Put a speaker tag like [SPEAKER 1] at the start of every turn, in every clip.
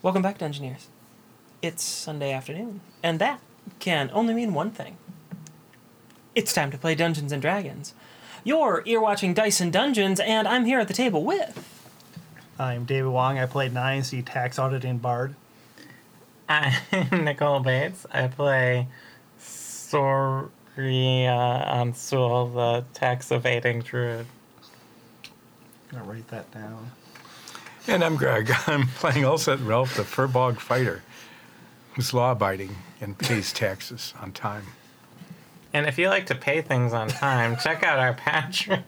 [SPEAKER 1] Welcome back, Dungeoneers. It's Sunday afternoon, and that can only mean one thing. It's time to play Dungeons and Dragons. You're ear watching Dice and Dungeons, and I'm here at the table with.
[SPEAKER 2] I'm David Wong. I played an INC tax auditing bard.
[SPEAKER 3] I'm Nicole Bates. I play Soria Ansul, the tax evading druid.
[SPEAKER 2] I'm gonna write that down.
[SPEAKER 4] And I'm Greg. I'm playing Ulset Ralph, the furbog fighter, who's law abiding and pays taxes on time.
[SPEAKER 3] And if you like to pay things on time, check out our Patreon.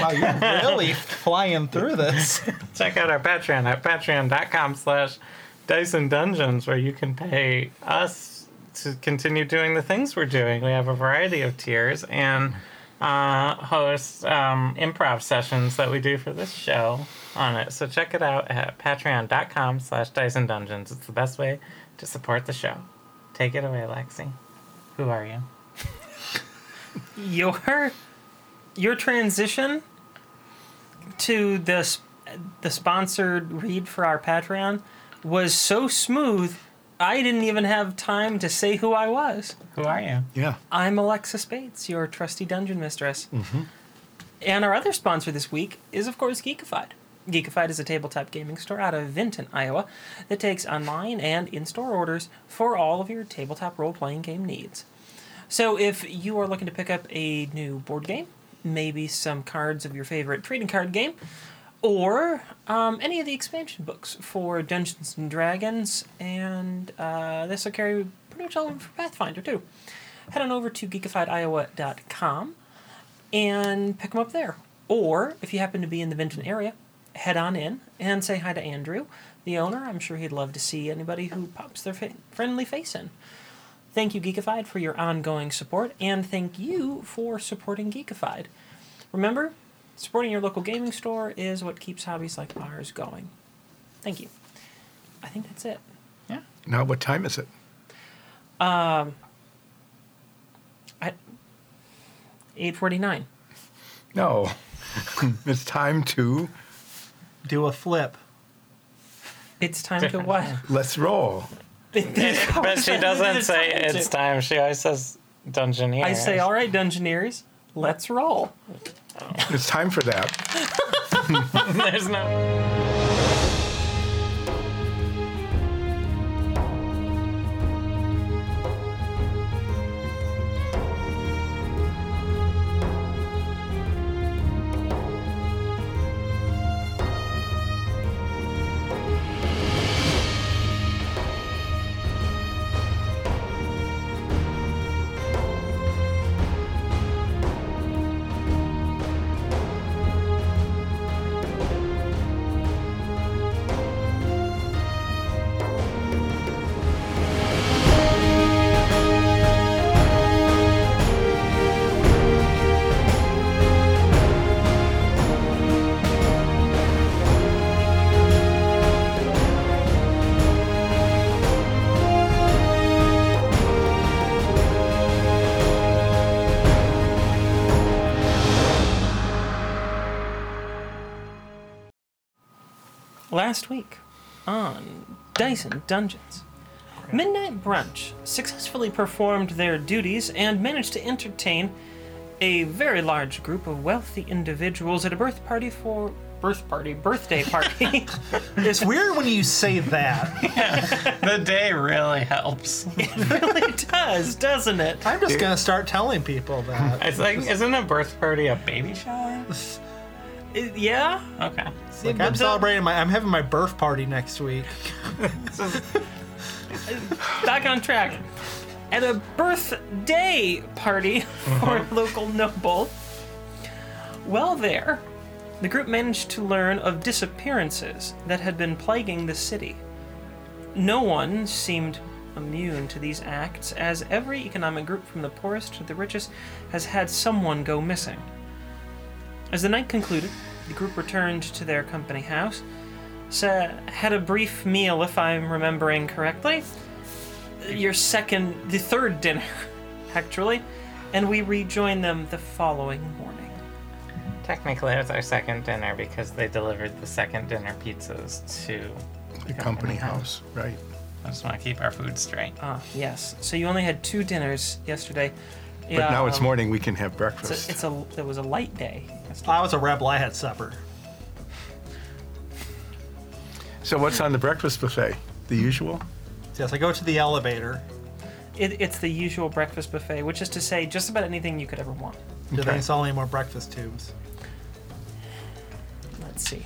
[SPEAKER 2] Wow, you're really flying through this.
[SPEAKER 3] Check out our Patreon at patreon.com slash Dyson Dungeons, where you can pay us to continue doing the things we're doing. We have a variety of tiers and uh, host um, improv sessions that we do for this show on it. So check it out at patreon.com slash Dyson Dungeons. It's the best way to support the show. Take it away, Lexi. Who are you?
[SPEAKER 1] Your your transition to the s- the sponsored read for our Patreon was so smooth, I didn't even have time to say who I was.
[SPEAKER 3] Who are you?
[SPEAKER 4] Yeah.
[SPEAKER 1] I'm Alexis Bates, your trusty dungeon mistress. And our other sponsor this week is, of course, Geekified. Geekified is a tabletop gaming store out of Vinton, Iowa, that takes online and in store orders for all of your tabletop role playing game needs. So if you are looking to pick up a new board game, maybe some cards of your favorite trading card game, or um, any of the expansion books for Dungeons and Dragons, and uh, this will carry pretty much all of them for Pathfinder too. Head on over to geekifiediowa.com and pick them up there. Or if you happen to be in the Vinton area, head on in and say hi to Andrew, the owner. I'm sure he'd love to see anybody who pops their fa- friendly face in. Thank you, Geekified, for your ongoing support, and thank you for supporting Geekified. Remember, supporting your local gaming store is what keeps hobbies like ours going. Thank you. I think that's it.
[SPEAKER 4] Now, what time is it?
[SPEAKER 1] I, 849.
[SPEAKER 4] No. it's time to
[SPEAKER 2] Do a flip.
[SPEAKER 1] It's time to what?
[SPEAKER 4] let's roll.
[SPEAKER 3] but she doesn't
[SPEAKER 1] It's
[SPEAKER 3] say
[SPEAKER 1] time to-
[SPEAKER 3] it's time. She always says Dungeoneer.
[SPEAKER 1] I say, all right, Dungeoneers, let's roll.
[SPEAKER 4] It's time for that.
[SPEAKER 3] There's no.
[SPEAKER 1] Last week on Dyson Dungeons, Midnight Brunch successfully performed their duties and managed to entertain a very large group of wealthy individuals at a birth party for birth party birthday party.
[SPEAKER 2] It's weird when you say that.
[SPEAKER 3] The day really helps.
[SPEAKER 1] it does, doesn't it?
[SPEAKER 2] I'm just gonna start telling people that.
[SPEAKER 3] It's like, isn't a birth party a baby shower?
[SPEAKER 1] It- Uh, yeah.
[SPEAKER 3] Okay.
[SPEAKER 2] Like, I'm celebrating my. I'm having my birth party next week.
[SPEAKER 1] back on track. At a birthday party for a local noble. Well, there, the group managed to learn of disappearances that had been plaguing the city. No one seemed immune to these acts, as every economic group from the poorest to the richest has had someone go missing. As the night concluded, the group returned to their company house, sa- had a brief meal, if I'm remembering correctly, your second, the third dinner, actually, and we rejoin them the following morning.
[SPEAKER 3] Technically, it was our second dinner because they delivered the second dinner pizzas to
[SPEAKER 4] the company house, right?
[SPEAKER 3] I just want to keep our food straight.
[SPEAKER 1] Ah, yes. So you only had two dinners yesterday.
[SPEAKER 4] But now it's
[SPEAKER 1] um,
[SPEAKER 4] morning. We can have
[SPEAKER 1] It's
[SPEAKER 4] breakfast.
[SPEAKER 1] a, it's a. It was a light day. yesterday.
[SPEAKER 2] I was a rebel. I had supper.
[SPEAKER 4] so what's on the breakfast buffet? The usual.
[SPEAKER 2] Yes, I go to the elevator.
[SPEAKER 1] It, it's the usual breakfast buffet, which is to say, just about anything you could ever want.
[SPEAKER 2] Do
[SPEAKER 4] Okay.
[SPEAKER 2] they install any more breakfast tubes?
[SPEAKER 1] Let's see.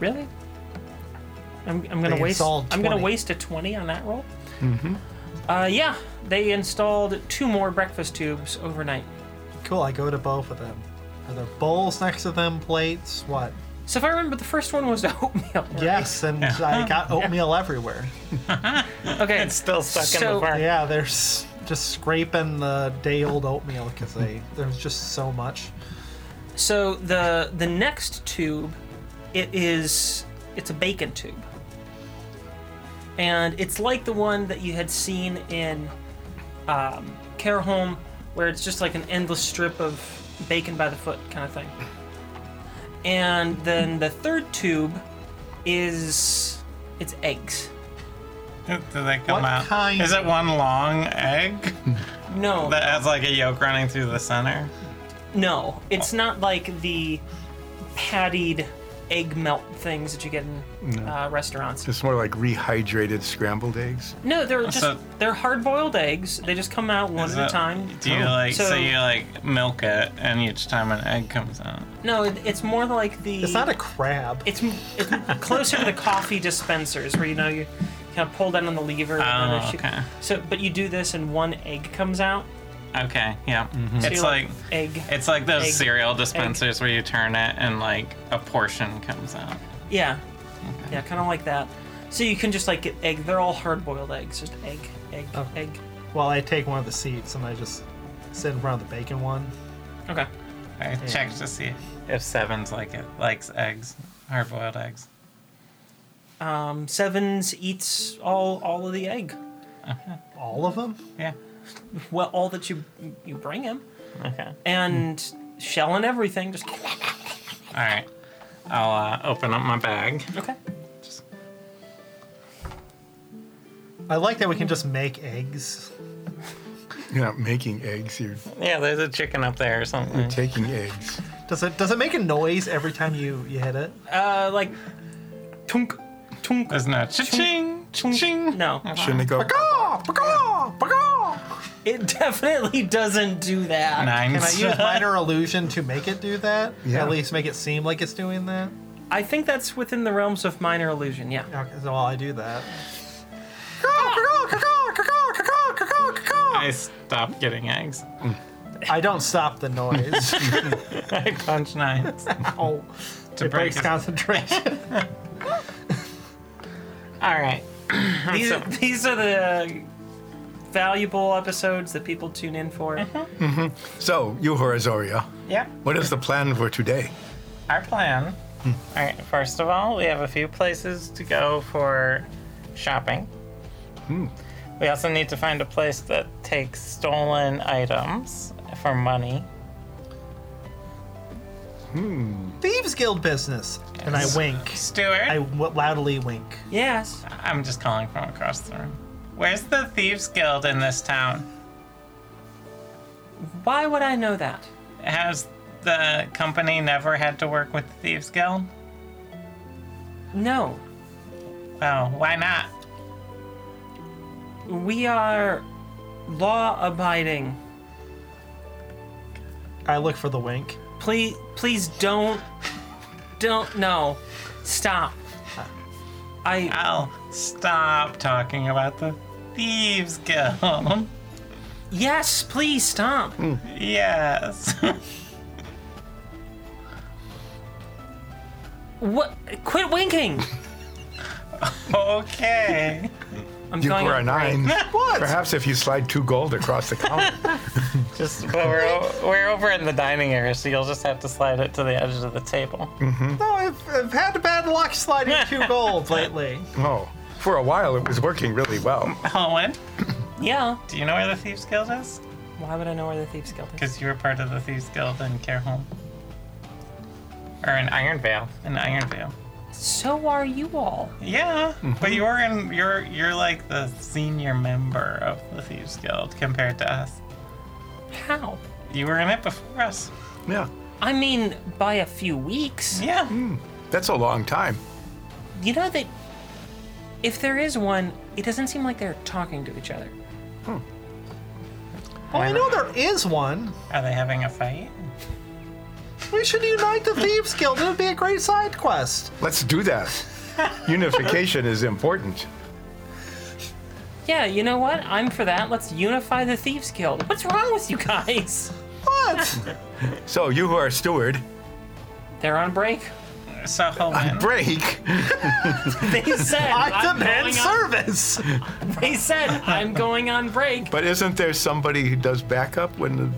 [SPEAKER 1] Really? I'm, I'm gonna
[SPEAKER 2] They
[SPEAKER 1] waste.
[SPEAKER 2] installed
[SPEAKER 1] I'm gonna
[SPEAKER 2] 20.
[SPEAKER 1] waste a twenty on that roll. Mm-hmm. Uh, yeah, they installed two more breakfast tubes overnight.
[SPEAKER 2] Cool. I go to both of them. Are there bowls next to them? Plates? What?
[SPEAKER 1] So if I remember, the first one was the oatmeal. right?
[SPEAKER 2] Yes, and I got oatmeal everywhere.
[SPEAKER 1] Okay.
[SPEAKER 3] It's still stuck in
[SPEAKER 1] So-
[SPEAKER 3] the bark.
[SPEAKER 2] Yeah, they're s- just scraping the day-old oatmeal because they there's just so much.
[SPEAKER 1] So the the next tube, it is it's a bacon tube, and it's like the one that you had seen in um, Care Home, where it's just like an endless strip of bacon by the foot kind of thing. And then the third tube is it's eggs.
[SPEAKER 3] Do they come
[SPEAKER 2] What
[SPEAKER 3] out?
[SPEAKER 2] kind
[SPEAKER 3] Is it
[SPEAKER 2] of-
[SPEAKER 3] one long egg
[SPEAKER 1] No,
[SPEAKER 3] that has like a yolk running through the center?
[SPEAKER 1] no, it's not like the pattied egg melt things that you get in uh, restaurants.
[SPEAKER 4] It's more like rehydrated scrambled eggs.
[SPEAKER 1] No, they're just
[SPEAKER 3] So-
[SPEAKER 1] they're hard-boiled eggs. They just come out one
[SPEAKER 3] Is
[SPEAKER 1] at a
[SPEAKER 3] it-
[SPEAKER 1] time.
[SPEAKER 3] Do you like Oh. so,
[SPEAKER 1] So-
[SPEAKER 3] you like milk it, and each time an egg comes out?
[SPEAKER 1] No, it, it's more like the.
[SPEAKER 2] It's not a crab.
[SPEAKER 1] It's, it's closer to the coffee dispensers where you know you kind of pull down on the lever. and
[SPEAKER 3] Oh,
[SPEAKER 1] then it shoot-
[SPEAKER 3] okay.
[SPEAKER 1] So, but you do this and one egg comes out.
[SPEAKER 3] Okay, yeah.
[SPEAKER 1] So
[SPEAKER 3] It's
[SPEAKER 1] you
[SPEAKER 3] Mm-hmm. like
[SPEAKER 1] egg.
[SPEAKER 3] it's like those
[SPEAKER 1] egg,
[SPEAKER 3] cereal dispensers where you turn it and like a portion comes out.
[SPEAKER 1] Yeah, yeah, kind of like that. So you can just like get egg. They're all hard-boiled eggs. Just egg, egg,
[SPEAKER 2] Oh.
[SPEAKER 1] egg.
[SPEAKER 2] Well, I take one of the seats and I just sit in front of the bacon one.
[SPEAKER 1] Okay.
[SPEAKER 3] I checked to see if Sevens like it likes eggs, hard boiled eggs.
[SPEAKER 1] Um, Sevens eats all all of the egg.
[SPEAKER 2] All of them?
[SPEAKER 3] Yeah.
[SPEAKER 1] Well, all that you you bring him
[SPEAKER 3] Okay.
[SPEAKER 1] and shell and everything. Just
[SPEAKER 3] All right. I'll uh, open up my bag.
[SPEAKER 1] okay.
[SPEAKER 2] I like that we can just make eggs.
[SPEAKER 4] You're not making eggs. You're
[SPEAKER 3] Yeah, there's a chicken up there or something.
[SPEAKER 1] Mm.
[SPEAKER 4] taking eggs.
[SPEAKER 2] Does it does it make a noise every time you you hit it?
[SPEAKER 1] Uh, like, tunk, tunk.
[SPEAKER 3] There's no cha-ching, cha-ching.
[SPEAKER 1] No,
[SPEAKER 4] Shouldn't it go?
[SPEAKER 2] Pakaw, pakaw, pakaw.
[SPEAKER 1] it definitely doesn't do that.
[SPEAKER 3] Nine.
[SPEAKER 2] Can I use minor illusion to make it do that?
[SPEAKER 4] Yeah.
[SPEAKER 2] At least make it seem like it's doing that.
[SPEAKER 1] I think that's within the realms of minor illusion. Yeah.
[SPEAKER 2] Okay, so while I do that,
[SPEAKER 3] I stopped getting eggs.
[SPEAKER 2] I don't stop the noise.
[SPEAKER 3] I punch nines.
[SPEAKER 2] oh,
[SPEAKER 3] To
[SPEAKER 2] it
[SPEAKER 3] break
[SPEAKER 2] breaks
[SPEAKER 3] his-
[SPEAKER 2] concentration.
[SPEAKER 3] All right.
[SPEAKER 1] These,
[SPEAKER 3] so-
[SPEAKER 1] these are the valuable episodes that people tune in for.
[SPEAKER 3] Uh-huh.
[SPEAKER 4] So you, Horazoria,
[SPEAKER 3] Yep.
[SPEAKER 4] what is the plan for today?
[SPEAKER 3] Our plan. All right. First of all, we have a few places to go for shopping. We also need to find a place that takes stolen items for money.
[SPEAKER 2] Thieves Guild business. And I wink.
[SPEAKER 3] Stuart,
[SPEAKER 2] I
[SPEAKER 3] i
[SPEAKER 2] w- loudly wink.
[SPEAKER 1] Yes.
[SPEAKER 3] I'm just calling from across the room. Where's the thieves guild in this town?
[SPEAKER 1] Why would I know that?
[SPEAKER 3] Has the company never had to work with the Thieves Guild?
[SPEAKER 1] No,
[SPEAKER 3] Well, why not?
[SPEAKER 1] we are law-abiding.
[SPEAKER 2] I look for the wink.
[SPEAKER 1] Please, please don't, don't. No, stop. I.
[SPEAKER 3] I'll stop talking about the Thieves Guild.
[SPEAKER 1] Yes, please stop.
[SPEAKER 3] yes.
[SPEAKER 1] What? Quit winking.
[SPEAKER 3] okay.
[SPEAKER 1] I'm
[SPEAKER 4] You
[SPEAKER 1] going
[SPEAKER 4] for a
[SPEAKER 1] on
[SPEAKER 4] nine.
[SPEAKER 2] What?
[SPEAKER 4] Perhaps if you slide two gold across the counter.
[SPEAKER 3] Just, but we're, o- we're over in the dining area, so you'll just have to slide it to the edge of the table.
[SPEAKER 2] No, I've, I've had bad luck sliding two gold lately.
[SPEAKER 4] oh, for a while it was working really well.
[SPEAKER 3] Owen,
[SPEAKER 1] Yeah.
[SPEAKER 3] do you know where the Thieves Guild is?
[SPEAKER 1] Why would I know where the thieves guild is?
[SPEAKER 3] Because you were part of the Thieves Guild in Care Home. Or in Iron Vale. In Iron Vale.
[SPEAKER 1] So are you all.
[SPEAKER 3] Yeah, but you're in you're you're like the senior member of the Thieves Guild compared to us.
[SPEAKER 1] How?
[SPEAKER 3] You were in it before us.
[SPEAKER 4] Yeah.
[SPEAKER 1] I mean, by a few weeks.
[SPEAKER 3] Yeah.
[SPEAKER 4] That's a long time.
[SPEAKER 1] You know that if there is one, it doesn't seem like they're talking to each other.
[SPEAKER 2] Oh, I know there is one.
[SPEAKER 3] Are they having a fight?
[SPEAKER 2] We should unite the Thieves Guild. It would be a great side quest.
[SPEAKER 4] Let's do that. Unification is important.
[SPEAKER 1] Yeah, you know what? I'm for that. Let's unify the Thieves Guild. What's wrong with you guys?
[SPEAKER 2] What?
[SPEAKER 4] So, you who are steward,
[SPEAKER 1] They're on break.
[SPEAKER 3] So Holman,
[SPEAKER 4] break.
[SPEAKER 1] They said
[SPEAKER 2] I
[SPEAKER 1] I'm
[SPEAKER 2] demand
[SPEAKER 1] going on,
[SPEAKER 2] service.
[SPEAKER 1] They said I'm going on break.
[SPEAKER 4] But isn't there somebody who does backup when the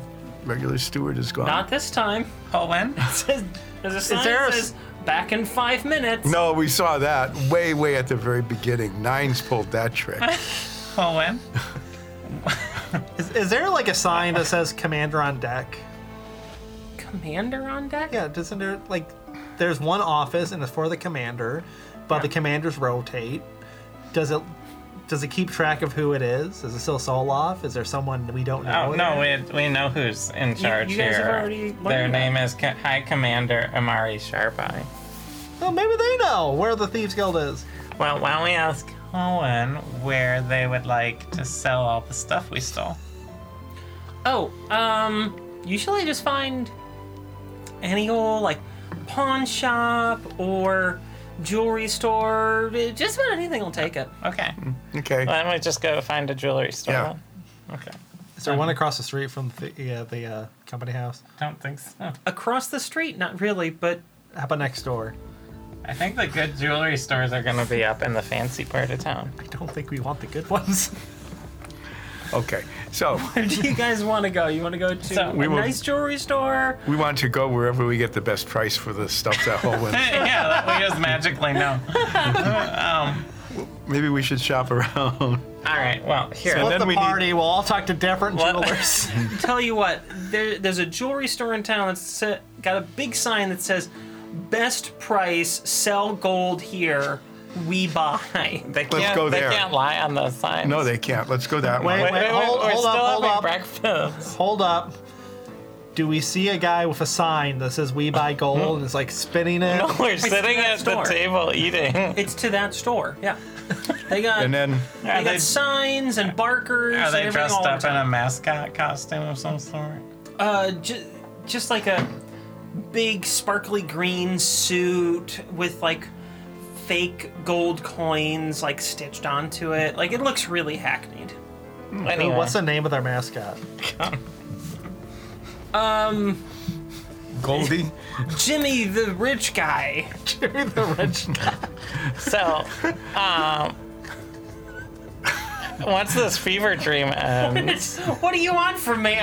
[SPEAKER 4] regular steward is gone?
[SPEAKER 1] Not this time.
[SPEAKER 3] Holman,
[SPEAKER 1] There's a sign
[SPEAKER 2] there a
[SPEAKER 1] that
[SPEAKER 2] s-
[SPEAKER 1] says back in five minutes.
[SPEAKER 4] no, we saw that way, way at the very beginning. Nines pulled that trick.
[SPEAKER 3] Holman.
[SPEAKER 2] Is, is there like a sign that says Commander on deck?
[SPEAKER 1] Commander on deck?
[SPEAKER 2] Yeah, doesn't there like there's one office and it's for the commander, but the commanders rotate. Does it does it keep track of who it is? Is it still Solov? Is there someone we don't know?
[SPEAKER 3] Oh
[SPEAKER 2] there?
[SPEAKER 3] no, we, we know who's in charge
[SPEAKER 1] you guys
[SPEAKER 3] here.
[SPEAKER 1] have already learned
[SPEAKER 3] Their
[SPEAKER 1] that.
[SPEAKER 3] name is Co- High Commander Amari Sharpeye.
[SPEAKER 2] Well, maybe they know where the Thieves Guild is.
[SPEAKER 3] Well, why don't we ask Holman where they would like to sell all the stuff we stole?
[SPEAKER 1] Oh, um, usually I just find any old like pawn shop or jewelry store. eh, Just about anything will take it.
[SPEAKER 3] Okay.
[SPEAKER 4] Okay.
[SPEAKER 3] Why don't we just go find a jewelry store?
[SPEAKER 4] Yeah.
[SPEAKER 3] then? Okay.
[SPEAKER 2] Is there one across the street from the uh, the uh, company house?
[SPEAKER 3] Don't think so.
[SPEAKER 1] Across the street, not really, but
[SPEAKER 2] How about next door?
[SPEAKER 3] I think the good jewelry stores are going to be up in the fancy part of town.
[SPEAKER 2] I don't think we want the good ones.
[SPEAKER 4] Okay. So,
[SPEAKER 1] where do you guys want to go? You want to go to
[SPEAKER 3] So-
[SPEAKER 1] a
[SPEAKER 3] We
[SPEAKER 4] will-
[SPEAKER 1] nice jewelry store?
[SPEAKER 4] we want to go wherever we get the best price for the stuff that Holman.
[SPEAKER 3] yeah, that we just magically know.
[SPEAKER 4] Maybe we should shop around.
[SPEAKER 3] All right, well, here.
[SPEAKER 4] So-
[SPEAKER 2] Let
[SPEAKER 4] then
[SPEAKER 2] the
[SPEAKER 4] we need-
[SPEAKER 2] party. We'll all talk to different
[SPEAKER 3] What-
[SPEAKER 2] jewelers.
[SPEAKER 1] Tell you what, there, there's a jewelry store in town that's uh, got a big sign that says "Best price, sell gold here, we buy."
[SPEAKER 3] they
[SPEAKER 4] Let's
[SPEAKER 3] can't-
[SPEAKER 4] go there.
[SPEAKER 3] They can't lie on those signs.
[SPEAKER 4] No, they can't. Let's go that way.
[SPEAKER 3] Wait, wait,
[SPEAKER 2] Wait,
[SPEAKER 3] wait,
[SPEAKER 2] hold-
[SPEAKER 3] we're
[SPEAKER 2] hold up,
[SPEAKER 3] still
[SPEAKER 2] hold
[SPEAKER 3] having
[SPEAKER 2] up.
[SPEAKER 3] breakfast.
[SPEAKER 2] Hold up. Do we see a guy with a sign that says "We buy gold" and is like spinning it?
[SPEAKER 3] No, we're sitting
[SPEAKER 1] that
[SPEAKER 3] at the
[SPEAKER 1] store.
[SPEAKER 3] table eating.
[SPEAKER 1] It's to that store. Yeah, they got.
[SPEAKER 4] And then
[SPEAKER 1] They
[SPEAKER 3] Are
[SPEAKER 1] got
[SPEAKER 3] they,
[SPEAKER 1] signs and barkers.
[SPEAKER 3] are
[SPEAKER 1] and
[SPEAKER 3] they
[SPEAKER 1] everything
[SPEAKER 3] dressed
[SPEAKER 1] all the
[SPEAKER 3] up in
[SPEAKER 1] time.
[SPEAKER 3] a mascot costume of some sort?
[SPEAKER 1] Uh, ju- just like a big sparkly green suit with like fake gold coins like stitched onto it. Like it looks really hackneyed.
[SPEAKER 3] Anyway,
[SPEAKER 2] What's the name of their mascot?
[SPEAKER 4] Goldie.
[SPEAKER 1] Jimmy the rich guy.
[SPEAKER 2] Jerry the Rich.
[SPEAKER 3] so, um, once this fever dream Um, ends,
[SPEAKER 1] what do you want from me? You're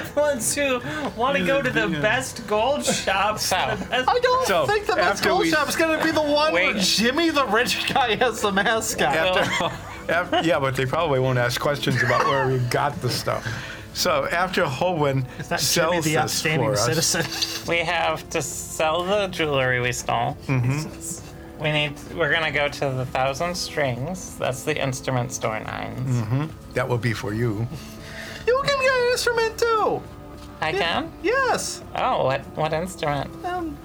[SPEAKER 1] the ones who want to go to the best gold shops.
[SPEAKER 3] so
[SPEAKER 2] I don't
[SPEAKER 4] So,
[SPEAKER 2] think the best
[SPEAKER 4] after
[SPEAKER 2] gold
[SPEAKER 4] we-
[SPEAKER 2] shop's gonna be the one where
[SPEAKER 3] Wait.
[SPEAKER 2] Jimmy the Rich guy has the mascot.
[SPEAKER 4] After, af- yeah, but they probably won't ask questions about where we got the stuff. So after Holwyn
[SPEAKER 2] It's not Jimmy
[SPEAKER 4] sells
[SPEAKER 2] the
[SPEAKER 4] this
[SPEAKER 2] outstanding
[SPEAKER 4] for us,
[SPEAKER 2] citizen.
[SPEAKER 3] We have to sell the jewelry we stole. We need. We're gonna go to the Thousand Strings. That's the instrument store 9s
[SPEAKER 4] that will be for you.
[SPEAKER 2] you can get an instrument too.
[SPEAKER 3] I can.
[SPEAKER 2] Yes.
[SPEAKER 3] Oh, what what instrument?
[SPEAKER 2] Um,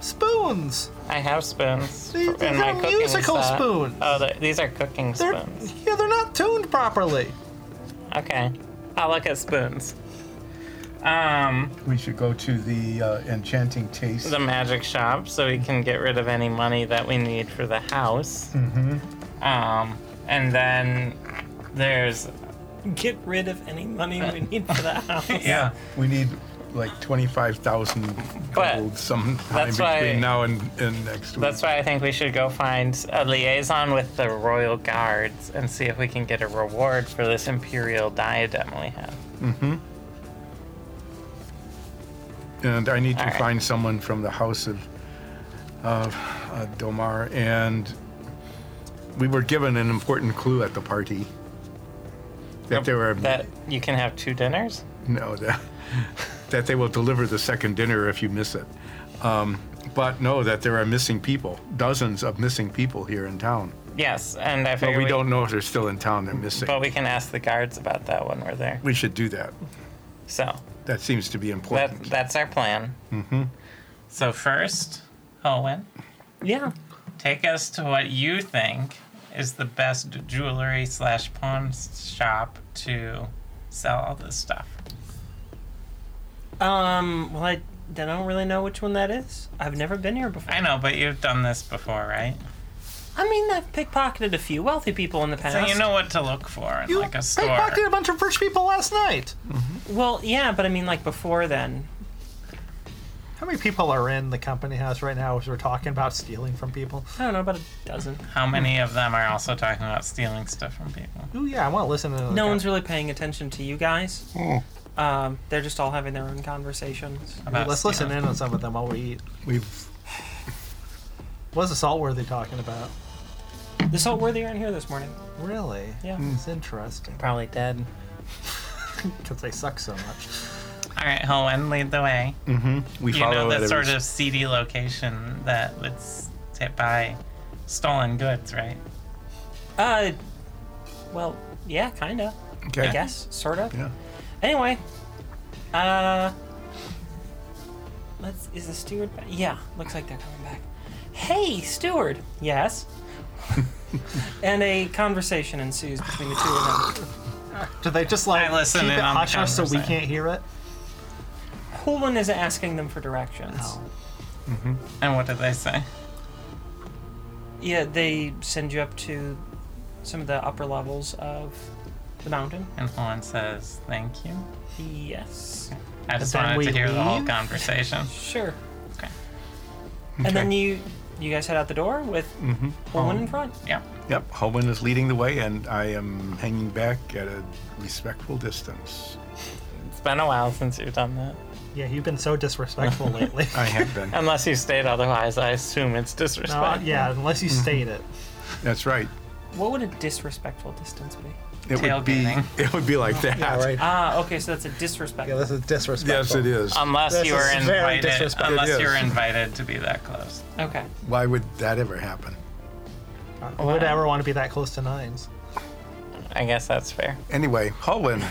[SPEAKER 2] spoons.
[SPEAKER 3] I have spoons
[SPEAKER 2] These-
[SPEAKER 3] for- in
[SPEAKER 2] these
[SPEAKER 3] my
[SPEAKER 2] are
[SPEAKER 3] cooking
[SPEAKER 2] musical
[SPEAKER 3] set.
[SPEAKER 2] spoons.
[SPEAKER 3] Oh, the- these are cooking
[SPEAKER 2] They're
[SPEAKER 3] spoons.
[SPEAKER 2] yeah, they're not tuned properly.
[SPEAKER 3] Okay, I'll look at spoons. Um,
[SPEAKER 4] We should go to the uh, Enchanting Taste.
[SPEAKER 3] the magic shop, so we can get rid of any money that we need for the house. Mm-hmm. Um, and then there's
[SPEAKER 1] Get rid of any money we need for the house.
[SPEAKER 3] yeah.
[SPEAKER 4] we need like twenty-five thousand
[SPEAKER 3] But
[SPEAKER 4] gold sometime
[SPEAKER 3] that's
[SPEAKER 4] between
[SPEAKER 3] why-
[SPEAKER 4] now and, and next week.
[SPEAKER 3] That's why I think we should go find a liaison with the royal guards and see if we can get a reward for this imperial diadem we have.
[SPEAKER 4] and I need to
[SPEAKER 3] Alright.
[SPEAKER 4] find someone from the house of of uh, Domar. And we were given an important clue at the party that there were
[SPEAKER 3] Oh, That you can have two dinners.
[SPEAKER 4] no that that they will deliver the second dinner if you miss it. Um, but know that there are missing people, dozens of missing people here in town.
[SPEAKER 3] Yes, and I
[SPEAKER 4] But
[SPEAKER 3] figure
[SPEAKER 4] we don't know if they're still in town. They're missing.
[SPEAKER 3] But we can ask the guards about that when we're there.
[SPEAKER 4] We should do that.
[SPEAKER 3] So
[SPEAKER 4] That seems to be
[SPEAKER 3] that
[SPEAKER 4] important.
[SPEAKER 3] that's our plan. Mm-hmm. So first, Owen,
[SPEAKER 1] Yeah.
[SPEAKER 3] take us to what you think is the best jewelry slash pawn shop to sell all this stuff.
[SPEAKER 1] Um. Well, I then I don't really know which one that is. I've never been here before.
[SPEAKER 3] I know, but you've done this before, right?
[SPEAKER 1] I mean, I've pickpocketed a few wealthy people in the past.
[SPEAKER 3] So you know what to look for in
[SPEAKER 2] You
[SPEAKER 3] like a store.
[SPEAKER 2] pickpocketed a bunch of rich people last night.
[SPEAKER 1] Well, yeah, but I mean, like before then.
[SPEAKER 2] How many people are in the company house right now as we're talking about stealing from people?
[SPEAKER 1] I don't know about a dozen.
[SPEAKER 3] How many of them are also talking about stealing stuff from people?
[SPEAKER 2] Ooh, yeah, I want to listen to
[SPEAKER 1] No one's really paying attention to you guys.
[SPEAKER 3] Hmm.
[SPEAKER 1] Um, they're just all having their own conversations.
[SPEAKER 3] About
[SPEAKER 2] Let's listen
[SPEAKER 3] stealing.
[SPEAKER 2] in on some of them while we eat.
[SPEAKER 4] We've
[SPEAKER 2] What's the Saltworthy talking about?
[SPEAKER 1] The Saltworthy aren't here this morning.
[SPEAKER 2] Really?
[SPEAKER 1] Yeah.
[SPEAKER 2] It's interesting.
[SPEAKER 3] Probably dead.
[SPEAKER 2] Because they suck so much.
[SPEAKER 3] All right, Owen, lead the way.
[SPEAKER 4] we
[SPEAKER 3] you
[SPEAKER 4] follow
[SPEAKER 3] know that
[SPEAKER 4] others.
[SPEAKER 3] sort of seedy location that was hit by stolen goods, right?
[SPEAKER 1] Uh, well, yeah, kinda.
[SPEAKER 4] Okay.
[SPEAKER 1] I guess, sort of.
[SPEAKER 4] Yeah.
[SPEAKER 1] Anyway, uh, let's. Is the steward? Back? Yeah, looks like they're coming back. Hey, steward. Yes. and a conversation ensues between the two of them.
[SPEAKER 2] Do they just like
[SPEAKER 3] I listen
[SPEAKER 2] keep
[SPEAKER 3] in
[SPEAKER 2] it
[SPEAKER 3] on the
[SPEAKER 2] hush hush so we
[SPEAKER 3] conversation.
[SPEAKER 2] can't hear it?
[SPEAKER 1] Coolin is asking them for directions.
[SPEAKER 3] And what did they say?
[SPEAKER 1] Yeah, they send you up to some of the upper levels of the mountain.
[SPEAKER 3] And Owen says, "Thank you."
[SPEAKER 1] Yes.
[SPEAKER 3] I just
[SPEAKER 2] then
[SPEAKER 3] wanted to
[SPEAKER 2] we
[SPEAKER 3] hear the whole
[SPEAKER 2] leave?
[SPEAKER 3] conversation.
[SPEAKER 1] Sure.
[SPEAKER 3] Okay.
[SPEAKER 1] And then you you guys head out the door with Coolin in front.
[SPEAKER 3] Yeah.
[SPEAKER 4] Yep. Holman is leading the way, and I am hanging back at a respectful distance.
[SPEAKER 3] It's been a while since you've done that.
[SPEAKER 2] Yeah, you've been so disrespectful lately.
[SPEAKER 4] I have been.
[SPEAKER 3] Unless you state otherwise, I assume it's
[SPEAKER 2] No,
[SPEAKER 3] disrespect.
[SPEAKER 2] yeah, unless you state it.
[SPEAKER 4] That's right.
[SPEAKER 1] What would a disrespectful distance be?
[SPEAKER 4] It would be.
[SPEAKER 3] Tailgating.
[SPEAKER 4] It would be like that.
[SPEAKER 1] Ah, okay, so that's a disrespectful.
[SPEAKER 2] Yeah, this is disrespectful.
[SPEAKER 4] Yes, it is.
[SPEAKER 3] Unless
[SPEAKER 2] This
[SPEAKER 3] you were
[SPEAKER 2] is very
[SPEAKER 3] invited.
[SPEAKER 2] disrespectful.
[SPEAKER 3] Unless
[SPEAKER 4] It
[SPEAKER 3] you were
[SPEAKER 4] is.
[SPEAKER 3] invited to be that close.
[SPEAKER 1] okay.
[SPEAKER 4] Why would that ever happen?
[SPEAKER 2] I would ever want to be that close to nines.
[SPEAKER 3] I guess that's fair.
[SPEAKER 4] Anyway, Holman.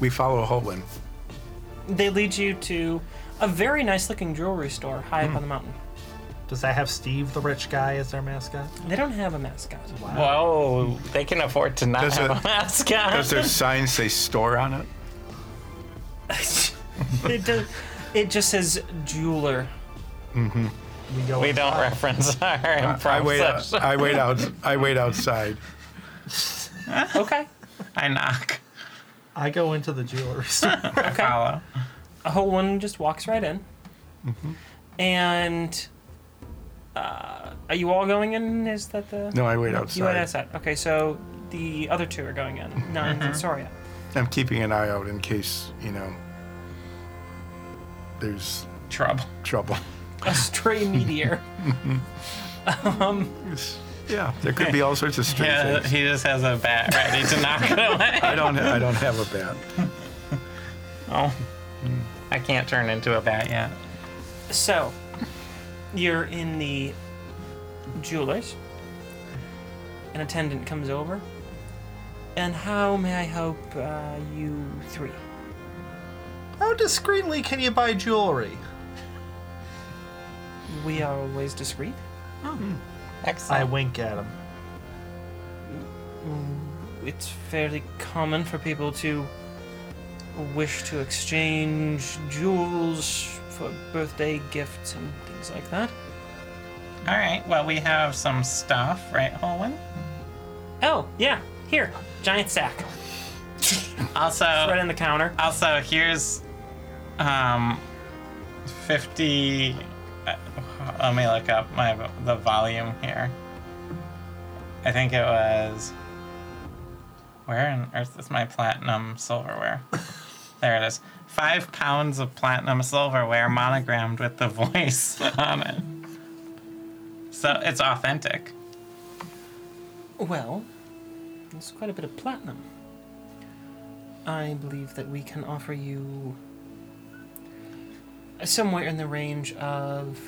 [SPEAKER 4] We follow Holman.
[SPEAKER 1] They lead you to a very nice looking jewelry store high
[SPEAKER 2] Hmm.
[SPEAKER 1] up on the mountain.
[SPEAKER 2] Does that have Steve the rich guy as their mascot?
[SPEAKER 1] They don't have a mascot.
[SPEAKER 2] Uh,
[SPEAKER 3] Whoa, they can afford to not
[SPEAKER 4] Does
[SPEAKER 3] have
[SPEAKER 4] it-
[SPEAKER 3] a mascot.
[SPEAKER 4] Does their sign say store on it?
[SPEAKER 1] it, do, it just says jeweler.
[SPEAKER 2] We, go
[SPEAKER 3] we don't
[SPEAKER 2] inside.
[SPEAKER 3] reference our improv
[SPEAKER 4] I
[SPEAKER 2] uh,
[SPEAKER 4] wait.
[SPEAKER 3] session.
[SPEAKER 4] I wait out. I wait outside.
[SPEAKER 1] Okay.
[SPEAKER 3] I knock.
[SPEAKER 2] I go into the jewelry store.
[SPEAKER 3] I follow.
[SPEAKER 1] A whole one just walks right in. And uh, are you all going in? Is that the.
[SPEAKER 4] No, I wait
[SPEAKER 1] You went
[SPEAKER 4] outside.
[SPEAKER 1] outside. Okay, so the other two are going in. Nine and Soria.
[SPEAKER 4] I'm keeping an eye out in case you know there's
[SPEAKER 3] Trouble.
[SPEAKER 4] trouble.
[SPEAKER 1] A stray meteor.
[SPEAKER 4] Yeah, there could be all sorts of strange
[SPEAKER 3] Yeah,
[SPEAKER 4] things.
[SPEAKER 3] he just has a bat ready to knock it away.
[SPEAKER 4] I don't. I don't have a bat.
[SPEAKER 3] Oh, I can't turn into a bat yet.
[SPEAKER 1] So, you're in the jeweler's. An attendant comes over. And how may I help uh, you three?
[SPEAKER 2] How discreetly can you buy jewelry?
[SPEAKER 1] We are always discreet.
[SPEAKER 2] I
[SPEAKER 3] Excellent.
[SPEAKER 2] wink at him.
[SPEAKER 1] It's fairly common for people to wish to exchange jewels for birthday gifts and things like that.
[SPEAKER 3] All right. Well, we have some stuff, right, Holwyn?
[SPEAKER 1] Oh, yeah, here, giant sack.
[SPEAKER 3] Also,
[SPEAKER 1] Right on the counter.
[SPEAKER 3] also here's um, fifty. uh, Let me look up my the volume here. I think it was. Where on earth is my platinum silverware? there it is. Five pounds of platinum silverware monogrammed with the voice on it. So it's authentic.
[SPEAKER 1] Well, there's quite a bit of platinum. I believe that we can offer you somewhere in the range of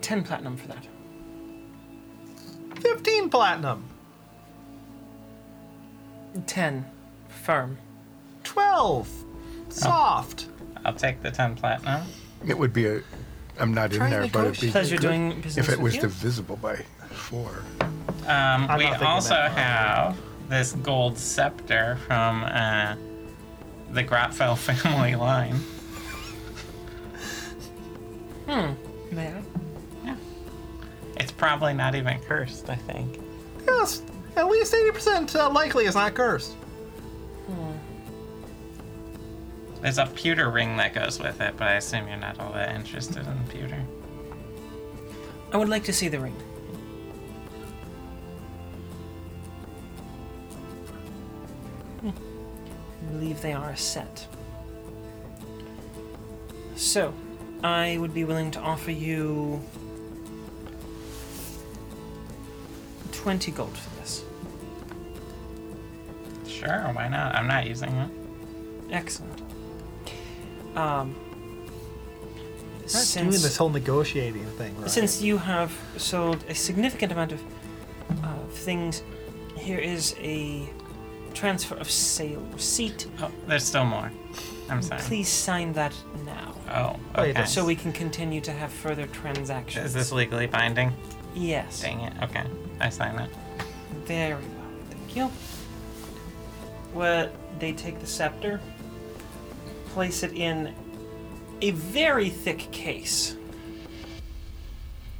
[SPEAKER 1] ten platinum for that.
[SPEAKER 2] 15 platinum.
[SPEAKER 1] Ten, firm.
[SPEAKER 2] 12. Soft.
[SPEAKER 3] I'll take the 10 platinum.
[SPEAKER 4] It would be a. I'm not
[SPEAKER 2] Try
[SPEAKER 4] in there, but it'd be
[SPEAKER 2] negotiate.
[SPEAKER 1] Pleasure doing
[SPEAKER 4] if
[SPEAKER 1] business
[SPEAKER 4] it was
[SPEAKER 1] with you.
[SPEAKER 4] divisible by four.
[SPEAKER 3] Um,
[SPEAKER 2] I'm
[SPEAKER 3] we
[SPEAKER 2] not thinking
[SPEAKER 3] also
[SPEAKER 2] that far.
[SPEAKER 3] have this gold scepter from uh, the Grotfell family line.
[SPEAKER 1] May I?
[SPEAKER 3] Yeah. It's probably not even cursed, I think.
[SPEAKER 2] Yes. At least 80% uh, likely it's not cursed.
[SPEAKER 3] There's a pewter ring that goes with it, but I assume you're not all that interested in pewter.
[SPEAKER 1] I would like to see the ring. Hmm. I believe they are a set. So, I would be willing to offer you 20 gold for this.
[SPEAKER 3] Sure, why not? I'm not using it.
[SPEAKER 1] Excellent. Um,
[SPEAKER 2] Not doing this whole negotiating thing, right?
[SPEAKER 1] Since you have sold a significant amount of uh, things, here is a transfer of sale receipt.
[SPEAKER 3] Oh, there's still more. I'm sorry.
[SPEAKER 1] Please sign that now.
[SPEAKER 3] Oh,
[SPEAKER 2] Wait,
[SPEAKER 3] okay.
[SPEAKER 1] So we can continue to have further transactions.
[SPEAKER 3] Is this legally binding?
[SPEAKER 1] Yes.
[SPEAKER 3] Dang it. Okay, I sign it.
[SPEAKER 1] Very well. Thank you. Well, they take the scepter, place it in a very thick case,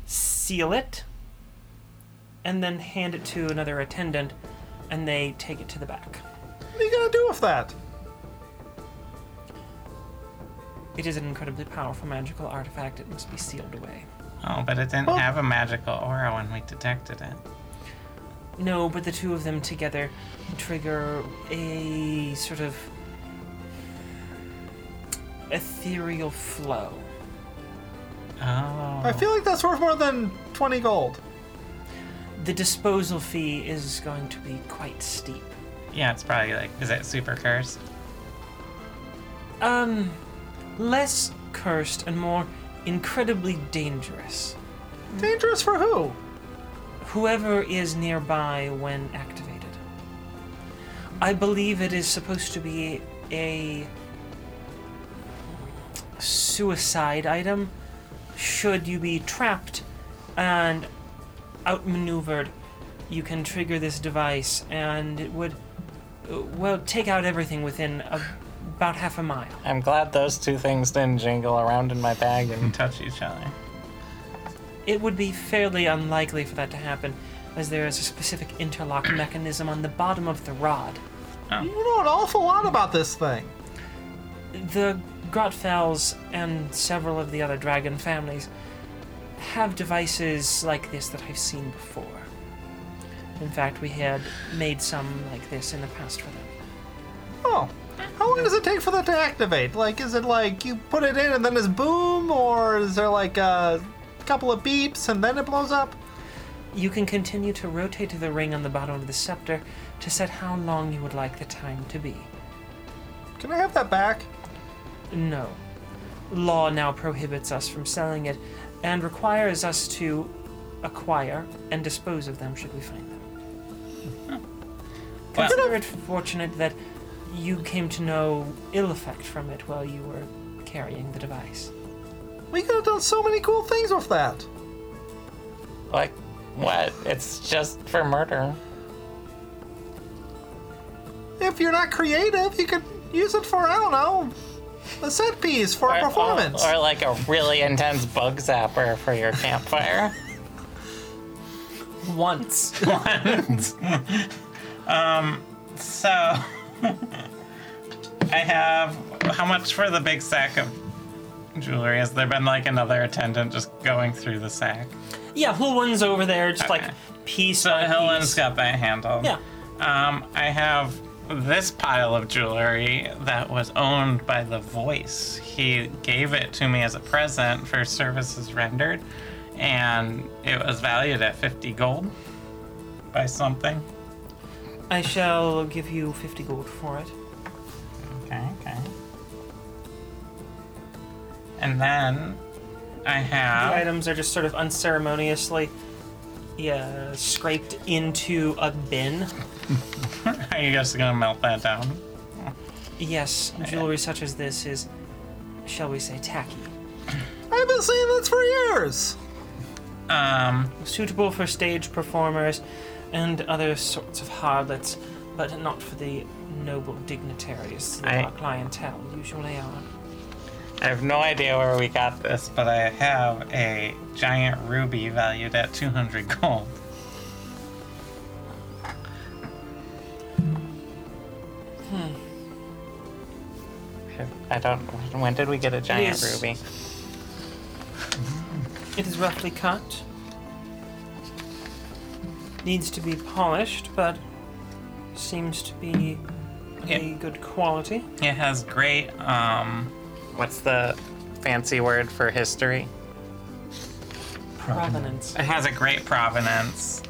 [SPEAKER 1] seal it, and then hand it to another attendant, and they take it to the back.
[SPEAKER 2] What are you going to do with that?
[SPEAKER 1] It is an incredibly powerful magical artifact. It must be sealed away.
[SPEAKER 3] Oh, but it didn't
[SPEAKER 2] Oh.
[SPEAKER 3] have a magical aura when we detected it.
[SPEAKER 1] No, but the two of them together trigger a sort of ethereal flow.
[SPEAKER 3] Oh.
[SPEAKER 2] I feel like that's worth more than 20 gold.
[SPEAKER 1] The disposal fee is going to be quite steep.
[SPEAKER 3] Yeah, it's probably like, is it super cursed?
[SPEAKER 1] Um, less cursed and more incredibly dangerous.
[SPEAKER 2] Dangerous for who?
[SPEAKER 1] Whoever is nearby when activated. I believe it is supposed to be a suicide item should you be trapped and outmaneuvered. You can trigger this device and it would, uh, well, take out everything within a, about half a mile.
[SPEAKER 3] I'm glad those two things didn't jingle around in my bag and touch each other.
[SPEAKER 1] It would be fairly unlikely for that to happen, as there is a specific interlock mechanism on the bottom of the rod.
[SPEAKER 2] You know an awful lot about this thing.
[SPEAKER 1] The Grotfells and several of the other dragon families have devices like this that I've seen before. In fact, we had made some like this in the past for them.
[SPEAKER 2] Oh. How long does it take for that to activate? Like, is it like you put it in and then it's boom, or is there like a couple of beeps and then it blows up?
[SPEAKER 1] You can continue to rotate the ring on the bottom of the scepter to set how long you would like the time to be.
[SPEAKER 2] Can I have that back?
[SPEAKER 1] No. Law now prohibits us from selling it and requires us to acquire and dispose of them should we find them.
[SPEAKER 3] Well-
[SPEAKER 1] Consider it fortunate that you came to know ill effect from it while you were carrying the device.
[SPEAKER 2] We could have done so many cool things with that.
[SPEAKER 3] Like, what? It's just for murder.
[SPEAKER 2] If you're not creative, you could use it for, I don't know, a set piece for a performance.
[SPEAKER 3] Or, like a really intense bug zapper for your campfire.
[SPEAKER 1] Once.
[SPEAKER 3] so, I have how much for the big sack of jewelry? Has there been like another attendant just going through the sack?
[SPEAKER 1] yeah, whole one's over there, just
[SPEAKER 3] Okay.
[SPEAKER 1] like piece
[SPEAKER 3] So
[SPEAKER 1] by
[SPEAKER 3] Helen's
[SPEAKER 1] piece.
[SPEAKER 3] got that handled.
[SPEAKER 1] Yeah.
[SPEAKER 3] Um, I have this pile of jewelry that was owned by The Voice. He gave it to me as a present for services rendered, and it was valued at 50 gold by something.
[SPEAKER 1] I shall give you 50 gold for it.
[SPEAKER 3] Okay, okay. And then I have.
[SPEAKER 1] The items are just sort of unceremoniously yeah, scraped into a bin.
[SPEAKER 3] Are you guys gonna melt that down?
[SPEAKER 1] Yes, jewelry such as this is, shall we say, tacky.
[SPEAKER 2] I've been saying this for years.
[SPEAKER 3] Um,
[SPEAKER 1] Suitable for stage performers and other sorts of harlots, but not for the noble dignitaries that
[SPEAKER 3] I-
[SPEAKER 1] our clientele usually are.
[SPEAKER 3] I have no idea where we got this, but I have a giant ruby valued at 200 gold. Hmm. I don't. When did we get a giant
[SPEAKER 1] Yes.
[SPEAKER 3] ruby?
[SPEAKER 1] It is roughly cut. Needs to be polished, but seems to be a
[SPEAKER 3] Yeah.
[SPEAKER 1] good quality.
[SPEAKER 3] It has great. Um, what's the fancy word for history?
[SPEAKER 1] Provenance.
[SPEAKER 3] It has a great provenance.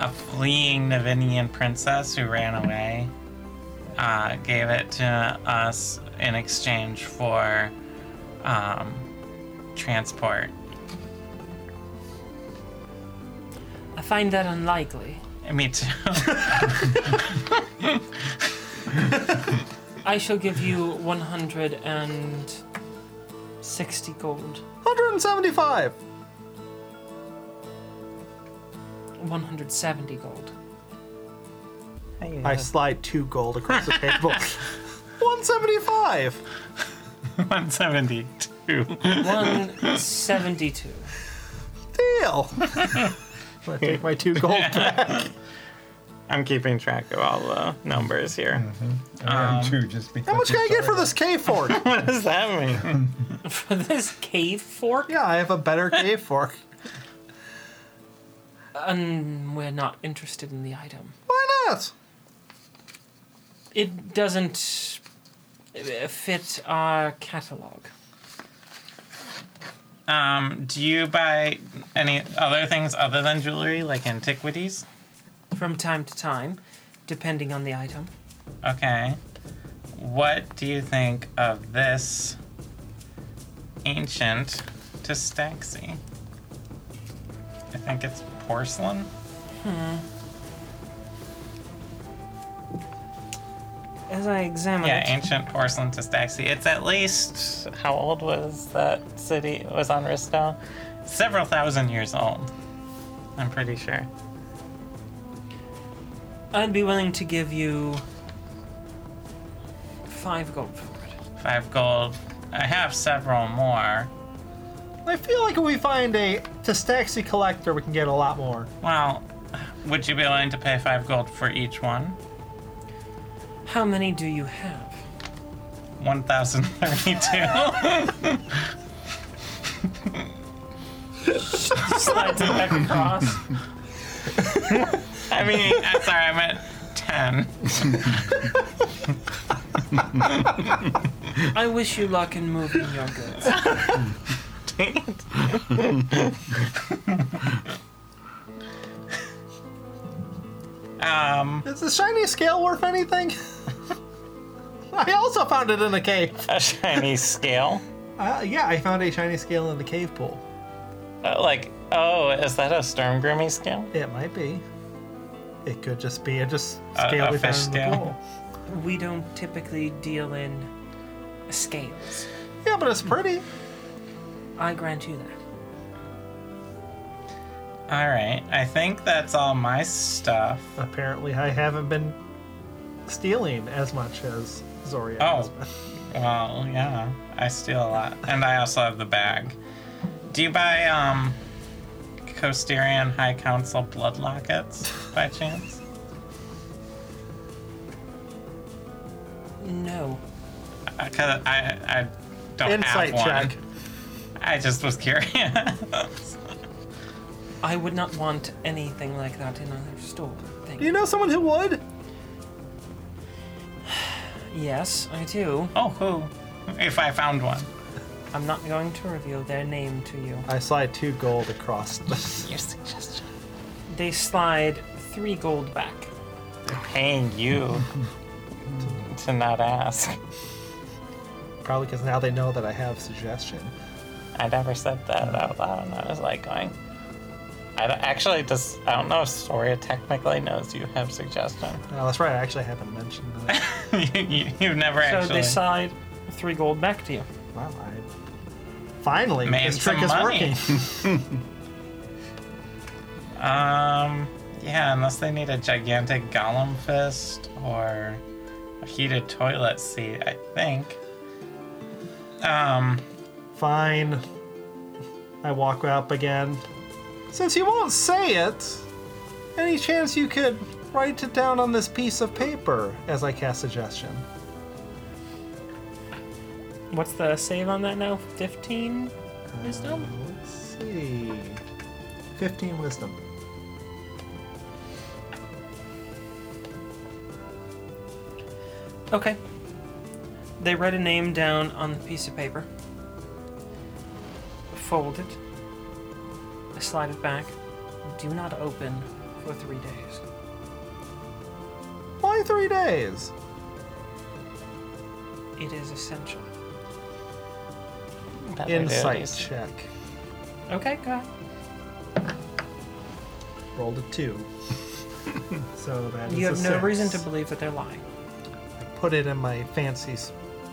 [SPEAKER 3] A fleeing Navinian princess who ran away uh, gave it to us in exchange for um, transport.
[SPEAKER 1] I find that unlikely.
[SPEAKER 3] Me too.
[SPEAKER 1] I shall give you 160 gold.
[SPEAKER 2] 175.
[SPEAKER 1] 170 gold.
[SPEAKER 2] I slide two gold across the table. 175.
[SPEAKER 3] 172.
[SPEAKER 1] 172.
[SPEAKER 2] Deal. I take my two gold back.
[SPEAKER 3] I'm keeping track of all the numbers here.
[SPEAKER 1] Um,
[SPEAKER 4] I am too, just because.
[SPEAKER 2] How much can I get for this cave fork?
[SPEAKER 3] What does that mean?
[SPEAKER 1] For this cave fork?
[SPEAKER 2] Yeah, I have a better cave fork.
[SPEAKER 1] And we're not interested in the item.
[SPEAKER 2] Why not?
[SPEAKER 1] It doesn't uh, fit our catalog.
[SPEAKER 3] Um, do you buy any other things other than jewelry, like antiquities?
[SPEAKER 1] From time to time, depending on the item.
[SPEAKER 3] Okay. What do you think of this ancient distaxi? I think it's porcelain.
[SPEAKER 1] As I examine
[SPEAKER 3] Yeah,
[SPEAKER 1] it,
[SPEAKER 3] ancient porcelain distaxi. It's at least how old was that city? It was on Risto? Several thousand years old. I'm pretty sure.
[SPEAKER 1] I'd be willing to give you five gold for it.
[SPEAKER 3] Five gold. I have several more.
[SPEAKER 2] I feel like if we find a Testaxi collector, we can get a lot more.
[SPEAKER 3] Well, would you be willing to pay five gold for each one?
[SPEAKER 1] How many do you have?
[SPEAKER 3] 1032.
[SPEAKER 1] Slides it back across.
[SPEAKER 3] I mean, I'm sorry, I meant 10.
[SPEAKER 1] I wish you luck in moving your goods.
[SPEAKER 3] Dang it. um,
[SPEAKER 2] Is the shiny scale worth anything? I also found it in a cave.
[SPEAKER 3] a shiny scale.
[SPEAKER 2] Uh, yeah, I found a shiny scale in the cave pool.
[SPEAKER 3] Uh, like, oh, is that a Storm Grimmy scale?
[SPEAKER 2] It might be. It could just be a just
[SPEAKER 3] A-
[SPEAKER 2] scale
[SPEAKER 3] a
[SPEAKER 2] we found
[SPEAKER 3] fish
[SPEAKER 2] in the
[SPEAKER 3] scale.
[SPEAKER 2] pool.
[SPEAKER 1] We don't typically deal in scales.
[SPEAKER 2] Yeah, but it's pretty.
[SPEAKER 1] I grant you that.
[SPEAKER 3] All right, I think that's all my stuff.
[SPEAKER 2] Apparently, I haven't been stealing as much as Zoria. has
[SPEAKER 3] Oh,
[SPEAKER 2] been.
[SPEAKER 3] well, yeah, I steal a lot, and I also have the bag. Do you buy um, Costerian High Council blood lockets by chance?
[SPEAKER 1] No.
[SPEAKER 3] Because Uh, I, I don't
[SPEAKER 2] Insight
[SPEAKER 3] have one.
[SPEAKER 2] check.
[SPEAKER 3] I just was curious.
[SPEAKER 1] I would not want anything like that in our store. Thank
[SPEAKER 2] You know someone who would?
[SPEAKER 1] Yes, I do.
[SPEAKER 3] oh, who? If I found one.
[SPEAKER 1] I'm not going to reveal their name to you.
[SPEAKER 2] I slide two gold across. The...
[SPEAKER 3] Your suggestion.
[SPEAKER 1] They slide three gold back.
[SPEAKER 3] Paying you to not ask.
[SPEAKER 2] Probably because now they know that I have suggestion.
[SPEAKER 3] I'd ever said that out loud, and I was like going. I don't- actually just I don't know if Soria technically knows you have suggestion.
[SPEAKER 2] No, Uh, that's right. I actually haven't mentioned that.
[SPEAKER 3] you, you, you've never
[SPEAKER 1] So
[SPEAKER 3] actually.
[SPEAKER 1] decide three gold back to you.
[SPEAKER 2] wow, I finally
[SPEAKER 3] Made
[SPEAKER 2] this
[SPEAKER 3] some
[SPEAKER 2] trick is
[SPEAKER 3] money.
[SPEAKER 2] working.
[SPEAKER 3] Um, yeah, unless they need a gigantic golem fist or a heated toilet seat, I think. Um,
[SPEAKER 2] Fine. I walk up again. Since you won't say it, any chance you could write it down on this piece of paper as I cast suggestion?
[SPEAKER 1] What's the save on that now? 15 wisdom?
[SPEAKER 2] Let's see. 15 wisdom.
[SPEAKER 1] Okay. They write a name down on the piece of paper, fold it, slide it back. Do not open for three days.
[SPEAKER 2] Why three days?
[SPEAKER 1] It is essential.
[SPEAKER 3] that would do it.
[SPEAKER 2] Insight check.
[SPEAKER 1] Okay, go ahead.
[SPEAKER 2] Rolled a two. so that is
[SPEAKER 1] You
[SPEAKER 2] a
[SPEAKER 1] have no
[SPEAKER 2] six.
[SPEAKER 1] reason to believe that they're lying.
[SPEAKER 2] put it in my fancy s-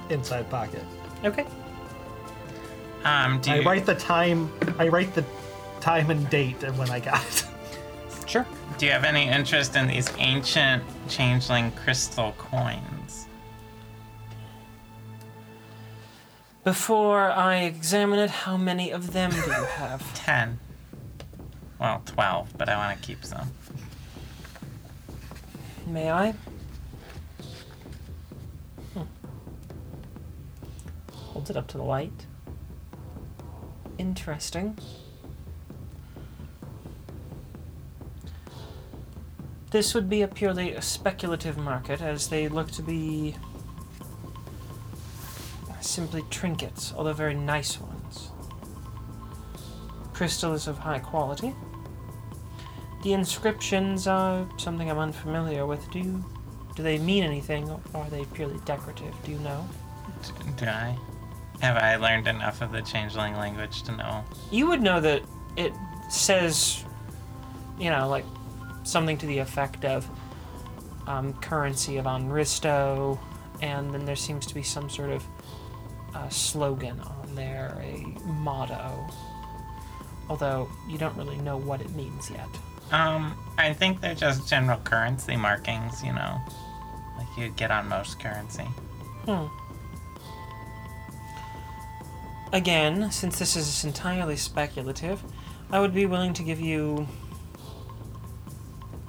[SPEAKER 2] inside pocket.
[SPEAKER 1] Okay.
[SPEAKER 3] Um, do
[SPEAKER 2] I
[SPEAKER 3] you,
[SPEAKER 2] write the time. I write the time and date and when I got it.
[SPEAKER 1] Sure.
[SPEAKER 3] do you have any interest in these ancient changeling crystal coins?
[SPEAKER 1] Before I examine it, how many of them do you have?
[SPEAKER 3] Ten. Well, twelve, but I want to keep some.
[SPEAKER 1] May I? Hmm. Holds it up to the light. Interesting. This would be a purely speculative market, as they look to be simply trinkets, although very nice ones. Crystal is of high quality. The inscriptions are something I'm unfamiliar with. Do you, do they mean anything, or are they purely decorative? Do you know?
[SPEAKER 3] D- do I? Have I learned enough of the changeling language to know?
[SPEAKER 1] You would know that it says, you know, like something to the effect of um, currency of Onristo, and then there seems to be some sort of uh, slogan on there, a motto. Although you don't really know what it means yet.
[SPEAKER 3] Um, I think they're just general currency markings, you know, like you get on most currency.
[SPEAKER 1] Hmm. Again, since this is entirely speculative, I would be willing to give you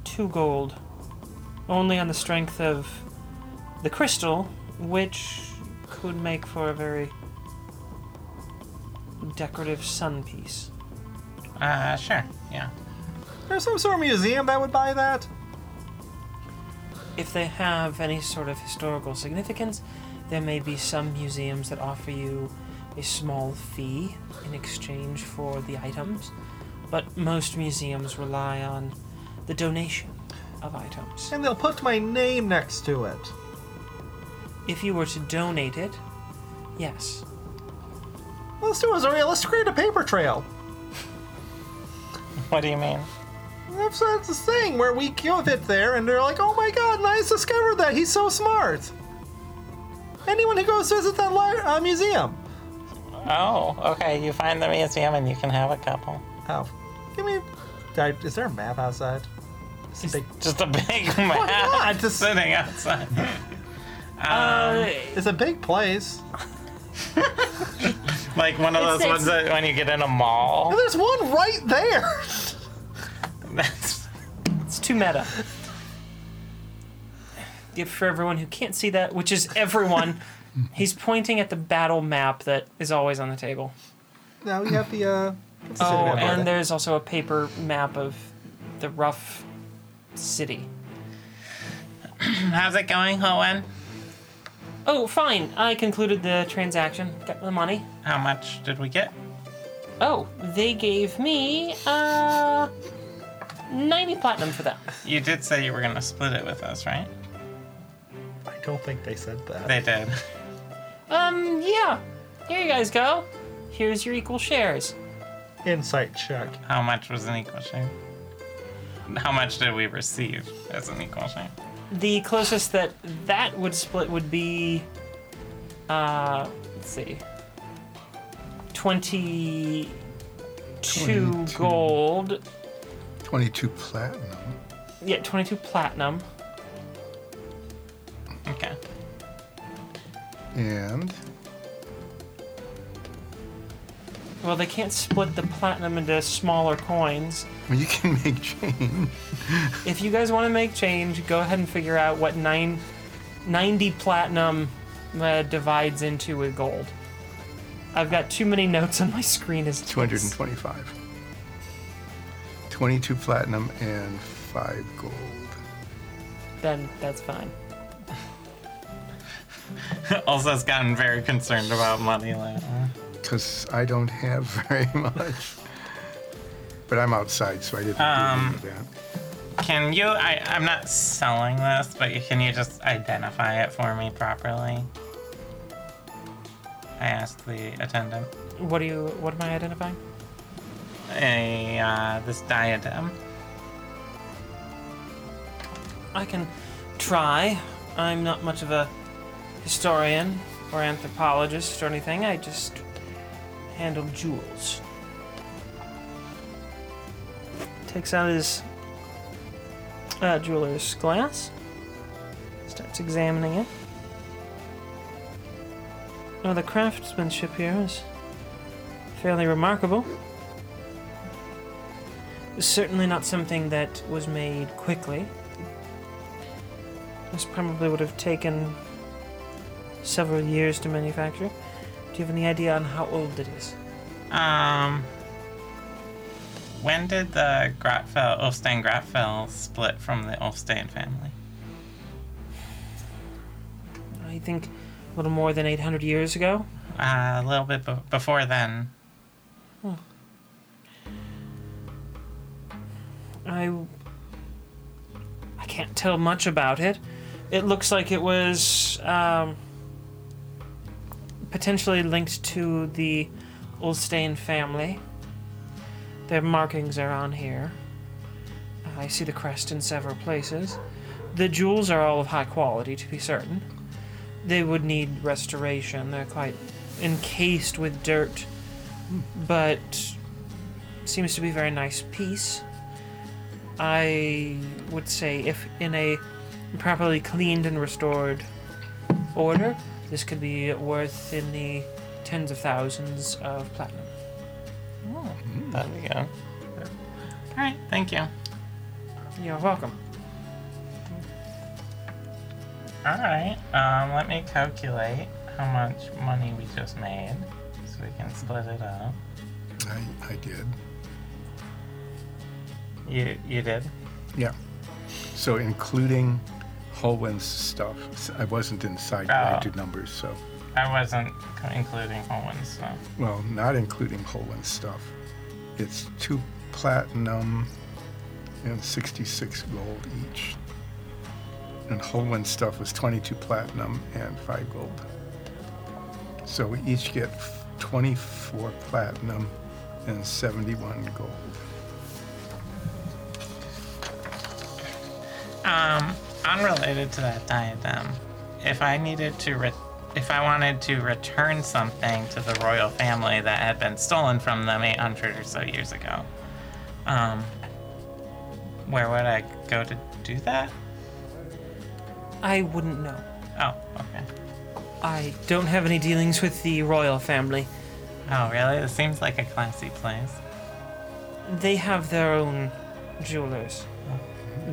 [SPEAKER 1] two gold, only on the strength of the crystal, which could make for a very decorative sun piece.
[SPEAKER 3] Uh, sure, yeah.
[SPEAKER 2] There's some sort of museum that would buy that.
[SPEAKER 1] If they have any sort of historical significance, there may be some museums that offer you a small fee in exchange for the items, but most museums rely on the donation of items.
[SPEAKER 2] And they'll put my name next to it.
[SPEAKER 1] If you were to donate it, yes.
[SPEAKER 2] Let's do it, Zoria. Let's create a paper trail.
[SPEAKER 3] What do you mean?
[SPEAKER 2] That's, that's the thing where we give it there, and they're like, "Oh my God, Nice discovered that. He's so smart." Anyone who goes to visit that li- uh, museum.
[SPEAKER 3] Oh, okay. You find the museum and you can have a couple.
[SPEAKER 2] Oh, give me. I- Is there a map outside? It's a big-
[SPEAKER 3] Just a big map
[SPEAKER 2] not? Just-
[SPEAKER 3] sitting outside.
[SPEAKER 1] Uh,
[SPEAKER 2] it's a big place.
[SPEAKER 3] Like one of those
[SPEAKER 1] It's-
[SPEAKER 3] ones that when you get in a mall.
[SPEAKER 2] Oh, There's one right there.
[SPEAKER 3] That's
[SPEAKER 1] it's too meta. If for everyone who can't see that, which is everyone, he's pointing at the battle map that is always on the table.
[SPEAKER 2] Now you have the. Uh, what's the city
[SPEAKER 1] Oh,
[SPEAKER 2] map right
[SPEAKER 1] and
[SPEAKER 2] there?
[SPEAKER 1] there's also a paper map of the rough city.
[SPEAKER 3] how's it going, Hoen?
[SPEAKER 1] Oh, fine. I concluded the transaction. Got the money.
[SPEAKER 3] How much did we get?
[SPEAKER 1] Oh, they gave me uh 90 platinum for that.
[SPEAKER 3] You did say you were gonna split it with us, right?
[SPEAKER 2] I don't think they said that.
[SPEAKER 3] They did.
[SPEAKER 1] Um, yeah. Here you guys go. Here's your equal shares.
[SPEAKER 2] Insight check.
[SPEAKER 3] How much was an equal share? How much did we receive as an equal share?
[SPEAKER 1] The closest that that would split would be, uh, let's see, 22,
[SPEAKER 4] 22.
[SPEAKER 1] gold.
[SPEAKER 4] 22 platinum.
[SPEAKER 1] Yeah, 22 platinum.
[SPEAKER 3] Okay.
[SPEAKER 4] And
[SPEAKER 1] Well, they can't split the platinum into smaller coins.
[SPEAKER 4] well, you can make change.
[SPEAKER 1] If you guys want to make change, go ahead and figure out what nine, 90 platinum uh, divides into with gold. I've got too many notes on my screen. Is
[SPEAKER 4] 225. 22 platinum and 5 gold.
[SPEAKER 1] Then that's fine.
[SPEAKER 3] Elsa's gotten very concerned about money lately.
[SPEAKER 4] Because I don't have very much. But I'm outside, so I didn't
[SPEAKER 1] Um,
[SPEAKER 4] do any of that.
[SPEAKER 3] Can you? I, I'm not selling this, but you- can you just identify it for me properly? I asked the attendant.
[SPEAKER 1] What do you? What am I identifying?
[SPEAKER 3] A uh, this diadem.
[SPEAKER 1] I can try. I'm not much of a historian or anthropologist or anything. I just handle jewels. Takes out his uh, jeweler's glass, starts examining it. Now, the craftsmanship here is fairly remarkable. Certainly not something that was made quickly. This probably would have taken several years to manufacture. Do you have any idea on how old it is?
[SPEAKER 3] Um. When did the Grotfell, Ulfstein Grotfell split from the Ulfstein family?
[SPEAKER 1] I think a little more than 800 years ago.
[SPEAKER 3] Uh, a little bit be- before then.
[SPEAKER 1] I I can't tell much about it. It looks like it was um, potentially linked to the Ulstein family. Their markings are on here. I see the crest in several places. The jewels are all of high quality, to be certain. They would need restoration. They're quite encased with dirt, but seems to be a very nice piece. I would say if in a properly cleaned and restored order, this could be worth in the tens of thousands of platinum.
[SPEAKER 3] There we go. Alright, thank you.
[SPEAKER 1] You're welcome.
[SPEAKER 3] Alright, um, let me calculate how much money we just made so we can split it up.
[SPEAKER 4] I, I did.
[SPEAKER 3] You you did?
[SPEAKER 4] Yeah. So including Holwen's stuff. s- I wasn't inside when I
[SPEAKER 3] Oh.
[SPEAKER 4] did numbers, so.
[SPEAKER 3] I wasn't co- including Owen's stuff.
[SPEAKER 4] Well, not including Holwen's stuff. It's 2 platinum and 66 gold each. And Holwen's stuff was 22 platinum and 5 gold. So we each get f- 24 platinum and 71 gold.
[SPEAKER 3] Um, unrelated to that diadem, if I needed to, re- if I wanted to return something to the royal family that had been stolen from them 800 or so years ago, um, where would I go to do that?
[SPEAKER 1] I wouldn't know.
[SPEAKER 3] Oh, okay.
[SPEAKER 1] I don't have any dealings with the royal family.
[SPEAKER 3] Oh, really? This seems like a classy place.
[SPEAKER 1] They have their own jewelers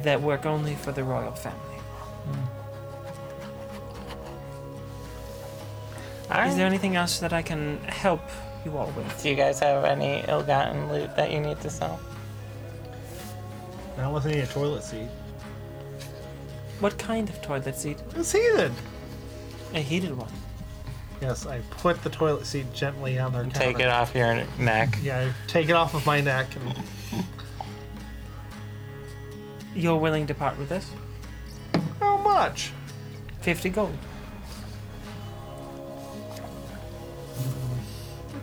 [SPEAKER 1] that work only for the royal family. Is
[SPEAKER 3] Alright.
[SPEAKER 1] there anything else that I can help you all with?
[SPEAKER 3] Do you guys have any ill-gotten loot that you need to sell?
[SPEAKER 2] Now wasn't a toilet seat.
[SPEAKER 1] What kind of toilet seat?
[SPEAKER 2] It's heated.
[SPEAKER 1] A heated one.
[SPEAKER 2] Yes, I put the toilet seat gently on their counter.
[SPEAKER 3] Take it off your neck.
[SPEAKER 2] Yeah, I take it off of my neck. And
[SPEAKER 1] You're willing to part with this?
[SPEAKER 2] how much?
[SPEAKER 1] 50 gold.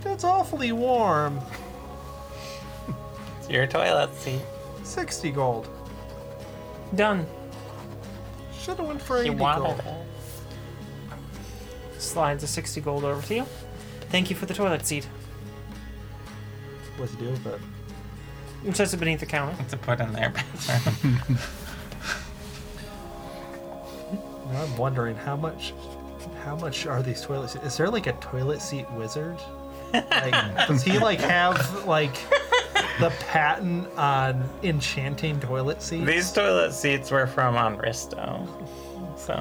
[SPEAKER 2] That's awfully warm.
[SPEAKER 3] It's your toilet seat.
[SPEAKER 2] 60 gold.
[SPEAKER 1] Done.
[SPEAKER 2] Should have went for 80
[SPEAKER 3] You
[SPEAKER 2] gold.
[SPEAKER 3] wanted it.
[SPEAKER 1] Slides a 60 gold over to you. Thank you for the toilet seat.
[SPEAKER 2] What's the deal with it?
[SPEAKER 1] It says it beneath the counter.
[SPEAKER 3] To put in their bathroom.
[SPEAKER 2] Now I'm wondering how much, how much are these toilet seats? Is there like a toilet seat wizard? Like, does he like have like the patent on enchanting toilet seats?
[SPEAKER 3] These toilet seats were from Onristo. So,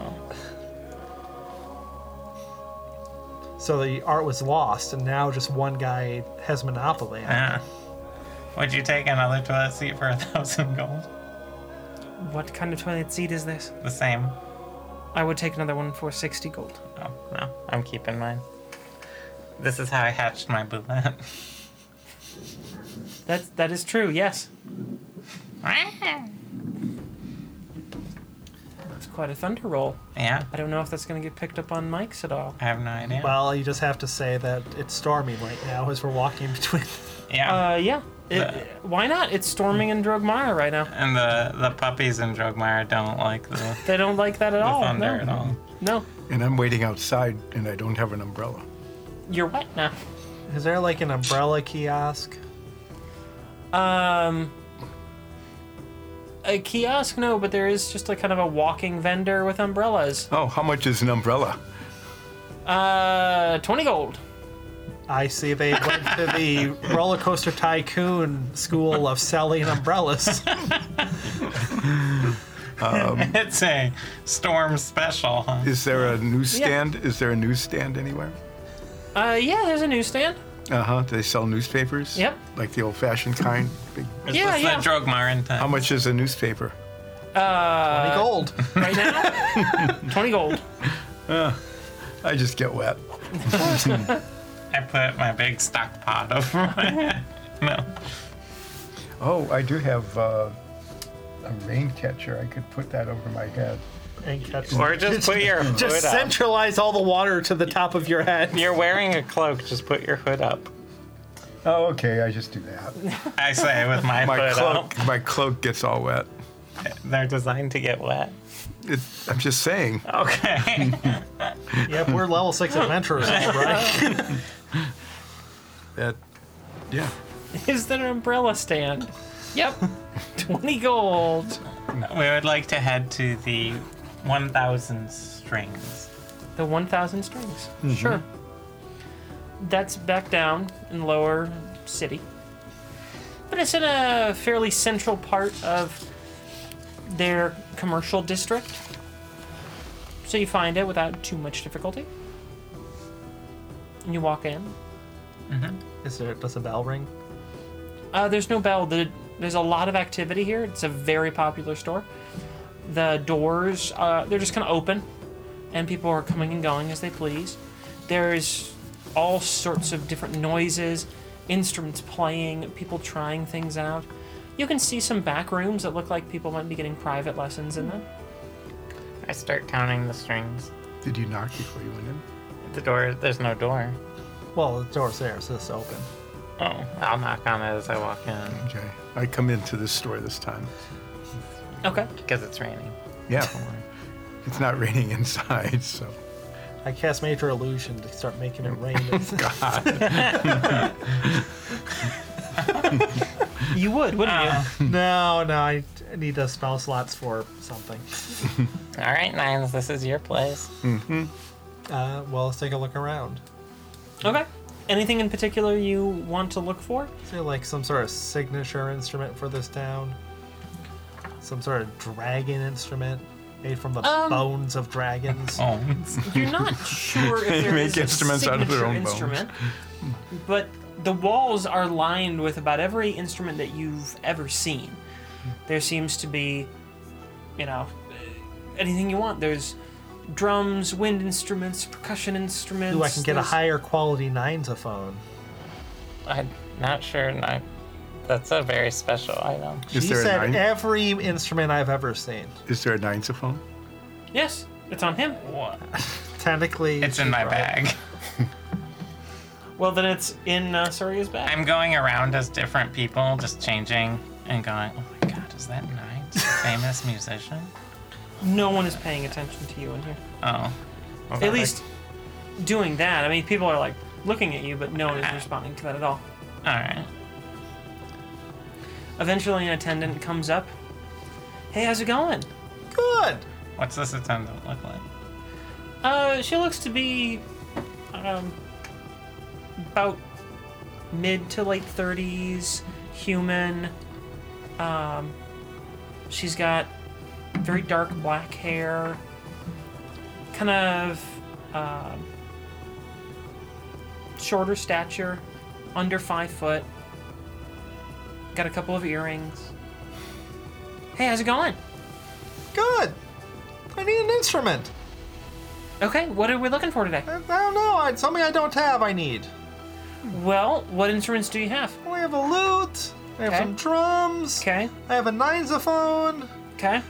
[SPEAKER 2] So the art was lost, and now just one guy has monopoly. on it.
[SPEAKER 3] yeah. Ah. Would you take another toilet seat for a thousand gold?
[SPEAKER 1] What kind of toilet seat is this?
[SPEAKER 3] The same.
[SPEAKER 1] I would take another one for 60 gold.
[SPEAKER 3] Oh, no. I'm keeping mine. This is how I hatched my boulette.
[SPEAKER 1] That, that is true, yes. It's quite a thunder roll.
[SPEAKER 3] yeah.
[SPEAKER 1] I don't know if that's going to get picked up on mics at all.
[SPEAKER 3] I have no idea.
[SPEAKER 2] Well, you just have to say that it's stormy right now as we're walking between.
[SPEAKER 3] yeah.
[SPEAKER 1] Uh, yeah. It-
[SPEAKER 3] Yeah.
[SPEAKER 1] why not? It's storming in Drogmire right now.
[SPEAKER 3] and the, the puppies in Drogmire don't like the, the
[SPEAKER 1] They don't like that at all.
[SPEAKER 3] thunder
[SPEAKER 1] Oh, no.
[SPEAKER 3] at all.
[SPEAKER 1] No.
[SPEAKER 4] And I'm waiting outside and I don't have an umbrella.
[SPEAKER 1] You're wet now.
[SPEAKER 2] Is there like an umbrella kiosk?
[SPEAKER 1] Um, a kiosk, no, but there is just a kind of a walking vendor with umbrellas.
[SPEAKER 4] Oh, how much is an umbrella?
[SPEAKER 1] Uh, 20 gold.
[SPEAKER 2] I see they went to the roller coaster tycoon school of selling umbrellas.
[SPEAKER 3] It's a storm special. huh?
[SPEAKER 4] Is there a newsstand? Is there a newsstand anywhere?
[SPEAKER 1] Uh, yeah, there's a newsstand.
[SPEAKER 4] Uh huh. Do they sell newspapers?
[SPEAKER 1] Yep.
[SPEAKER 4] Like the old fashioned kind? Big-
[SPEAKER 3] Is
[SPEAKER 1] Yeah,
[SPEAKER 3] this
[SPEAKER 1] yeah.
[SPEAKER 3] the Drogmarin
[SPEAKER 4] How
[SPEAKER 3] time?
[SPEAKER 4] much is a newspaper?
[SPEAKER 1] Uh,
[SPEAKER 2] Gold.
[SPEAKER 1] right now, 20 gold.
[SPEAKER 4] I just get wet.
[SPEAKER 3] I put my big stock pot over my head. No.
[SPEAKER 4] Oh, I do have uh, a rain catcher. I could put that over my head.
[SPEAKER 2] And catch
[SPEAKER 3] Or just put your hood
[SPEAKER 2] Just
[SPEAKER 3] up.
[SPEAKER 2] centralize all the water to the top of your head.
[SPEAKER 3] You're wearing a cloak, just put your hood up.
[SPEAKER 4] Oh, okay. I just do that.
[SPEAKER 3] I say with my,
[SPEAKER 4] My
[SPEAKER 3] hood
[SPEAKER 4] cloak, my cloak gets all wet.
[SPEAKER 3] up. They're designed to get wet.
[SPEAKER 4] It, I'm just saying.
[SPEAKER 3] Oh. Okay.
[SPEAKER 2] Yep, we're level six adventurers, all right?
[SPEAKER 4] That, yeah.
[SPEAKER 1] Is there an umbrella stand? Yep. 20 gold.
[SPEAKER 3] we would like to head to the 1,000 strings.
[SPEAKER 1] The 1,000 strings. Sure. That's back down in lower city. But it's in a fairly central part of their commercial district. So you find it without too much difficulty. And you walk in.
[SPEAKER 2] Is there, does a bell ring?
[SPEAKER 1] Uh, there's no bell. The, there's a lot of activity here. It's a very popular store. The doors, uh, they're just kind of open, and people are coming and going as they please. There's all sorts of different noises, instruments playing, people trying things out. You can see some back rooms that look like people might be getting private lessons in them.
[SPEAKER 3] I start counting the strings.
[SPEAKER 4] Did you knock before you went in?
[SPEAKER 3] The door, there's no door.
[SPEAKER 2] Well, the door's there, so it's open.
[SPEAKER 3] Oh, I'll knock on it as I walk in
[SPEAKER 4] Okay. I come into this store this time.
[SPEAKER 1] Okay.
[SPEAKER 3] because it's raining.
[SPEAKER 4] Yeah. It's not raining inside, so.
[SPEAKER 2] I cast Major Illusion to start making it rain.
[SPEAKER 1] You would, wouldn't
[SPEAKER 2] no, no, I need to spell slots for something.
[SPEAKER 3] All right, Nines, this is your place.
[SPEAKER 2] Uh, well, let's take a look around.
[SPEAKER 1] you? Okay. Anything in particular you want to look for?
[SPEAKER 2] Is there like some sort of signature instrument for this town? Some sort of dragon instrument made from the
[SPEAKER 1] Um,
[SPEAKER 2] bones of dragons?
[SPEAKER 4] Oh.
[SPEAKER 3] Bones.
[SPEAKER 1] You're not sure if there
[SPEAKER 4] make
[SPEAKER 1] is a
[SPEAKER 4] instruments out of their
[SPEAKER 1] signature
[SPEAKER 4] own bones.
[SPEAKER 1] instrument, but the walls are lined with about every instrument that you've ever seen. There seems to be, you know, anything you want. There's drums, wind instruments, percussion instruments.
[SPEAKER 2] Ooh, I can get a
[SPEAKER 1] there's-
[SPEAKER 2] higher quality phone.
[SPEAKER 3] I'm not sure. Not, that's a very special item.
[SPEAKER 4] Is
[SPEAKER 2] You
[SPEAKER 4] there, a
[SPEAKER 2] said
[SPEAKER 4] nine,
[SPEAKER 2] every instrument I've ever seen.
[SPEAKER 4] is there a nine-sophone?
[SPEAKER 1] Yes, it's on him.
[SPEAKER 3] What?
[SPEAKER 2] Technically,
[SPEAKER 3] It's in my
[SPEAKER 2] right.
[SPEAKER 3] bag.
[SPEAKER 1] Well, then it's in uh, Suria's bag.
[SPEAKER 3] I'm going around as different people, just changing and going, oh my god, is that Knight? Famous musician?
[SPEAKER 1] no one is paying attention to you in here.
[SPEAKER 3] Oh. Okay.
[SPEAKER 1] At least doing that. I mean, people are like looking at you, but no one is responding to that at all.
[SPEAKER 3] Alright.
[SPEAKER 1] Eventually, an attendant comes up. Hey, how's it going?
[SPEAKER 2] Good.
[SPEAKER 3] What's this attendant look like?
[SPEAKER 1] Uh, she looks to be um, about mid to late 30s, human. Um, she's got very dark black hair, kind of um, shorter stature, under five foot. Got a couple of earrings. Hey, how's it going?
[SPEAKER 2] Good. I need an instrument.
[SPEAKER 1] Okay, what are we looking for today?
[SPEAKER 2] I, I don't know. I, something I don't have. I need.
[SPEAKER 1] Well, what instruments do you have?
[SPEAKER 2] I have a lute. I have
[SPEAKER 1] Okay.
[SPEAKER 2] some drums.
[SPEAKER 1] Okay,
[SPEAKER 2] I have a nine-zophone.
[SPEAKER 1] okay.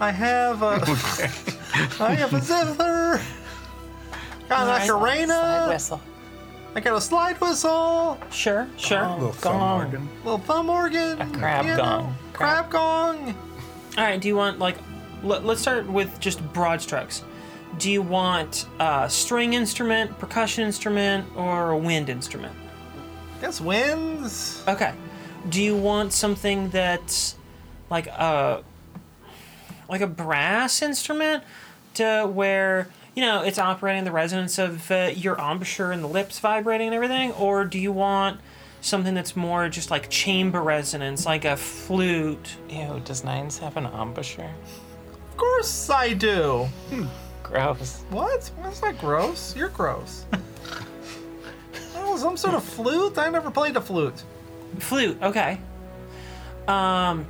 [SPEAKER 2] I have a. I have a zither. Got an ocarina.
[SPEAKER 5] whistle.
[SPEAKER 2] I got a slide whistle.
[SPEAKER 1] Sure, sure.
[SPEAKER 2] Oh.
[SPEAKER 4] Little thumb
[SPEAKER 5] gone.
[SPEAKER 4] organ.
[SPEAKER 2] Little thumb organ. A
[SPEAKER 3] crab gong.
[SPEAKER 2] Crab gong.
[SPEAKER 1] All right. Do you want like, let, let's start with just broad strokes. Do you want uh, string instrument, percussion instrument, or a wind instrument?
[SPEAKER 2] Guess wins.
[SPEAKER 1] Okay. Do you want something that's like a like a brass instrument to where you know it's operating the resonance of uh, your embouchure and the lips vibrating and everything, or do you want something that's more just like chamber resonance, like a flute?
[SPEAKER 3] Ew, does Nines have an embouchure?
[SPEAKER 2] Of course I do.
[SPEAKER 3] Gross.
[SPEAKER 2] What? That's not gross. You're gross. oh, some sort of flute? I never played a flute.
[SPEAKER 1] Flute, okay. Um,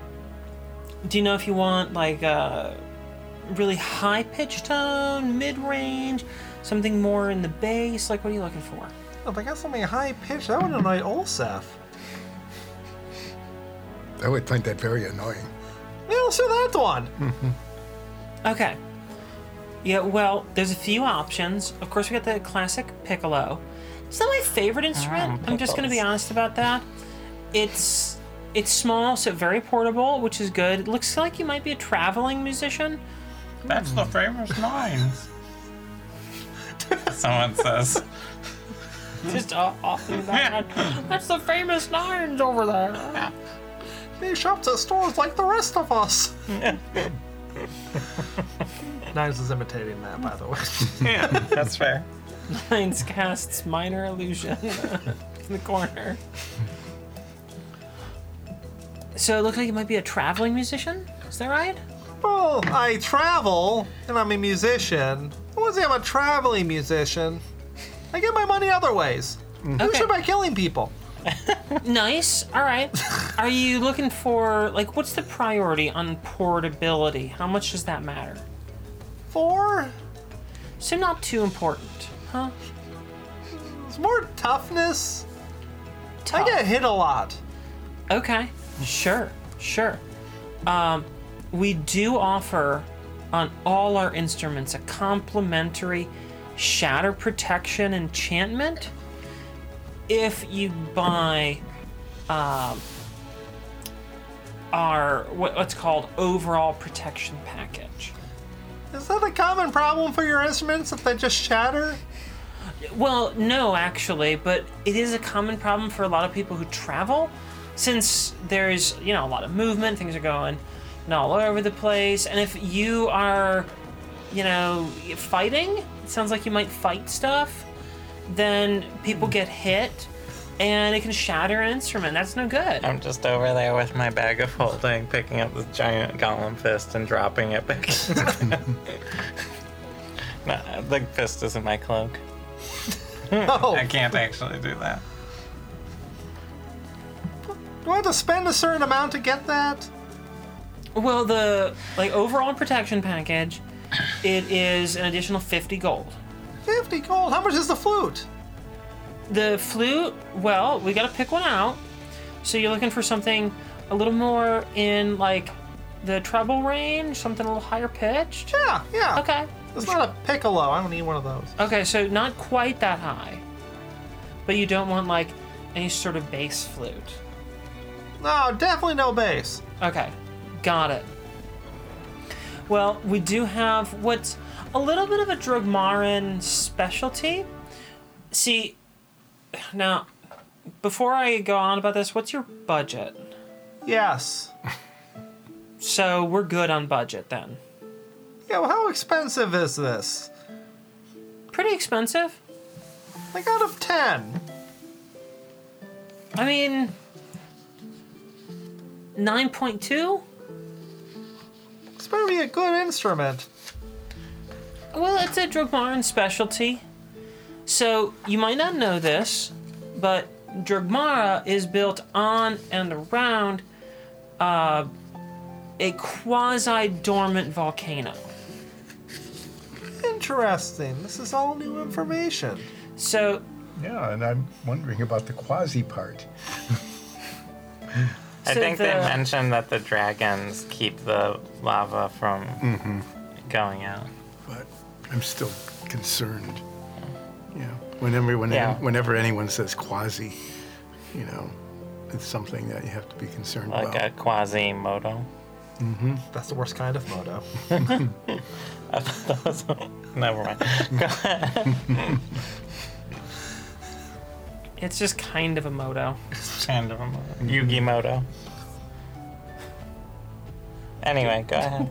[SPEAKER 1] do you know if you want like a really high pitched tone, mid range, something more in the bass? Like, what are you looking for?
[SPEAKER 2] Oh, if I got something high pitched, that would annoy Olsef.
[SPEAKER 4] Oh, I would find that very annoying.
[SPEAKER 2] Yeah, let's do that one.
[SPEAKER 1] Okay. Yeah, well, there's a few options. Of course, we got the classic piccolo. It's not my favorite instrument. I'm just going to be
[SPEAKER 3] pickles.
[SPEAKER 1] honest about that. It's it's small, so very portable, which is good. It looks like you might be a traveling musician.
[SPEAKER 3] That's the famous Nines. Someone says.
[SPEAKER 1] Just uh, off in the background. That's the famous nines over there.
[SPEAKER 2] They shop at stores like the rest of us. Nines is imitating that, by the way.
[SPEAKER 3] Yeah, that's fair.
[SPEAKER 1] Nines casts minor illusion in the corner. So it looks like you might be a traveling musician. Is that right?
[SPEAKER 2] well, I travel, and I'm a musician. I wouldn't say I'm a traveling musician. I get my money other ways.
[SPEAKER 1] Okay.
[SPEAKER 2] Usually by killing people.
[SPEAKER 1] Nice. All right. Are you looking for like what's the priority on portability? How much does that matter?
[SPEAKER 2] Four?
[SPEAKER 1] So not too important, huh?
[SPEAKER 2] It's more toughness. I
[SPEAKER 1] Tough.
[SPEAKER 2] get hit a lot.
[SPEAKER 1] Okay. Sure. Sure. Um, we do offer on all our instruments a complimentary shatter protection enchantment if you buy um, our what, what's called overall protection package.
[SPEAKER 2] Is that a common problem for your instruments if they just shatter?
[SPEAKER 1] Well, no, actually, but it is a common problem for a lot of people who travel, since there's you know a lot of movement, things are going you know, all over the place, and if you are, you know, fighting, it sounds like you might fight stuff, then people get hit, and it can shatter an instrument. That's no good.
[SPEAKER 3] I'm just over there with my bag of holding, picking up this giant golem fist and dropping it back. no, the fist is in my cloak.
[SPEAKER 2] No.
[SPEAKER 3] I can't actually do that.
[SPEAKER 2] Do I have to spend a certain amount to get that?
[SPEAKER 1] Well, the like overall protection package, it is an additional fifty gold.
[SPEAKER 2] 50 gold. How much is the flute?
[SPEAKER 1] The flute, well, we gotta pick one out. So you're looking for something a little more in like the treble range, something a little higher pitched.
[SPEAKER 2] Yeah, yeah.
[SPEAKER 1] Okay.
[SPEAKER 2] It's not a piccolo. I don't need one of those.
[SPEAKER 1] Okay, so not quite that high. but you don't want like any sort of bass flute.
[SPEAKER 2] No, definitely no bass.
[SPEAKER 1] Okay, got it. Well, we do have what's a little bit of a Drogmaran specialty. See, now, before I go on about this, what's your budget?
[SPEAKER 2] Yes.
[SPEAKER 1] So we're good on budget then.
[SPEAKER 2] Yeah, well, how expensive is this?
[SPEAKER 1] Pretty expensive.
[SPEAKER 2] Like out of 10.
[SPEAKER 1] I mean, 9.2?
[SPEAKER 2] It's better be a good instrument.
[SPEAKER 1] Well, it's a Drugmaran specialty. So you might not know this, but Drugmara is built on and around uh, a quasi dormant volcano.
[SPEAKER 2] Interesting. This is all new information.
[SPEAKER 1] So
[SPEAKER 4] Yeah, and I'm wondering about the quasi part.
[SPEAKER 3] I
[SPEAKER 1] So
[SPEAKER 3] think they
[SPEAKER 1] the-
[SPEAKER 3] mentioned that the dragons keep the lava from going out.
[SPEAKER 4] but I'm still concerned. You know, whenever when,
[SPEAKER 3] Yeah.
[SPEAKER 4] whenever anyone says quasi, you know, it's something that you have to be concerned
[SPEAKER 3] Like
[SPEAKER 4] about.
[SPEAKER 3] a quasimodo.
[SPEAKER 2] That's the worst kind of moto.
[SPEAKER 3] Never mind.
[SPEAKER 1] it's just kind of a moto.
[SPEAKER 3] kind of a moto. Yugi moto. Anyway, go ahead.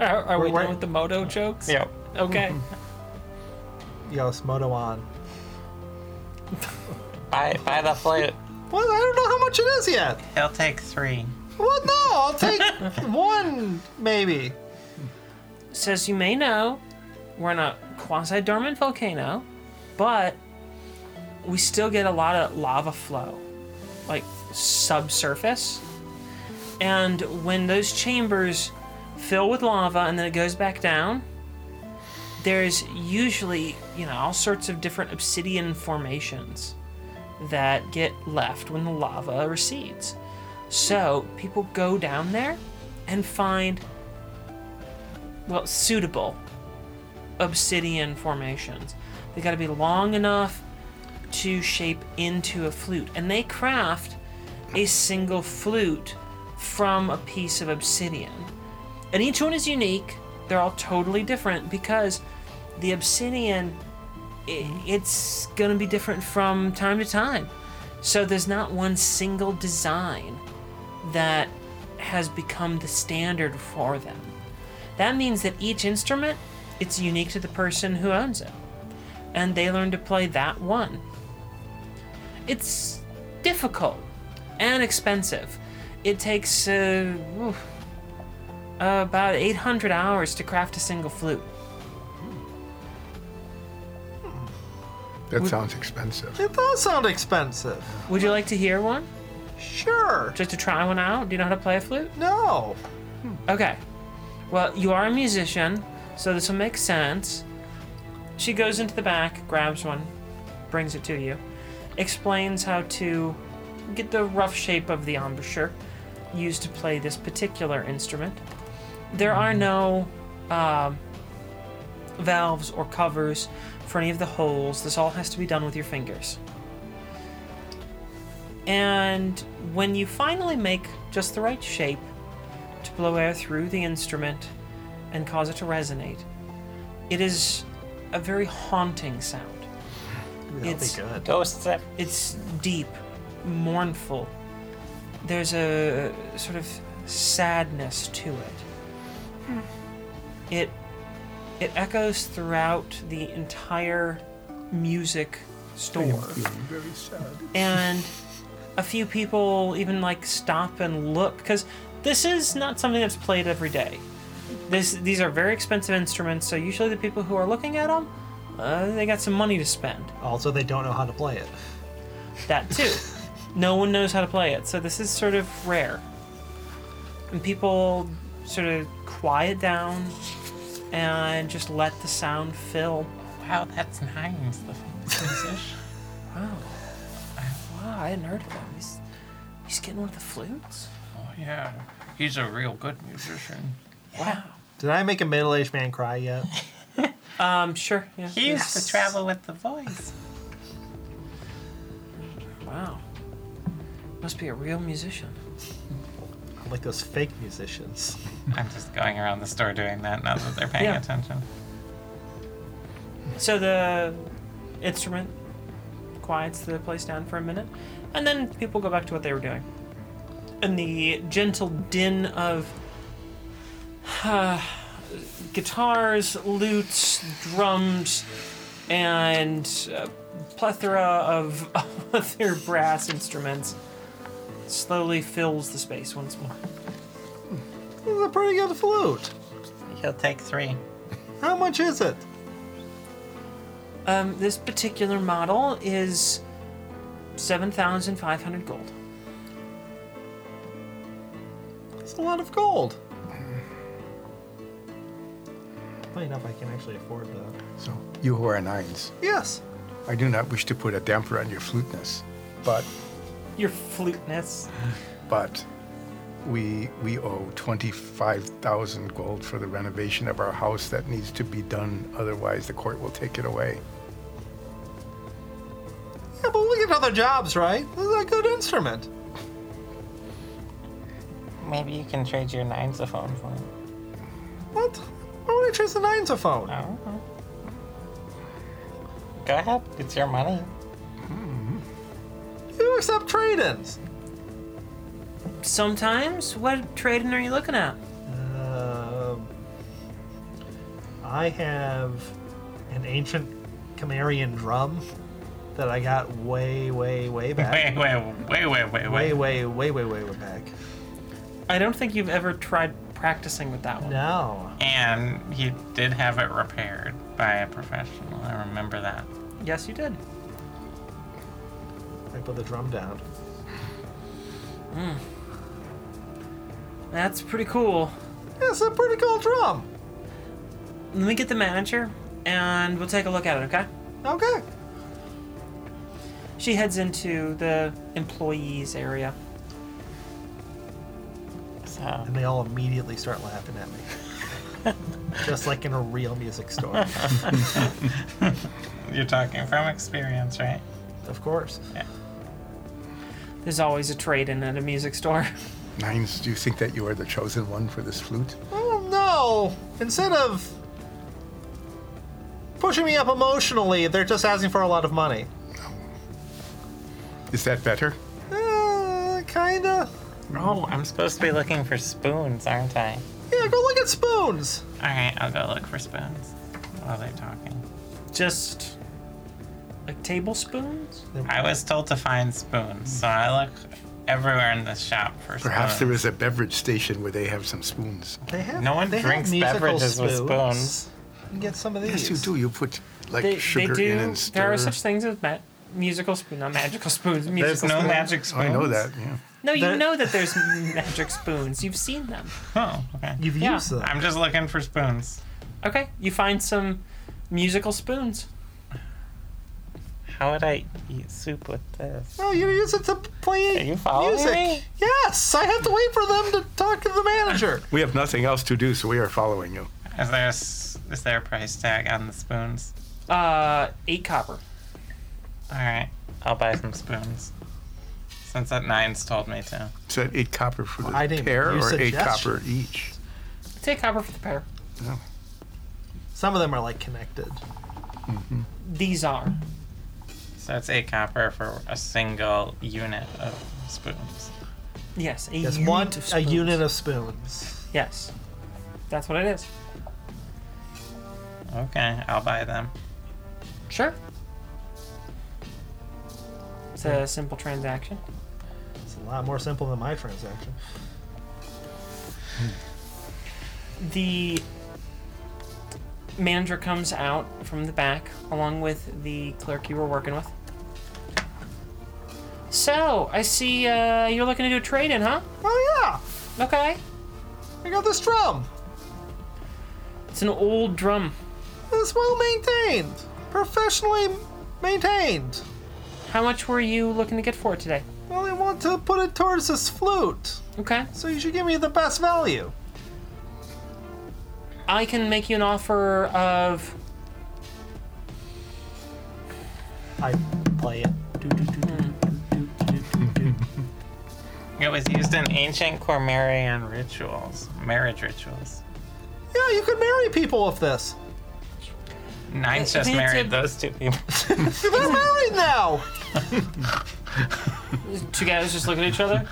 [SPEAKER 1] Are, are we
[SPEAKER 2] We're-
[SPEAKER 1] done with the moto jokes?
[SPEAKER 3] Yep.
[SPEAKER 1] Okay.
[SPEAKER 2] Yo, it's moto on.
[SPEAKER 3] Buy, buy the flute.
[SPEAKER 2] Well, I don't know how much it is yet.
[SPEAKER 3] He'll take three.
[SPEAKER 2] Well, no, I'll take one, maybe.
[SPEAKER 1] So as you may know, we're in a quasi dormant volcano, but we still get a lot of lava flow, like subsurface. And when those chambers fill with lava and then it goes back down, there's usually, you know, all sorts of different obsidian formations that get left when the lava recedes. So people go down there and find well, suitable obsidian formations. They got to be long enough to shape into a flute, and they craft a single flute from a piece of obsidian. And each one is unique. They're all totally different because the obsidian i it's going to be different from time to time. So there's not one single design that has become the standard for them. That means that each instrument, it's unique to the person who owns it. And they learn to play that one. It's difficult and expensive. It takes uh, oof, about 800 hours to craft a single flute.
[SPEAKER 4] that sounds expensive.
[SPEAKER 2] It does sound expensive.
[SPEAKER 1] Would you like to hear one?
[SPEAKER 2] Sure.
[SPEAKER 1] Just to try one out? Do you know how to play a flute?
[SPEAKER 2] No.
[SPEAKER 1] Okay. Well, you are a musician, so this will make sense. She goes into the back, grabs one, brings it to you, explains how to get the rough shape of the embouchure used to play this particular instrument. There are no um valves or covers for any of the holes. This all has to be done with your fingers. And when you finally make just the right shape, to blow air through the instrument and cause it to resonate. It is a very haunting sound.
[SPEAKER 2] That'll
[SPEAKER 1] It's-
[SPEAKER 2] be good.
[SPEAKER 3] Ghost zip.
[SPEAKER 1] It's deep, mournful. There's a sort of sadness to it. It it echoes throughout the entire music
[SPEAKER 4] I am
[SPEAKER 1] store.
[SPEAKER 4] feeling very sad.
[SPEAKER 1] and a few people even like stop and look because this is not something that's played every day. This these are very expensive instruments, so usually the people who are looking at them, uh, they got some money to spend.
[SPEAKER 2] Also, they don't know how to play it.
[SPEAKER 1] That too. no one knows how to play it, so this is sort of rare. And people sort of quiet down and just let the sound fill.
[SPEAKER 3] Wow, that's nice. The musician.
[SPEAKER 1] Wow. Wow, I hadn't heard of him. He's, he's getting one of the flutes?
[SPEAKER 3] oh, yeah. He's a real good musician.
[SPEAKER 1] Wow.
[SPEAKER 2] Did I make a middle aged man cry yet?
[SPEAKER 1] Um, sure. Yeah.
[SPEAKER 3] He used to travel with the voice.
[SPEAKER 1] Wow. Must be a real musician.
[SPEAKER 2] Like those fake musicians.
[SPEAKER 3] I'm just going around the store doing that now that they're paying
[SPEAKER 1] Yeah.
[SPEAKER 3] attention.
[SPEAKER 1] So the instrument quiets the place down for a minute, and then people go back to what they were doing. And the gentle din of uh, guitars, lutes, drums, and a plethora of other brass instruments slowly fills the space once more.
[SPEAKER 2] This is a pretty good flute.
[SPEAKER 3] He'll take three.
[SPEAKER 2] How much is it?
[SPEAKER 1] Um, this particular model is 7,500 gold.
[SPEAKER 2] It's a lot of gold. Funny enough, I can actually afford that.
[SPEAKER 4] So, you who are nines,
[SPEAKER 2] Yes.
[SPEAKER 4] I do not wish to put a damper on your fluteness, but
[SPEAKER 1] Your fluteness.
[SPEAKER 4] but we we owe 25,000 gold for the renovation of our house that needs to be done otherwise the court will take it away.
[SPEAKER 2] Yeah, but we get other jobs, right? This is a good instrument.
[SPEAKER 3] Maybe you can trade your nines a phone for him.
[SPEAKER 2] What? Why would I choose the nines a phone?
[SPEAKER 3] I don't know. Go ahead. It's your money.
[SPEAKER 2] You accept trade-ins.
[SPEAKER 1] Sometimes. What trading are you looking at?
[SPEAKER 2] Um, I have an ancient Camarian drum that I got way, way, way back.
[SPEAKER 3] Wait, wait, wait, wait, wait,
[SPEAKER 2] way, way,
[SPEAKER 3] wait.
[SPEAKER 2] way, way, way, way back.
[SPEAKER 1] I don't think you've ever tried practicing with that one.
[SPEAKER 2] No.
[SPEAKER 3] And he did have it repaired by a professional. I remember that.
[SPEAKER 1] Yes, you did.
[SPEAKER 2] I put the drum down.
[SPEAKER 1] That's pretty cool.
[SPEAKER 2] It's a pretty cool drum.
[SPEAKER 1] Let me get the manager and we'll take a look at it, okay?
[SPEAKER 2] Okay.
[SPEAKER 1] She heads into the employees area.
[SPEAKER 3] So
[SPEAKER 2] And they all immediately start laughing at me. Just like in a real music store.
[SPEAKER 3] you're talking from experience, right?
[SPEAKER 2] of course.
[SPEAKER 1] There's always a trade in at a music store.
[SPEAKER 4] Nines, do you think that you are the chosen one for this flute?
[SPEAKER 2] Oh no! Instead of pushing me up emotionally, they're just asking for a lot of money.
[SPEAKER 4] Is that better?
[SPEAKER 2] Uh, kinda.
[SPEAKER 3] Oh, I'm supposed to be looking for spoons, aren't I?
[SPEAKER 2] Yeah, go look at spoons.
[SPEAKER 3] All right, I'll go look for spoons while they're talking.
[SPEAKER 1] Just like tablespoons?
[SPEAKER 3] I was told to find spoons, so I look everywhere in the shop for
[SPEAKER 4] Perhaps there
[SPEAKER 3] spoons.
[SPEAKER 4] is a beverage station where they have some spoons.
[SPEAKER 2] They have.
[SPEAKER 3] No one
[SPEAKER 2] they have
[SPEAKER 3] drinks
[SPEAKER 2] musical
[SPEAKER 3] beverages with spoons.
[SPEAKER 2] You can get some of these.
[SPEAKER 4] Yes, you do. You put like
[SPEAKER 1] They, they
[SPEAKER 4] sugar
[SPEAKER 1] do.
[SPEAKER 4] in and stir.
[SPEAKER 1] There are such things as ma- musical spoons, not magical spoons. Musical
[SPEAKER 3] There's no
[SPEAKER 1] spoons.
[SPEAKER 3] magic spoons.
[SPEAKER 4] Oh, I know that. Yeah.
[SPEAKER 1] No, you
[SPEAKER 2] There-
[SPEAKER 1] know that there's magic spoons. You've seen them.
[SPEAKER 3] Oh, okay.
[SPEAKER 2] You've
[SPEAKER 1] Yeah.
[SPEAKER 2] used them.
[SPEAKER 3] I'm just looking for spoons.
[SPEAKER 1] Okay, you find some musical spoons.
[SPEAKER 3] How would I eat soup with this?
[SPEAKER 2] Oh, you use it to play
[SPEAKER 3] Are you following
[SPEAKER 2] music.
[SPEAKER 3] me?
[SPEAKER 2] Yes, I have to wait for them to talk to the manager.
[SPEAKER 4] We have nothing else to do, so we are following you.
[SPEAKER 3] Is there a, s- is there a price tag on the spoons?
[SPEAKER 1] Uh, eight copper.
[SPEAKER 3] All right, I'll buy some spoons. Since that nine's told me to.
[SPEAKER 4] Is that eight copper for the
[SPEAKER 2] I didn't-
[SPEAKER 4] pair
[SPEAKER 2] you
[SPEAKER 4] or eight
[SPEAKER 2] suggest-
[SPEAKER 4] copper each?
[SPEAKER 1] Take copper for the pair.
[SPEAKER 4] No.
[SPEAKER 2] Some of them are like connected.
[SPEAKER 1] These are.
[SPEAKER 3] So it's eight copper for a single unit of spoons.
[SPEAKER 1] Yes, a
[SPEAKER 2] Yes,
[SPEAKER 1] unit
[SPEAKER 2] one
[SPEAKER 1] of
[SPEAKER 2] a
[SPEAKER 1] spoons.
[SPEAKER 2] unit of spoons.
[SPEAKER 1] Yes. That's what it is.
[SPEAKER 3] Okay, I'll buy them.
[SPEAKER 1] Sure. It's a simple transaction.
[SPEAKER 2] It's a lot more simple than my transaction.
[SPEAKER 1] The manager comes out from the back along with the clerk you were working with. So, I see uh, you're looking to do a trade in, huh?
[SPEAKER 2] Oh
[SPEAKER 1] Okay.
[SPEAKER 2] yeah, I got this drum.
[SPEAKER 1] It's an old drum.
[SPEAKER 2] It's well maintained, professionally maintained.
[SPEAKER 1] How much were you looking to get for it today?
[SPEAKER 2] Well, I want to put it towards this flute,
[SPEAKER 1] Okay.
[SPEAKER 2] so you should give me the best value.
[SPEAKER 1] I can make you an offer of
[SPEAKER 2] I play it. Do, do, do, do, do, do.
[SPEAKER 3] It was used in ancient Cormarian rituals, marriage rituals.
[SPEAKER 2] Yeah, you could marry people with this.
[SPEAKER 3] Nine
[SPEAKER 1] it's
[SPEAKER 3] just
[SPEAKER 1] a-
[SPEAKER 3] married those two people.
[SPEAKER 2] They're married now.
[SPEAKER 1] Two guys just look at each other.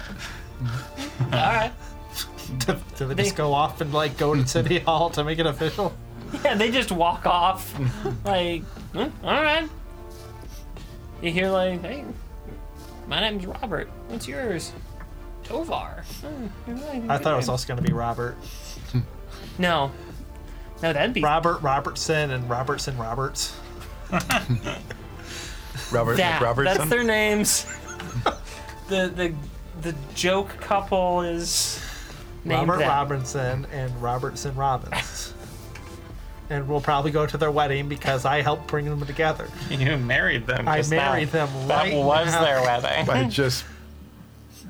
[SPEAKER 1] All right.
[SPEAKER 2] Do they just go off and like go to city hall to make it official?
[SPEAKER 1] Yeah, they just walk off. like, "Hmm, all right. You hear like, hey, my name's Robert. What's yours? Tovar. Hmm,
[SPEAKER 2] I thought it was also gonna be Robert,
[SPEAKER 1] No. No, that'd be
[SPEAKER 2] Robert Robertson, and Robertson Roberts.
[SPEAKER 4] Robert
[SPEAKER 1] that.
[SPEAKER 4] Robertson.
[SPEAKER 1] That's their names. the the the joke couple is named
[SPEAKER 2] Robert
[SPEAKER 1] that.
[SPEAKER 2] Robinson and Robertson Robbins. and we'll probably go to their wedding because I helped bring them together.
[SPEAKER 3] You married them.
[SPEAKER 2] I
[SPEAKER 3] just
[SPEAKER 2] married
[SPEAKER 3] now.
[SPEAKER 2] them
[SPEAKER 3] That
[SPEAKER 2] right
[SPEAKER 3] was
[SPEAKER 2] now.
[SPEAKER 3] their wedding.
[SPEAKER 4] by just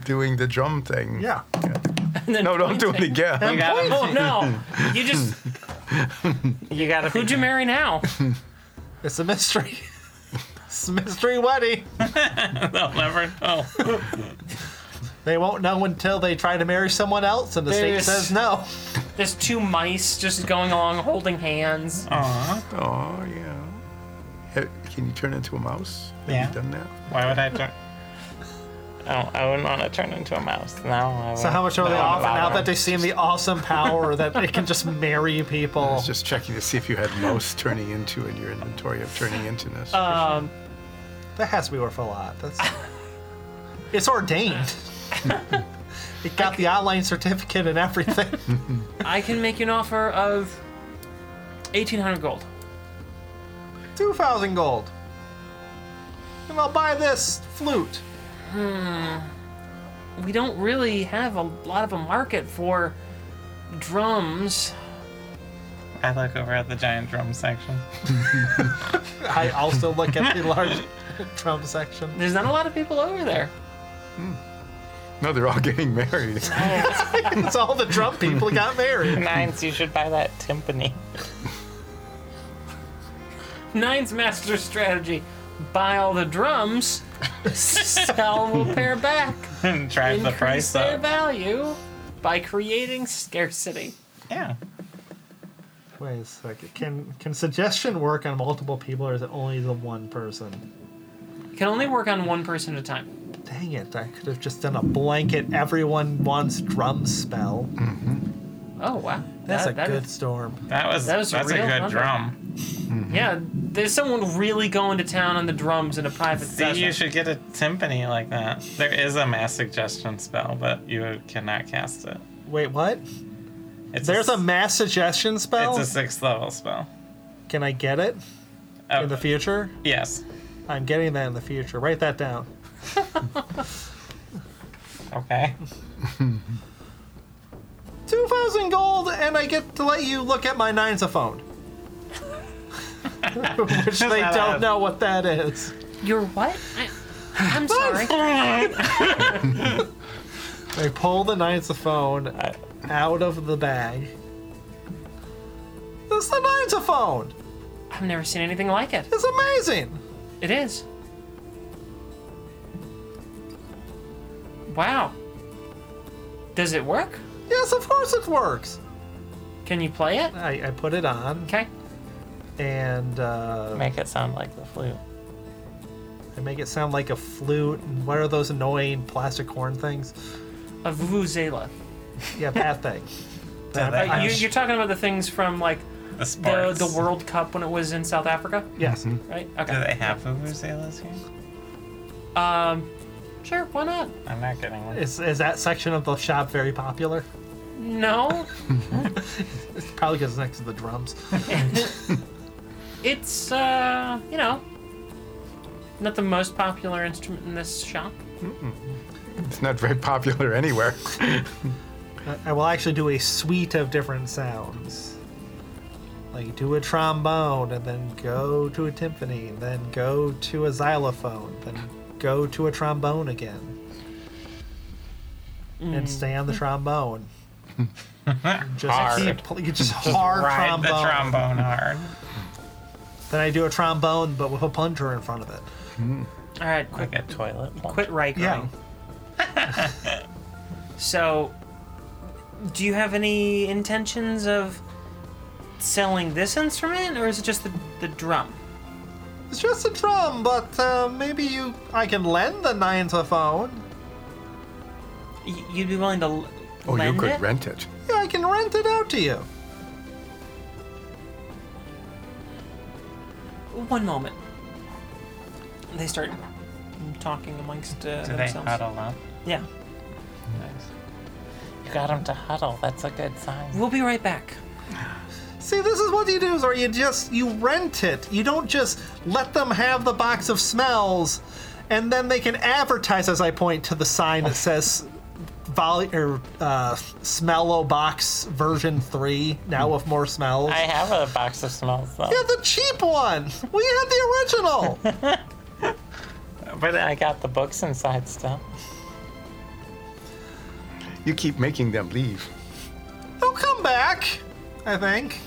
[SPEAKER 4] doing the drum thing.
[SPEAKER 2] Yeah.
[SPEAKER 1] And then
[SPEAKER 4] No, don't do it
[SPEAKER 1] pointing.
[SPEAKER 3] You
[SPEAKER 4] again.
[SPEAKER 3] gotta,
[SPEAKER 1] Oh no! You just
[SPEAKER 3] you gotta be
[SPEAKER 1] who'd you marry now?
[SPEAKER 2] It's a mystery. it's a mystery wedding.
[SPEAKER 3] They'll never know.
[SPEAKER 2] They won't know until they try to marry someone else and the
[SPEAKER 1] There's-
[SPEAKER 2] state says no.
[SPEAKER 1] There's two mice just going along holding hands.
[SPEAKER 3] Aw,
[SPEAKER 4] Oh yeah. Hey, Can you turn into a mouse? Have
[SPEAKER 3] Yeah.
[SPEAKER 4] you done that?
[SPEAKER 3] why would I turn? Oh, I wouldn't want to turn into a mouse. No. I
[SPEAKER 2] So how much are they off now that
[SPEAKER 3] they?
[SPEAKER 2] they've seen the awesome power that they can just marry
[SPEAKER 4] I
[SPEAKER 2] people?
[SPEAKER 4] was just checking to see if you had mouse turning into in your inventory of turning into this.
[SPEAKER 1] Um,
[SPEAKER 2] That has to be worth a lot. That's it's ordained. it got the online certificate and everything.
[SPEAKER 1] I can make you an offer of 1,800 gold.
[SPEAKER 2] Two thousand gold. And I'll buy this flute.
[SPEAKER 1] We don't really have a lot of a market for drums.
[SPEAKER 3] I look over at the giant drum section.
[SPEAKER 2] I also look at the large drum section.
[SPEAKER 1] There's not a lot of people over there.
[SPEAKER 4] no, they're all getting married.
[SPEAKER 2] It's all the drum people got married.
[SPEAKER 3] Nines, you should buy that timpani.
[SPEAKER 1] Nine's master strategy buy all the drums, sell the pair back,
[SPEAKER 3] and drive the
[SPEAKER 1] increase
[SPEAKER 3] price
[SPEAKER 1] their
[SPEAKER 3] up.
[SPEAKER 1] value by creating scarcity.
[SPEAKER 3] Yeah.
[SPEAKER 2] Wait a second. Can can suggestion work on multiple people or is it only the one person?
[SPEAKER 1] You can only work on one person at a time.
[SPEAKER 2] Dang it, I could have just done a blanket everyone wants drum spell.
[SPEAKER 1] Oh, wow.
[SPEAKER 2] That's
[SPEAKER 1] That-
[SPEAKER 2] a
[SPEAKER 1] that
[SPEAKER 2] good
[SPEAKER 1] is-
[SPEAKER 2] storm.
[SPEAKER 3] That was,
[SPEAKER 1] That was a
[SPEAKER 3] that's a
[SPEAKER 1] real
[SPEAKER 3] good
[SPEAKER 1] number.
[SPEAKER 3] drum.
[SPEAKER 1] yeah, there's someone really going to town on the drums in a private
[SPEAKER 3] See,
[SPEAKER 1] session.
[SPEAKER 3] you should get a timpani like that. There is a mass suggestion spell, but you cannot cast it.
[SPEAKER 2] Wait, what?
[SPEAKER 3] It's
[SPEAKER 2] There's a
[SPEAKER 3] s-
[SPEAKER 2] mass suggestion spell?
[SPEAKER 3] It's a sixth level spell.
[SPEAKER 2] Can I get it
[SPEAKER 3] Oh,
[SPEAKER 2] in the future?
[SPEAKER 3] yes.
[SPEAKER 2] I'm getting that in the future. Write that down.
[SPEAKER 3] Okay.
[SPEAKER 2] 2,000 gold, and I get to let you look at my nines a phone. Which they
[SPEAKER 3] not
[SPEAKER 2] don't
[SPEAKER 3] allowed.
[SPEAKER 2] know what that is.
[SPEAKER 1] You're what? I, I'm sorry.
[SPEAKER 2] They pull the nines a phone out of the bag. It's the nines a phone!
[SPEAKER 1] I've never seen anything like it.
[SPEAKER 2] It's amazing!
[SPEAKER 1] It is. Wow. Does it work?
[SPEAKER 2] Yes, of course it works!
[SPEAKER 1] Can you play it?
[SPEAKER 2] I, I put it on,
[SPEAKER 1] Okay.
[SPEAKER 2] and uh,
[SPEAKER 3] Make it sound like the flute.
[SPEAKER 2] I make it sound like a flute. And what are those annoying plastic horn things?
[SPEAKER 1] A vuvuzela.
[SPEAKER 2] Yeah, that thing.
[SPEAKER 1] Uh,
[SPEAKER 3] that-
[SPEAKER 1] you,
[SPEAKER 2] I-
[SPEAKER 1] you're talking about the things from like
[SPEAKER 3] The
[SPEAKER 1] the,
[SPEAKER 3] sparks.
[SPEAKER 1] the World Cup when it was in South Africa,
[SPEAKER 2] Yes.
[SPEAKER 3] Mm-hmm.
[SPEAKER 1] right? Okay.
[SPEAKER 3] Do they have vuvuzelas here?
[SPEAKER 1] Um, sure. Why not?
[SPEAKER 3] I'm not getting one.
[SPEAKER 2] Is, is that section of the shop very popular?
[SPEAKER 1] No.
[SPEAKER 2] It's probably because it's next to the drums. Uh,
[SPEAKER 1] It's uh, you know, not the most popular instrument in this shop.
[SPEAKER 4] it's not very popular anywhere.
[SPEAKER 2] I- I will actually do a suite of different sounds. Like do a trombone, and then go to a timpani, and then go to a xylophone, then go to a trombone again. And stay on the trombone. Just
[SPEAKER 3] Hard.
[SPEAKER 2] keep pl- just hard
[SPEAKER 3] Ride the
[SPEAKER 2] trombone.
[SPEAKER 3] trombone hard.
[SPEAKER 2] Then I do a trombone, but with a plunger in front of it.
[SPEAKER 1] All right, quick,
[SPEAKER 3] Like a toilet.
[SPEAKER 1] quit right.
[SPEAKER 2] Yeah.
[SPEAKER 1] So, do you have any intentions of selling this instrument, or is it just the, the drum?
[SPEAKER 2] It's just a drum, but uh, maybe you. I can lend the ninetophone.
[SPEAKER 1] Y- you'd be willing to l-
[SPEAKER 4] Oh,
[SPEAKER 1] lend
[SPEAKER 4] you could
[SPEAKER 1] it?
[SPEAKER 4] rent it.
[SPEAKER 2] Yeah, I can rent it out to you.
[SPEAKER 1] One moment. They start talking amongst uh,
[SPEAKER 3] Do they
[SPEAKER 1] themselves.
[SPEAKER 3] huddle up?
[SPEAKER 1] Yeah.
[SPEAKER 3] Nice. You got them to huddle. That's a good sign.
[SPEAKER 1] We'll be right back.
[SPEAKER 2] See, this is what you do, or you just you rent it. You don't just let them have the box of smells, and then they can advertise. As I point to the sign that says "Volley" or uh, "Smello Box Version 3, Now with more smells."
[SPEAKER 3] I have a box of smells though,
[SPEAKER 2] yeah, the cheap one. We had the original.
[SPEAKER 3] but I got the books inside still.
[SPEAKER 4] You keep making them leave.
[SPEAKER 2] They'll Oh, come back. I think.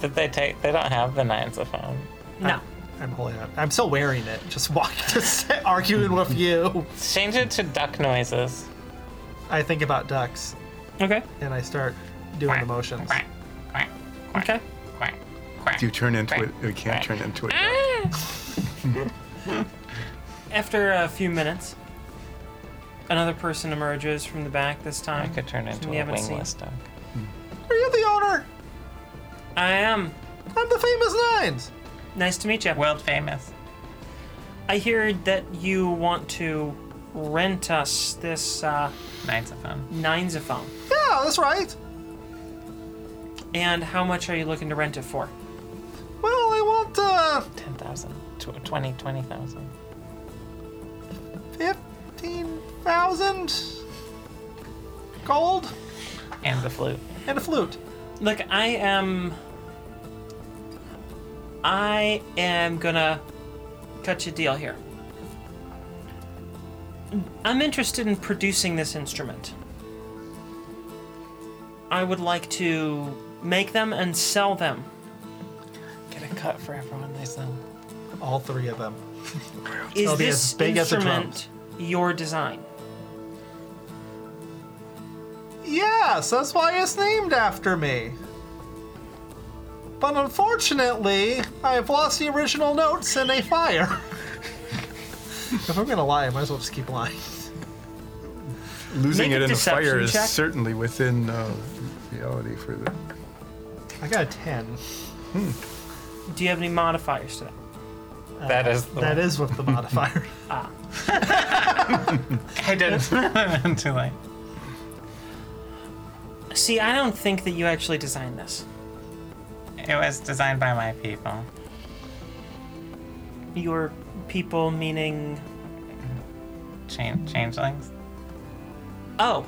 [SPEAKER 3] Did they take? They don't have the nines of phone.
[SPEAKER 1] No.
[SPEAKER 2] I'm holding on. I'm still wearing it. Just walking, just arguing with you.
[SPEAKER 3] Change it to duck noises.
[SPEAKER 2] I think about ducks,
[SPEAKER 1] Okay.
[SPEAKER 2] and I start doing the motions.
[SPEAKER 3] Quack, quack, quack,
[SPEAKER 1] Okay.
[SPEAKER 3] Quack, quack.
[SPEAKER 4] Do you turn into it? You can't turn into it.
[SPEAKER 3] Ah!
[SPEAKER 1] After a few minutes, another person emerges from the back this
[SPEAKER 3] I
[SPEAKER 1] time.
[SPEAKER 3] could turn into
[SPEAKER 1] We
[SPEAKER 3] a
[SPEAKER 1] haven't seen.
[SPEAKER 3] wingless duck.
[SPEAKER 2] Are you the owner?
[SPEAKER 1] I am.
[SPEAKER 2] I'm the famous nines.
[SPEAKER 1] Nice to meet you.
[SPEAKER 3] World famous.
[SPEAKER 1] I hear that you want to rent us this uh,
[SPEAKER 3] Nines of phone.
[SPEAKER 1] Ninesophone.
[SPEAKER 2] Yeah, that's right.
[SPEAKER 1] And how much are you looking to rent it for?
[SPEAKER 2] Well, I want uh,
[SPEAKER 3] 10,000. tw- 20, 20,000.
[SPEAKER 2] fifteen thousand gold
[SPEAKER 3] And the flute.
[SPEAKER 2] and a flute.
[SPEAKER 1] Look, I am. I am gonna cut you a deal here. I'm interested in producing this instrument. I would like to make them and sell them.
[SPEAKER 3] Get a cut for everyone they sell.
[SPEAKER 2] All three of them.
[SPEAKER 1] Is
[SPEAKER 2] It'll be
[SPEAKER 1] this
[SPEAKER 2] as big as the
[SPEAKER 1] instrument your design?
[SPEAKER 2] Yes, that's why it's named after me. But unfortunately, I have lost the original notes in a fire. if I'm gonna lie, I might as well just keep lying.
[SPEAKER 4] Losing
[SPEAKER 1] Make
[SPEAKER 4] it
[SPEAKER 1] a
[SPEAKER 4] in the fire
[SPEAKER 1] deception
[SPEAKER 4] is
[SPEAKER 1] check.
[SPEAKER 4] certainly within uh, reality for the.
[SPEAKER 2] I got a ten.
[SPEAKER 1] Do you have any modifiers to that?
[SPEAKER 3] that is the
[SPEAKER 2] That is with the modifier.
[SPEAKER 3] I didn't. Too late.
[SPEAKER 1] See, I don't think that you actually designed this.
[SPEAKER 3] It was designed by my people.
[SPEAKER 1] Your people, meaning.
[SPEAKER 3] Chan- changelings.
[SPEAKER 1] Oh.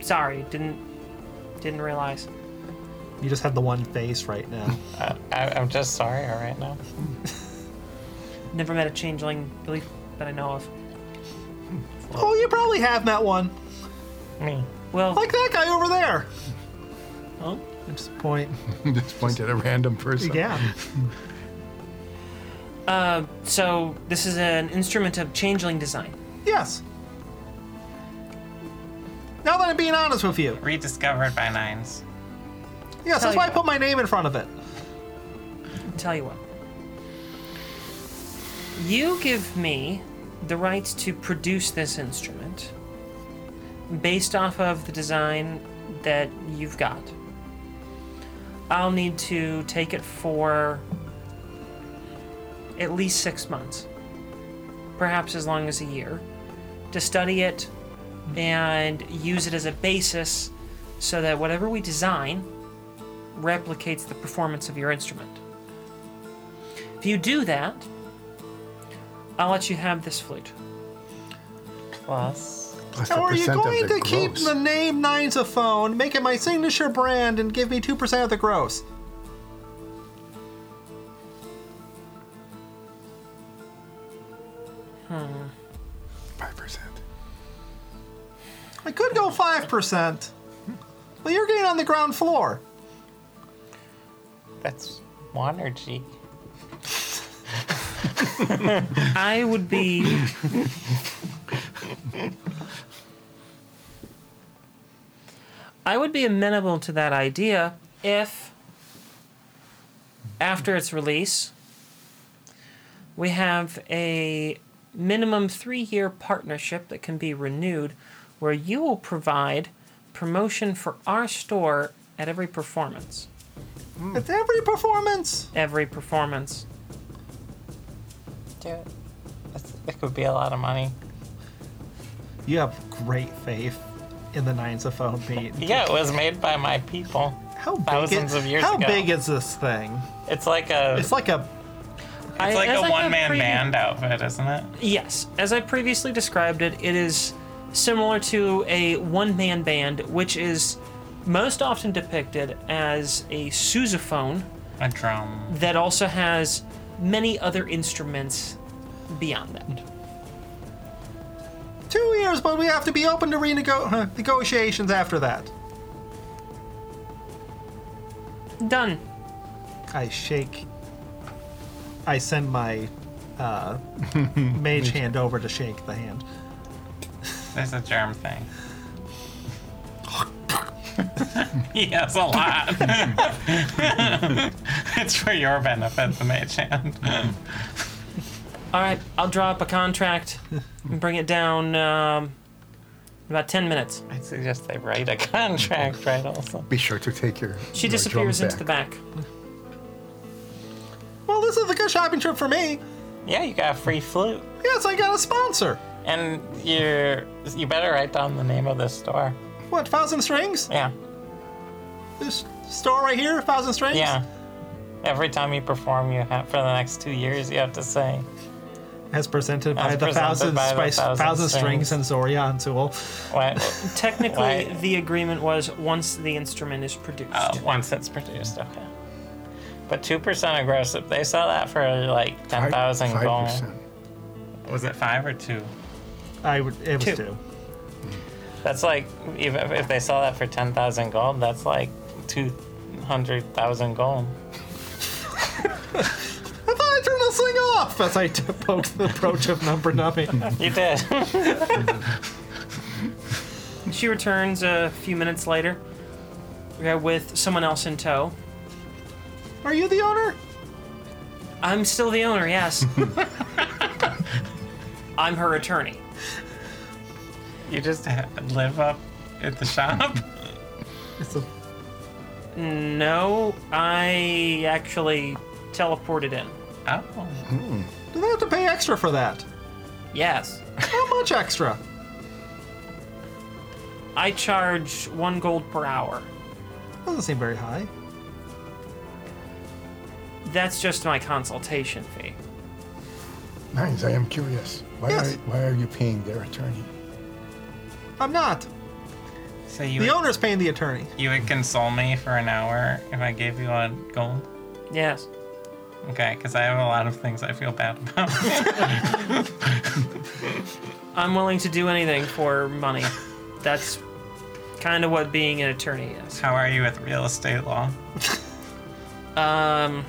[SPEAKER 1] Sorry, didn't didn't realize.
[SPEAKER 2] you just had the one face right now.
[SPEAKER 3] Uh, I, I'm just sorry all right now.
[SPEAKER 1] Never met a changeling, at least that I know of.
[SPEAKER 2] Oh, you probably have met one.
[SPEAKER 3] Me.
[SPEAKER 1] Well,
[SPEAKER 2] Like that guy over there.
[SPEAKER 1] oh,
[SPEAKER 2] I just point.
[SPEAKER 4] Just point at a random person.
[SPEAKER 2] Yeah.
[SPEAKER 1] so this is an instrument of changeling design.
[SPEAKER 2] Yes. Now that I'm being honest with you,
[SPEAKER 3] Rediscovered by nines.
[SPEAKER 2] yes,
[SPEAKER 1] Tell
[SPEAKER 2] that's why I
[SPEAKER 1] you.
[SPEAKER 2] put my name in front of it.
[SPEAKER 1] Tell you what. You give me the rights to produce this instrument based off of the design that you've got. I'll need to take it for at least six months, perhaps as long as a year, to study it and use it as a basis so that whatever we design replicates the performance of your instrument. If you do that, I'll let you have this flute.
[SPEAKER 3] Plus.
[SPEAKER 4] Plus
[SPEAKER 2] Now,
[SPEAKER 4] the
[SPEAKER 2] are you
[SPEAKER 4] percent of
[SPEAKER 2] going
[SPEAKER 4] the
[SPEAKER 2] to keep
[SPEAKER 4] gross.
[SPEAKER 2] the name Ninesophone, make it my signature brand, and give me 2% of the gross?
[SPEAKER 4] Five percent.
[SPEAKER 2] I could go 5%. Well, you're getting on the ground floor.
[SPEAKER 3] That's one or G.
[SPEAKER 1] I would be I would be amenable to that idea if, after its release, we have a minimum three year partnership that can be renewed where you will provide promotion for our store at every performance.
[SPEAKER 4] Hmm.
[SPEAKER 2] At every performance.
[SPEAKER 1] Every performance.
[SPEAKER 3] Do it. That's, that could be a lot of money.
[SPEAKER 2] You have great faith in the nines of phone beat.
[SPEAKER 3] Yeah, it was made by my people.
[SPEAKER 2] How big
[SPEAKER 3] Thousands
[SPEAKER 2] it-
[SPEAKER 3] of years
[SPEAKER 2] How
[SPEAKER 3] ago.
[SPEAKER 2] big is this thing?
[SPEAKER 3] It's like a
[SPEAKER 2] It's like a
[SPEAKER 1] I-
[SPEAKER 3] it's like
[SPEAKER 1] as
[SPEAKER 3] a
[SPEAKER 1] I have
[SPEAKER 3] one man
[SPEAKER 1] previ-
[SPEAKER 3] band outfit, isn't it?
[SPEAKER 1] Yes, as I previously described it, it is similar to a one man band, which is most often depicted as a sousaphone
[SPEAKER 3] A drum.
[SPEAKER 1] that also has many other instruments beyond that.
[SPEAKER 2] two years, but we have to be open to renego- huh, negotiations after that.
[SPEAKER 1] Done.
[SPEAKER 2] I shake. I send my uh, mage hand over to shake the hand.
[SPEAKER 3] There's a germ thing. he has a lot. it's for your benefit, the mage hand.
[SPEAKER 1] All right, I'll draw up a contract and bring it down um, in about 10 minutes.
[SPEAKER 3] I suggest they write a contract, right? Also,
[SPEAKER 4] Be sure to take your.
[SPEAKER 1] She
[SPEAKER 4] your
[SPEAKER 1] disappears
[SPEAKER 4] drum
[SPEAKER 1] into the
[SPEAKER 4] back.
[SPEAKER 1] back.
[SPEAKER 2] Well, this is a good shopping trip for me.
[SPEAKER 3] yeah, you got a free flute,
[SPEAKER 2] Yes, I got a sponsor.
[SPEAKER 3] and you're you better write down the name of the store.
[SPEAKER 2] What, Thousand Strings?
[SPEAKER 3] Yeah,
[SPEAKER 2] This store right here, Thousand Strings?
[SPEAKER 3] yeah. Every time you perform, you have for the next two years, you have to say.
[SPEAKER 2] As presented by
[SPEAKER 3] As
[SPEAKER 2] the
[SPEAKER 3] presented
[SPEAKER 2] Thousand,
[SPEAKER 3] by the
[SPEAKER 2] by
[SPEAKER 3] Thousand
[SPEAKER 2] thousand, Strings
[SPEAKER 3] Strings.
[SPEAKER 2] and Zorion Tool.
[SPEAKER 3] What,
[SPEAKER 1] Technically,
[SPEAKER 3] Why-
[SPEAKER 1] the agreement was once the instrument is produced.
[SPEAKER 3] uh, once it's produced, okay. But two percent aggressive. They sell that for like ten
[SPEAKER 4] Five-
[SPEAKER 3] thousand
[SPEAKER 4] five
[SPEAKER 3] gold.
[SPEAKER 4] percent.
[SPEAKER 3] Was it five or two?
[SPEAKER 2] I would, it was
[SPEAKER 1] Two.
[SPEAKER 2] two.
[SPEAKER 3] That's like even if if they sell that for ten thousand gold, that's like two hundred thousand gold.
[SPEAKER 2] I thought I turned this thing off as I t- poked the approach of number numbing.
[SPEAKER 3] You did.
[SPEAKER 1] She returns a few minutes later uh, with someone else in tow.
[SPEAKER 2] Are you the owner?
[SPEAKER 1] I'm still the owner, yes. I'm her attorney.
[SPEAKER 3] you just ha- live up at the shop.
[SPEAKER 2] It's a,
[SPEAKER 1] No, I actually teleported in.
[SPEAKER 3] Oh,
[SPEAKER 2] do they have to pay extra for that?
[SPEAKER 1] Yes.
[SPEAKER 2] How much extra?
[SPEAKER 1] I charge one gold per hour.
[SPEAKER 2] Doesn't seem very high.
[SPEAKER 1] That's just my consultation fee.
[SPEAKER 4] Nines, I am curious. Why,
[SPEAKER 2] Yes.
[SPEAKER 4] are, why are you paying their attorney?
[SPEAKER 2] I'm not.
[SPEAKER 3] so you
[SPEAKER 2] The
[SPEAKER 3] would,
[SPEAKER 2] owner's paying the attorney.
[SPEAKER 3] you would console me for an hour if I gave you a gold?
[SPEAKER 1] Yes.
[SPEAKER 3] Okay, because I have a lot of things I feel bad about.
[SPEAKER 1] I'm willing to do anything for money. That's kind of what being an attorney is.
[SPEAKER 3] How are you with real estate law?
[SPEAKER 1] Um,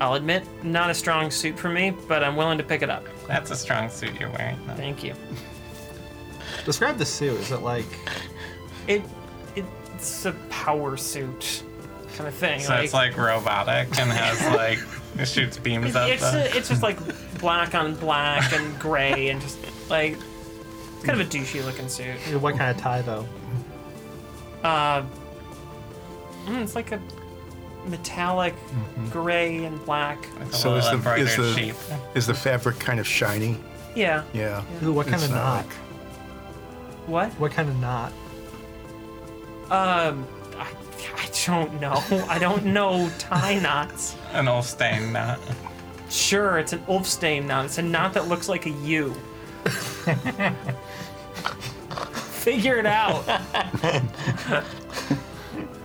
[SPEAKER 1] I'll admit, not a strong suit for me, but I'm willing to pick it up.
[SPEAKER 3] That's a strong suit you're wearing. though.
[SPEAKER 1] Thank you.
[SPEAKER 2] Describe the suit. Is it like
[SPEAKER 1] It, it's a power suit kind of thing.
[SPEAKER 3] So it's like robotic and has like it shoots beams
[SPEAKER 1] It's,
[SPEAKER 3] out
[SPEAKER 1] it's,
[SPEAKER 3] the.
[SPEAKER 1] it's just like black on black and gray and just like it's kind of a douchey looking suit.
[SPEAKER 2] what kind of tie though?
[SPEAKER 1] Uh, mm, it's like a metallic
[SPEAKER 3] Mm-hmm.
[SPEAKER 1] gray and black.
[SPEAKER 3] with a
[SPEAKER 4] So
[SPEAKER 3] little
[SPEAKER 4] is the- is
[SPEAKER 3] embroidered
[SPEAKER 4] the-
[SPEAKER 3] sheep.
[SPEAKER 4] Is the fabric kind of shiny?
[SPEAKER 1] Yeah.
[SPEAKER 4] Yeah.
[SPEAKER 2] Ooh, what kind
[SPEAKER 4] It's
[SPEAKER 2] of
[SPEAKER 4] uh,
[SPEAKER 2] knot?
[SPEAKER 4] not like-
[SPEAKER 1] What?
[SPEAKER 2] What kind of knot?
[SPEAKER 1] Um, I, I don't know. I don't know tie knots.
[SPEAKER 3] An old stain knot.
[SPEAKER 1] Sure, it's an Ulfstein knot. It's a knot that looks like a U. Figure it out.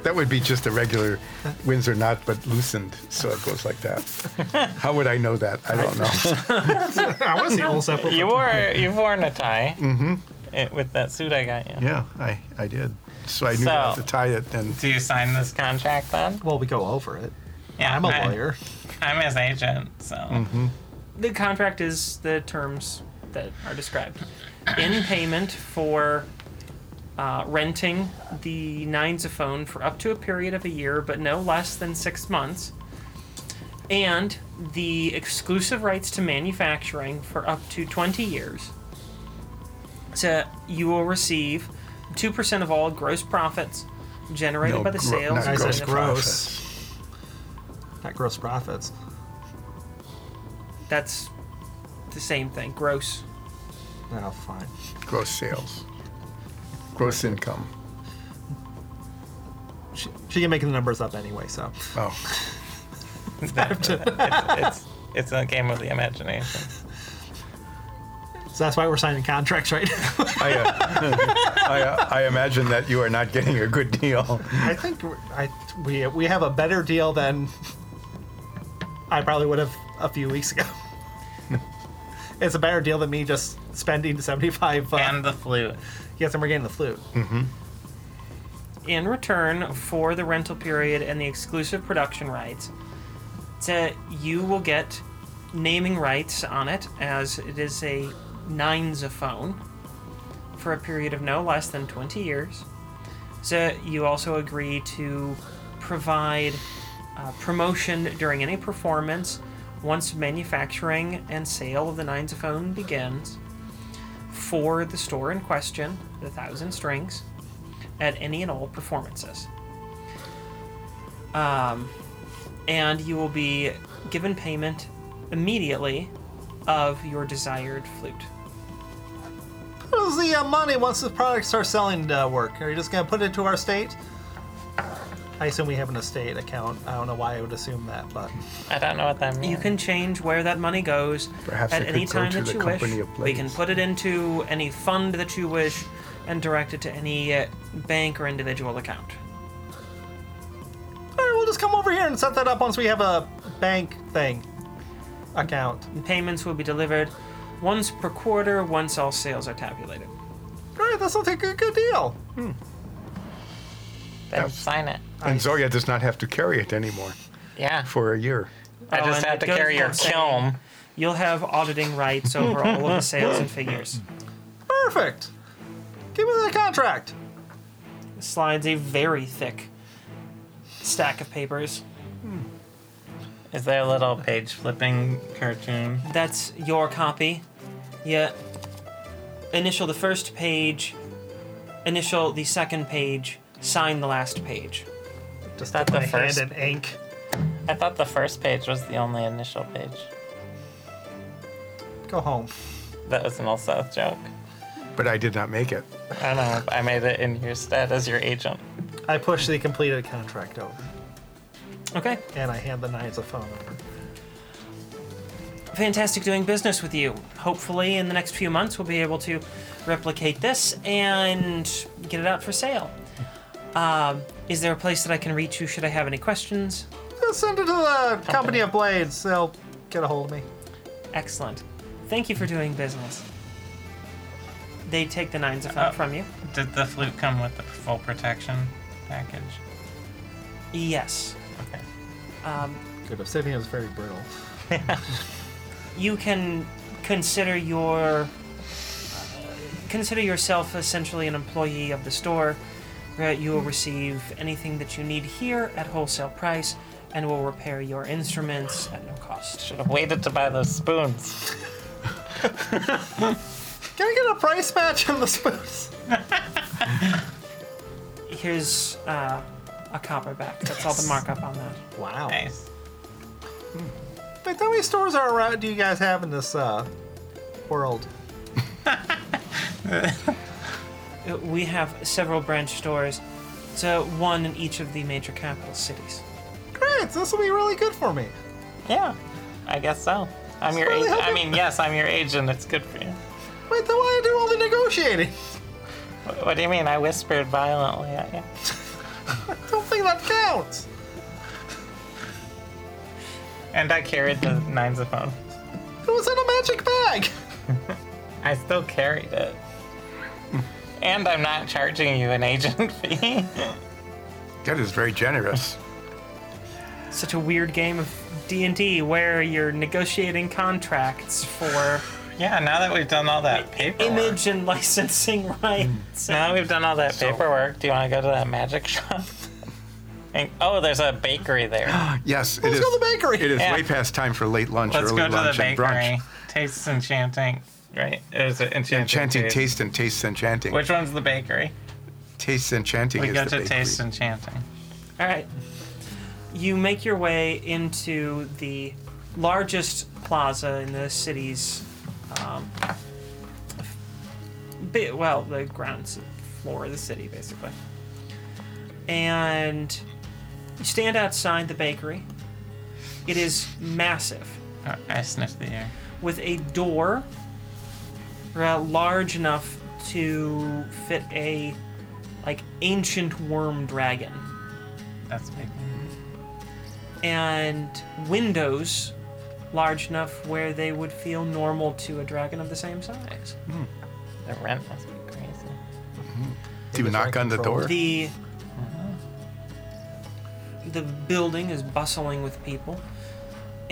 [SPEAKER 4] That would be just a regular Windsor knot, but loosened, so it goes like that. How would I know that? I don't know.
[SPEAKER 2] I want to see all separate.
[SPEAKER 3] You wore you've worn a tie. Mm-hmm. With that suit I got you.
[SPEAKER 4] yeah, I, I did. So I knew
[SPEAKER 3] So-
[SPEAKER 4] not to tie it, and
[SPEAKER 3] Do you sign this contract then?
[SPEAKER 2] Well, we go over it.
[SPEAKER 3] Yeah,
[SPEAKER 2] I'm a
[SPEAKER 3] I-
[SPEAKER 2] lawyer.
[SPEAKER 3] I'm his agent, so
[SPEAKER 4] Mm-hmm.
[SPEAKER 1] The contract is the terms that are described. in payment for uh, renting the Ninesophone for up to a period of a year, but no less than six months, and the exclusive rights to manufacturing for up to 20 years. So you will receive 2% of all gross profits generated
[SPEAKER 4] No,
[SPEAKER 1] by the
[SPEAKER 4] gro-
[SPEAKER 1] sales.
[SPEAKER 4] not
[SPEAKER 1] and
[SPEAKER 2] gross
[SPEAKER 1] benefits.
[SPEAKER 2] gross. Not gross profits.
[SPEAKER 1] That's the same thing. Gross.
[SPEAKER 2] No, fine.
[SPEAKER 4] Gross sales. Gross income.
[SPEAKER 2] She, she can make the numbers up anyway, so.
[SPEAKER 4] Oh,
[SPEAKER 3] it's it's a game of the imagination.
[SPEAKER 2] So that's why we're signing contracts right now.
[SPEAKER 4] I, uh, I, uh, I imagine that you are not getting a good deal.
[SPEAKER 2] I think we're- I, we, we have a better deal than I probably would have a few weeks ago. it's a better deal than me just spending 75 uh,
[SPEAKER 3] And the flute.
[SPEAKER 2] Yes, and we're getting the flute.
[SPEAKER 1] in return for the rental period and the exclusive production rights, to, you will get naming rights on it as it is a ninesophone for a period of no less than 20 years. So you also agree to provide uh, promotion during any performance once manufacturing and sale of the ninesophone begins for the store in question, the Thousand Strings at any and all performances. Um, and you will be given payment immediately of your desired flute.
[SPEAKER 2] What is the uh, money once the products start selling to work? Are you just going to put it to our state? I assume we have an estate account. I don't know why I would assume that, but
[SPEAKER 3] I don't know what that means.
[SPEAKER 1] You can change where that money goes
[SPEAKER 4] Perhaps
[SPEAKER 1] at
[SPEAKER 4] it
[SPEAKER 1] any
[SPEAKER 4] could go
[SPEAKER 1] time
[SPEAKER 4] to
[SPEAKER 1] that
[SPEAKER 4] the
[SPEAKER 1] you wish.
[SPEAKER 4] company of
[SPEAKER 1] We can
[SPEAKER 4] blades.
[SPEAKER 1] put it into any fund that you wish and direct it to any uh, bank or individual account.
[SPEAKER 2] all right, we'll just come over here and set that up once we have a bank thing account.
[SPEAKER 1] And payments will be delivered once per quarter once all sales are tabulated.
[SPEAKER 2] All right, that sounds like a good deal.
[SPEAKER 3] Then sign it.
[SPEAKER 4] And Zoya does not have to carry it anymore
[SPEAKER 3] Yeah.
[SPEAKER 4] for a year.
[SPEAKER 3] I
[SPEAKER 1] Oh,
[SPEAKER 3] just
[SPEAKER 1] and
[SPEAKER 3] have
[SPEAKER 1] it
[SPEAKER 3] to
[SPEAKER 1] goes
[SPEAKER 3] carry your
[SPEAKER 1] without saying.
[SPEAKER 3] kiln.
[SPEAKER 1] You'll have auditing rights over all of the sales and figures.
[SPEAKER 2] Perfect. Give me that contract.
[SPEAKER 1] slides a very thick stack of papers.
[SPEAKER 3] Is there a little page flipping cartoon?
[SPEAKER 1] That's your copy. Yeah. Initial the first page, initial the second page, sign the last page.
[SPEAKER 2] Just
[SPEAKER 3] that
[SPEAKER 2] put
[SPEAKER 3] the
[SPEAKER 2] my
[SPEAKER 3] first?
[SPEAKER 2] hand in ink.
[SPEAKER 3] I thought the first page was the only initial page.
[SPEAKER 2] Go home.
[SPEAKER 3] That was an old South joke.
[SPEAKER 4] But I did not make it.
[SPEAKER 3] I don't know. I made it in your stead as your agent.
[SPEAKER 2] I push the completed contract over,
[SPEAKER 1] Okay.
[SPEAKER 2] and I hand the knights a phone number.
[SPEAKER 1] Fantastic doing business with you. Hopefully, in the next few months, we'll be able to replicate this and get it out for sale. Um, is there a place that I can reach you should I have any questions?
[SPEAKER 2] Just send it to the company of blades. They'll get a hold of me.
[SPEAKER 1] Excellent. Thank you for doing business. They take the nines of
[SPEAKER 3] Uh,
[SPEAKER 1] from you.
[SPEAKER 3] Did the flute come with the full protection package?
[SPEAKER 1] Yes.
[SPEAKER 3] Okay.
[SPEAKER 1] Um,
[SPEAKER 2] Good obsidian is very brittle.
[SPEAKER 1] you can consider your uh, consider yourself essentially an employee of the store. Right, you will receive anything that you need here at wholesale price, and will repair your instruments at no cost.
[SPEAKER 3] Should have waited to buy those spoons.
[SPEAKER 2] Can I get a price match on the spoons?
[SPEAKER 1] Here's uh, a copper back. That's all the markup on that.
[SPEAKER 2] Wow.
[SPEAKER 3] Nice.
[SPEAKER 2] Like, how many stores are around do you guys have in this uh, world?
[SPEAKER 1] Uh, We have several branch stores, so one in each of the major capital cities.
[SPEAKER 2] Great, this will be really good for me.
[SPEAKER 3] Yeah, I guess so. I'm your
[SPEAKER 2] really
[SPEAKER 3] agent. I
[SPEAKER 2] helpful.
[SPEAKER 3] mean, yes, I'm your agent. It's good for you.
[SPEAKER 2] Wait, then why do I do all the negotiating?
[SPEAKER 3] What, what do you mean? I whispered violently at you.
[SPEAKER 2] I don't think that counts.
[SPEAKER 3] And I carried the Ninesophone.
[SPEAKER 2] It was in a magic bag.
[SPEAKER 3] I still carried it. and I'm not charging you an agent fee.
[SPEAKER 4] That is very generous.
[SPEAKER 1] Such a weird game of D and D where you're negotiating contracts for
[SPEAKER 3] Yeah, now that we've done all that paperwork.
[SPEAKER 1] image and licensing rights.
[SPEAKER 3] Now that we've done all that
[SPEAKER 4] So-
[SPEAKER 3] paperwork, do you want to go to that magic shop? And, oh, there's a bakery there.
[SPEAKER 4] Yes, it
[SPEAKER 2] Let's
[SPEAKER 4] is.
[SPEAKER 2] go to the bakery.
[SPEAKER 4] It is
[SPEAKER 3] Yeah.
[SPEAKER 4] way past time for late lunch,
[SPEAKER 3] Let's
[SPEAKER 4] early
[SPEAKER 3] go to the
[SPEAKER 4] lunch, and
[SPEAKER 3] bakery.
[SPEAKER 4] brunch.
[SPEAKER 3] Tastes enchanting, right? Is it enchanting?
[SPEAKER 4] Enchanting
[SPEAKER 3] Taste?
[SPEAKER 4] taste and taste enchanting.
[SPEAKER 3] Which one's the bakery?
[SPEAKER 4] Taste enchanting
[SPEAKER 3] We
[SPEAKER 4] is
[SPEAKER 3] go
[SPEAKER 4] the
[SPEAKER 3] to
[SPEAKER 4] bakery.
[SPEAKER 3] Taste Enchanting.
[SPEAKER 1] All right. You make your way into the largest plaza in the city's, um, bit, well, the ground s- floor of the city, basically. And you stand outside the bakery. It is massive,
[SPEAKER 3] Oh, I sniffed the air.
[SPEAKER 1] with a door uh, large enough to fit a like ancient worm dragon
[SPEAKER 3] That's big.
[SPEAKER 1] and windows large enough where they would feel normal to a dragon of the same size.
[SPEAKER 3] The rent must be crazy.
[SPEAKER 4] Do you knock on the door?
[SPEAKER 1] The the building is bustling with people,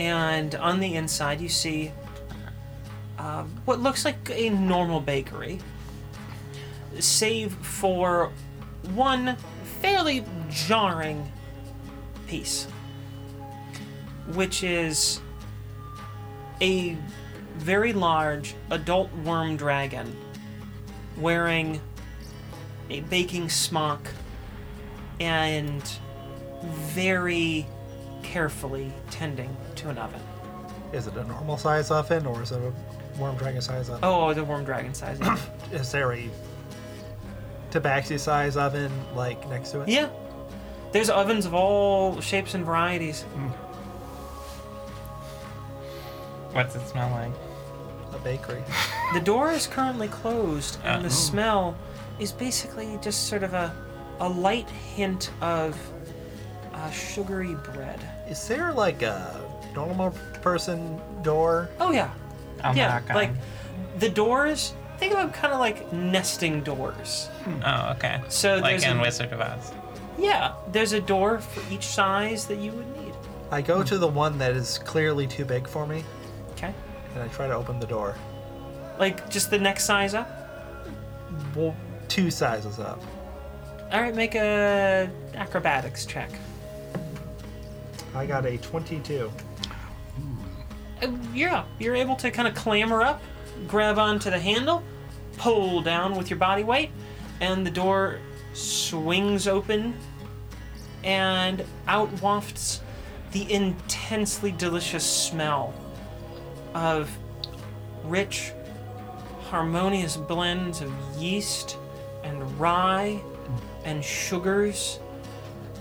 [SPEAKER 1] and on the inside you see uh, what looks like a normal bakery, save for one fairly jarring piece, which is a very large adult worm dragon wearing a baking smock and very carefully tending to an oven.
[SPEAKER 2] Is it a normal size oven or is it a worm dragon size oven?
[SPEAKER 1] Oh, the worm dragon size.
[SPEAKER 2] Is there a tabaxi size oven like next to it?
[SPEAKER 1] yeah. There's ovens of all shapes and varieties.
[SPEAKER 3] What's it smell like?
[SPEAKER 2] A bakery.
[SPEAKER 1] The door is currently closed, and the
[SPEAKER 3] Uh-oh.
[SPEAKER 1] smell is basically just sort of a, a light hint of uh, sugary bread.
[SPEAKER 2] Is there like a normal person door?
[SPEAKER 1] Oh, yeah.
[SPEAKER 3] I'll
[SPEAKER 1] yeah.
[SPEAKER 3] knock on.
[SPEAKER 1] Like the doors, think of them kind of like nesting doors.
[SPEAKER 3] oh, okay.
[SPEAKER 1] So
[SPEAKER 3] like
[SPEAKER 1] there's
[SPEAKER 3] in
[SPEAKER 1] a-
[SPEAKER 3] Wizard of Oz.
[SPEAKER 1] Yeah, there's a door for each size that you would need.
[SPEAKER 2] I go to the one that is clearly too big for me
[SPEAKER 1] Okay.
[SPEAKER 2] and I try to open the door.
[SPEAKER 1] Like just the next size up.
[SPEAKER 2] Well, two sizes up.
[SPEAKER 1] All right, make a acrobatics check.
[SPEAKER 2] I got a 22.
[SPEAKER 1] Uh, yeah, you're able to kind of clamber up, grab onto the handle, pull down with your body weight, and the door swings open, and out wafts the intensely delicious smell of rich, harmonious blends of yeast and rye and sugars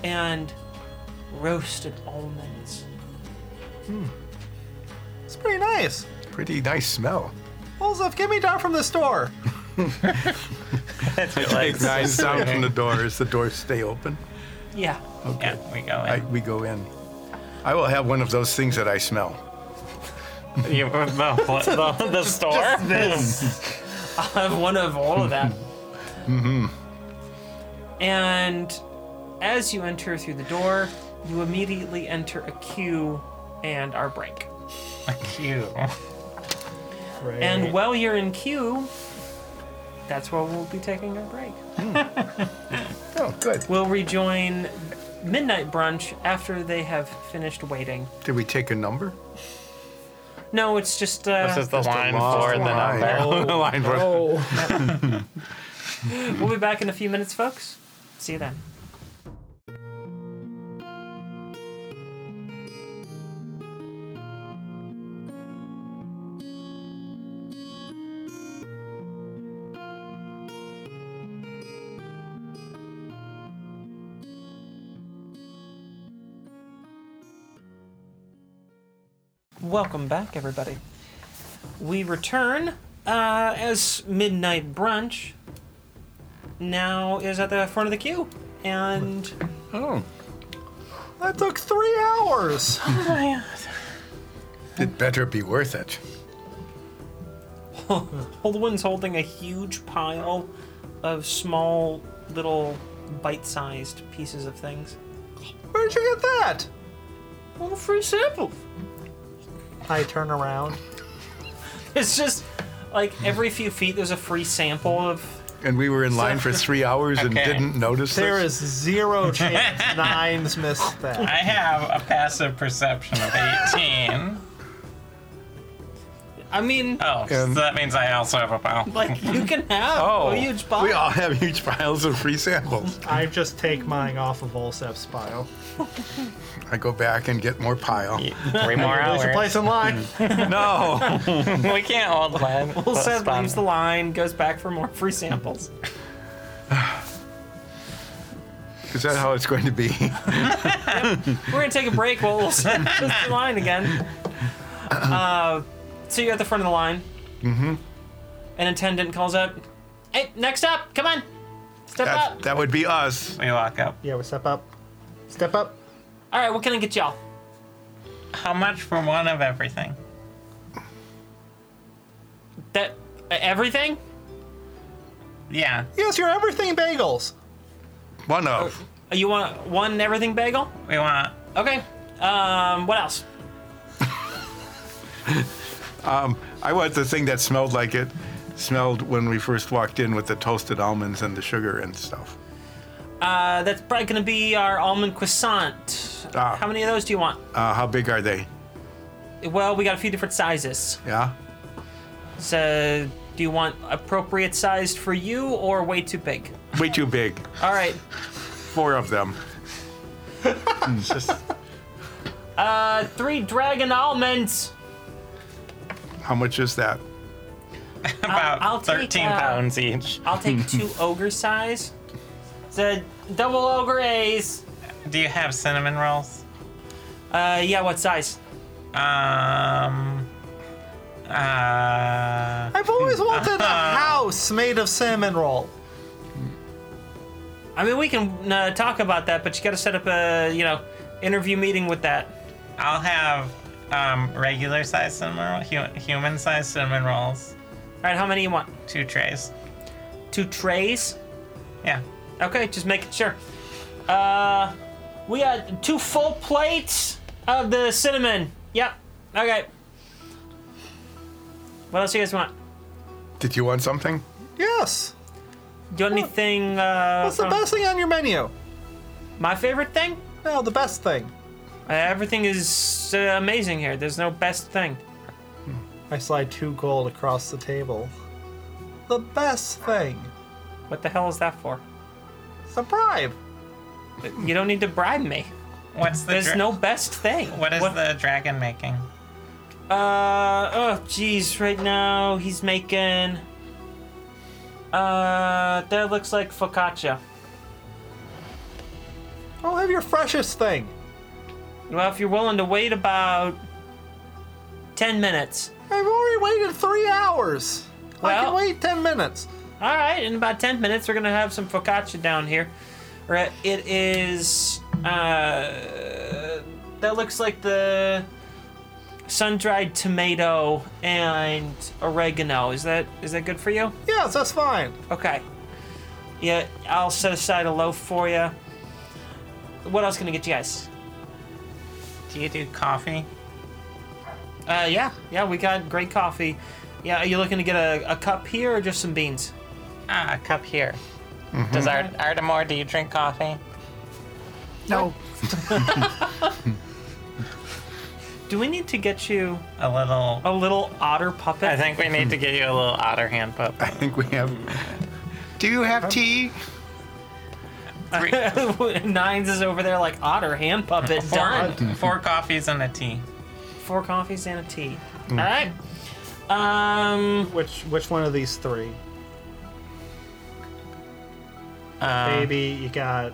[SPEAKER 1] and roasted almonds.
[SPEAKER 2] It's pretty nice.
[SPEAKER 4] Pretty nice smell.
[SPEAKER 2] Olzef, get me down from the store.
[SPEAKER 4] Big nice sound from the door. Does the door stay open?
[SPEAKER 1] Yeah.
[SPEAKER 4] Okay.
[SPEAKER 3] Yeah, we go
[SPEAKER 4] I,
[SPEAKER 3] in.
[SPEAKER 4] we go in. I will have one of those things that I smell.
[SPEAKER 3] You, the, the, the, the store?
[SPEAKER 1] have one of all of that.
[SPEAKER 3] Mm-hmm.
[SPEAKER 1] And as you enter through the door, you immediately enter a queue and our break.
[SPEAKER 3] Cute.
[SPEAKER 2] Right.
[SPEAKER 1] And while you're in queue, that's where we'll be taking our break.
[SPEAKER 4] Oh, good.
[SPEAKER 1] We'll rejoin midnight brunch after they have finished waiting.
[SPEAKER 4] Did we take a number?
[SPEAKER 1] No, it's just uh,
[SPEAKER 3] This is the
[SPEAKER 4] Just a
[SPEAKER 3] line
[SPEAKER 4] long
[SPEAKER 3] for the
[SPEAKER 4] line.
[SPEAKER 3] number.
[SPEAKER 4] Line for-
[SPEAKER 1] we'll be back in a few minutes, folks. See you then. Welcome back, everybody. We return uh, as midnight brunch now is at the front of the queue. And
[SPEAKER 4] Oh,
[SPEAKER 2] that took three hours.
[SPEAKER 4] it better be worth it.
[SPEAKER 1] Holden's holding a huge pile of small, little, bite sized pieces of things.
[SPEAKER 2] Where'd you get that?
[SPEAKER 1] Well, free samples.
[SPEAKER 2] I turn around.
[SPEAKER 1] It's just Like every few feet, there's a free sample of.
[SPEAKER 4] And we were in line for three hours and
[SPEAKER 3] Okay.
[SPEAKER 4] didn't notice
[SPEAKER 2] There
[SPEAKER 4] this.
[SPEAKER 2] is zero chance nines missed that.
[SPEAKER 3] I have a passive perception of 18.
[SPEAKER 1] I mean,
[SPEAKER 3] Oh, so
[SPEAKER 4] And-
[SPEAKER 3] that means I also have a pile.
[SPEAKER 1] like you can have
[SPEAKER 3] Oh.
[SPEAKER 1] a huge box.
[SPEAKER 4] we all have huge piles of free samples.
[SPEAKER 2] I just take mine off of Olsef's pile.
[SPEAKER 4] I go back and get more pile.
[SPEAKER 3] Three more
[SPEAKER 2] There's a
[SPEAKER 3] hours.
[SPEAKER 2] place in line.
[SPEAKER 4] No,
[SPEAKER 3] We can't hold that.
[SPEAKER 1] Will Seth leaves the line, goes back for more free samples.
[SPEAKER 4] is that how it's going to be?
[SPEAKER 1] We're gonna take a break while we'll set the line again. Uh, so you're at the front of the line. Mm-hmm. An attendant calls up. Hey, next up, come on, step
[SPEAKER 4] That,
[SPEAKER 1] up.
[SPEAKER 4] that would be us.
[SPEAKER 3] We walk up.
[SPEAKER 2] Yeah, we step up. Step up.
[SPEAKER 1] All right, what can I get y'all?
[SPEAKER 3] How much for one of everything?
[SPEAKER 1] That uh, everything?
[SPEAKER 3] Yeah.
[SPEAKER 2] Yes, you're everything bagels.
[SPEAKER 4] One of.
[SPEAKER 1] Uh, You want one everything bagel?
[SPEAKER 3] We want.
[SPEAKER 1] Okay. Um, what else?
[SPEAKER 4] I want the thing that smelled like it smelled when we first walked in with the toasted almonds and the sugar and stuff.
[SPEAKER 1] Uh, that's probably gonna be our almond croissant.
[SPEAKER 4] Ah.
[SPEAKER 1] How many of those do you want?
[SPEAKER 4] Uh, how big are they?
[SPEAKER 1] Well, we got a few different sizes.
[SPEAKER 4] Yeah?
[SPEAKER 1] So, do you want appropriate sized for you or way too big?
[SPEAKER 4] Way too big.
[SPEAKER 1] All right.
[SPEAKER 4] Four of them. It's just
[SPEAKER 1] Uh, three dragon almonds.
[SPEAKER 4] how much is that?
[SPEAKER 3] About
[SPEAKER 1] I'll take,
[SPEAKER 3] 13
[SPEAKER 1] uh,
[SPEAKER 3] pounds each.
[SPEAKER 1] I'll take two ogre size. The double ogre A's.
[SPEAKER 3] Do you have cinnamon rolls?
[SPEAKER 1] Uh, yeah, what size?
[SPEAKER 3] Um. Uh.
[SPEAKER 2] I've always wanted a house made of salmon roll.
[SPEAKER 1] I mean, we can uh, talk about that, but you got to set up a you know interview meeting with that.
[SPEAKER 3] I'll have um, regular size cinnamon roll, hu- human size cinnamon rolls,
[SPEAKER 1] All right, how many you want?
[SPEAKER 3] two trays.
[SPEAKER 1] Two trays.
[SPEAKER 3] Yeah.
[SPEAKER 1] Okay, just making sure. Uh, we got two full plates of the cinnamon. Yep. Okay. What else do you guys want?
[SPEAKER 4] Did you want something?
[SPEAKER 2] Yes.
[SPEAKER 1] Do you want anything? Uh,
[SPEAKER 2] What's the
[SPEAKER 1] from-
[SPEAKER 2] best thing on your menu?
[SPEAKER 1] My favorite thing?
[SPEAKER 2] No, the best thing.
[SPEAKER 1] Uh, everything is uh, amazing here. There's no best thing.
[SPEAKER 2] I slide two gold across the table. The best thing.
[SPEAKER 1] What the hell is that for?
[SPEAKER 2] It's a bribe.
[SPEAKER 1] You don't need to bribe me.
[SPEAKER 3] What's the.
[SPEAKER 1] There's
[SPEAKER 3] dra-
[SPEAKER 1] no best thing.
[SPEAKER 3] What is the dragon making?
[SPEAKER 1] Uh, oh, jeez, right now he's making. Uh, that looks like focaccia.
[SPEAKER 2] I'll have your freshest thing.
[SPEAKER 1] Well, if you're willing to wait about 10 minutes.
[SPEAKER 2] I've already waited three hours. I
[SPEAKER 1] Well-
[SPEAKER 2] can wait ten minutes.
[SPEAKER 1] All right, in about 10 minutes, we're going to have some focaccia down here. Right, It is. Uh, that looks like the sun dried tomato and oregano. Is that is that good for you?
[SPEAKER 2] Yes, that's fine.
[SPEAKER 1] Okay. Yeah, I'll set aside a loaf for you. What else can I get you guys?
[SPEAKER 3] Do you do coffee?
[SPEAKER 1] Uh, yeah, yeah, we got great coffee. Yeah, are you looking to get a, a cup here or just some beans?
[SPEAKER 3] Ah, a cup here. Does Art- Artemore, do you drink coffee?
[SPEAKER 4] No.
[SPEAKER 1] Do we need to get you
[SPEAKER 3] A little.
[SPEAKER 1] a little otter puppet?
[SPEAKER 3] I think we need to get you a little otter hand
[SPEAKER 4] I
[SPEAKER 3] puppet.
[SPEAKER 4] think we have. Do you have tea?
[SPEAKER 1] Nines is over there like otter hand puppet.
[SPEAKER 3] Four,
[SPEAKER 1] Done.
[SPEAKER 3] four coffees and a tea.
[SPEAKER 1] Four coffees and a tea. All
[SPEAKER 3] Mm.
[SPEAKER 1] right. Um,
[SPEAKER 2] Which which one of these three?
[SPEAKER 3] Um,
[SPEAKER 2] Baby, you got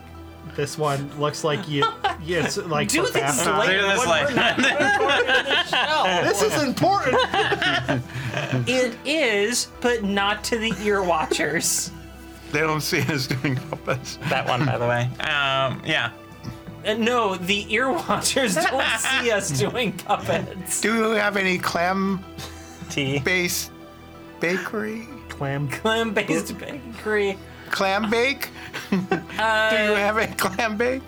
[SPEAKER 2] this one. Looks like you. yeah, it's like
[SPEAKER 1] do
[SPEAKER 2] for
[SPEAKER 1] this
[SPEAKER 2] fast-
[SPEAKER 3] slate.
[SPEAKER 1] later.
[SPEAKER 3] do this
[SPEAKER 1] when
[SPEAKER 3] later.
[SPEAKER 1] we're not recording the show.
[SPEAKER 2] This is important.
[SPEAKER 1] It is, but not to the ear watchers.
[SPEAKER 4] They don't see us doing puppets.
[SPEAKER 3] That one, by the way. Um, yeah.
[SPEAKER 1] Uh, no, the ear watchers don't see us doing puppets.
[SPEAKER 4] Do you have any clam
[SPEAKER 3] Tea.
[SPEAKER 4] based bakery?
[SPEAKER 2] Clam.
[SPEAKER 1] Clam based bakery.
[SPEAKER 4] Clam bake? Do you have a clam bake?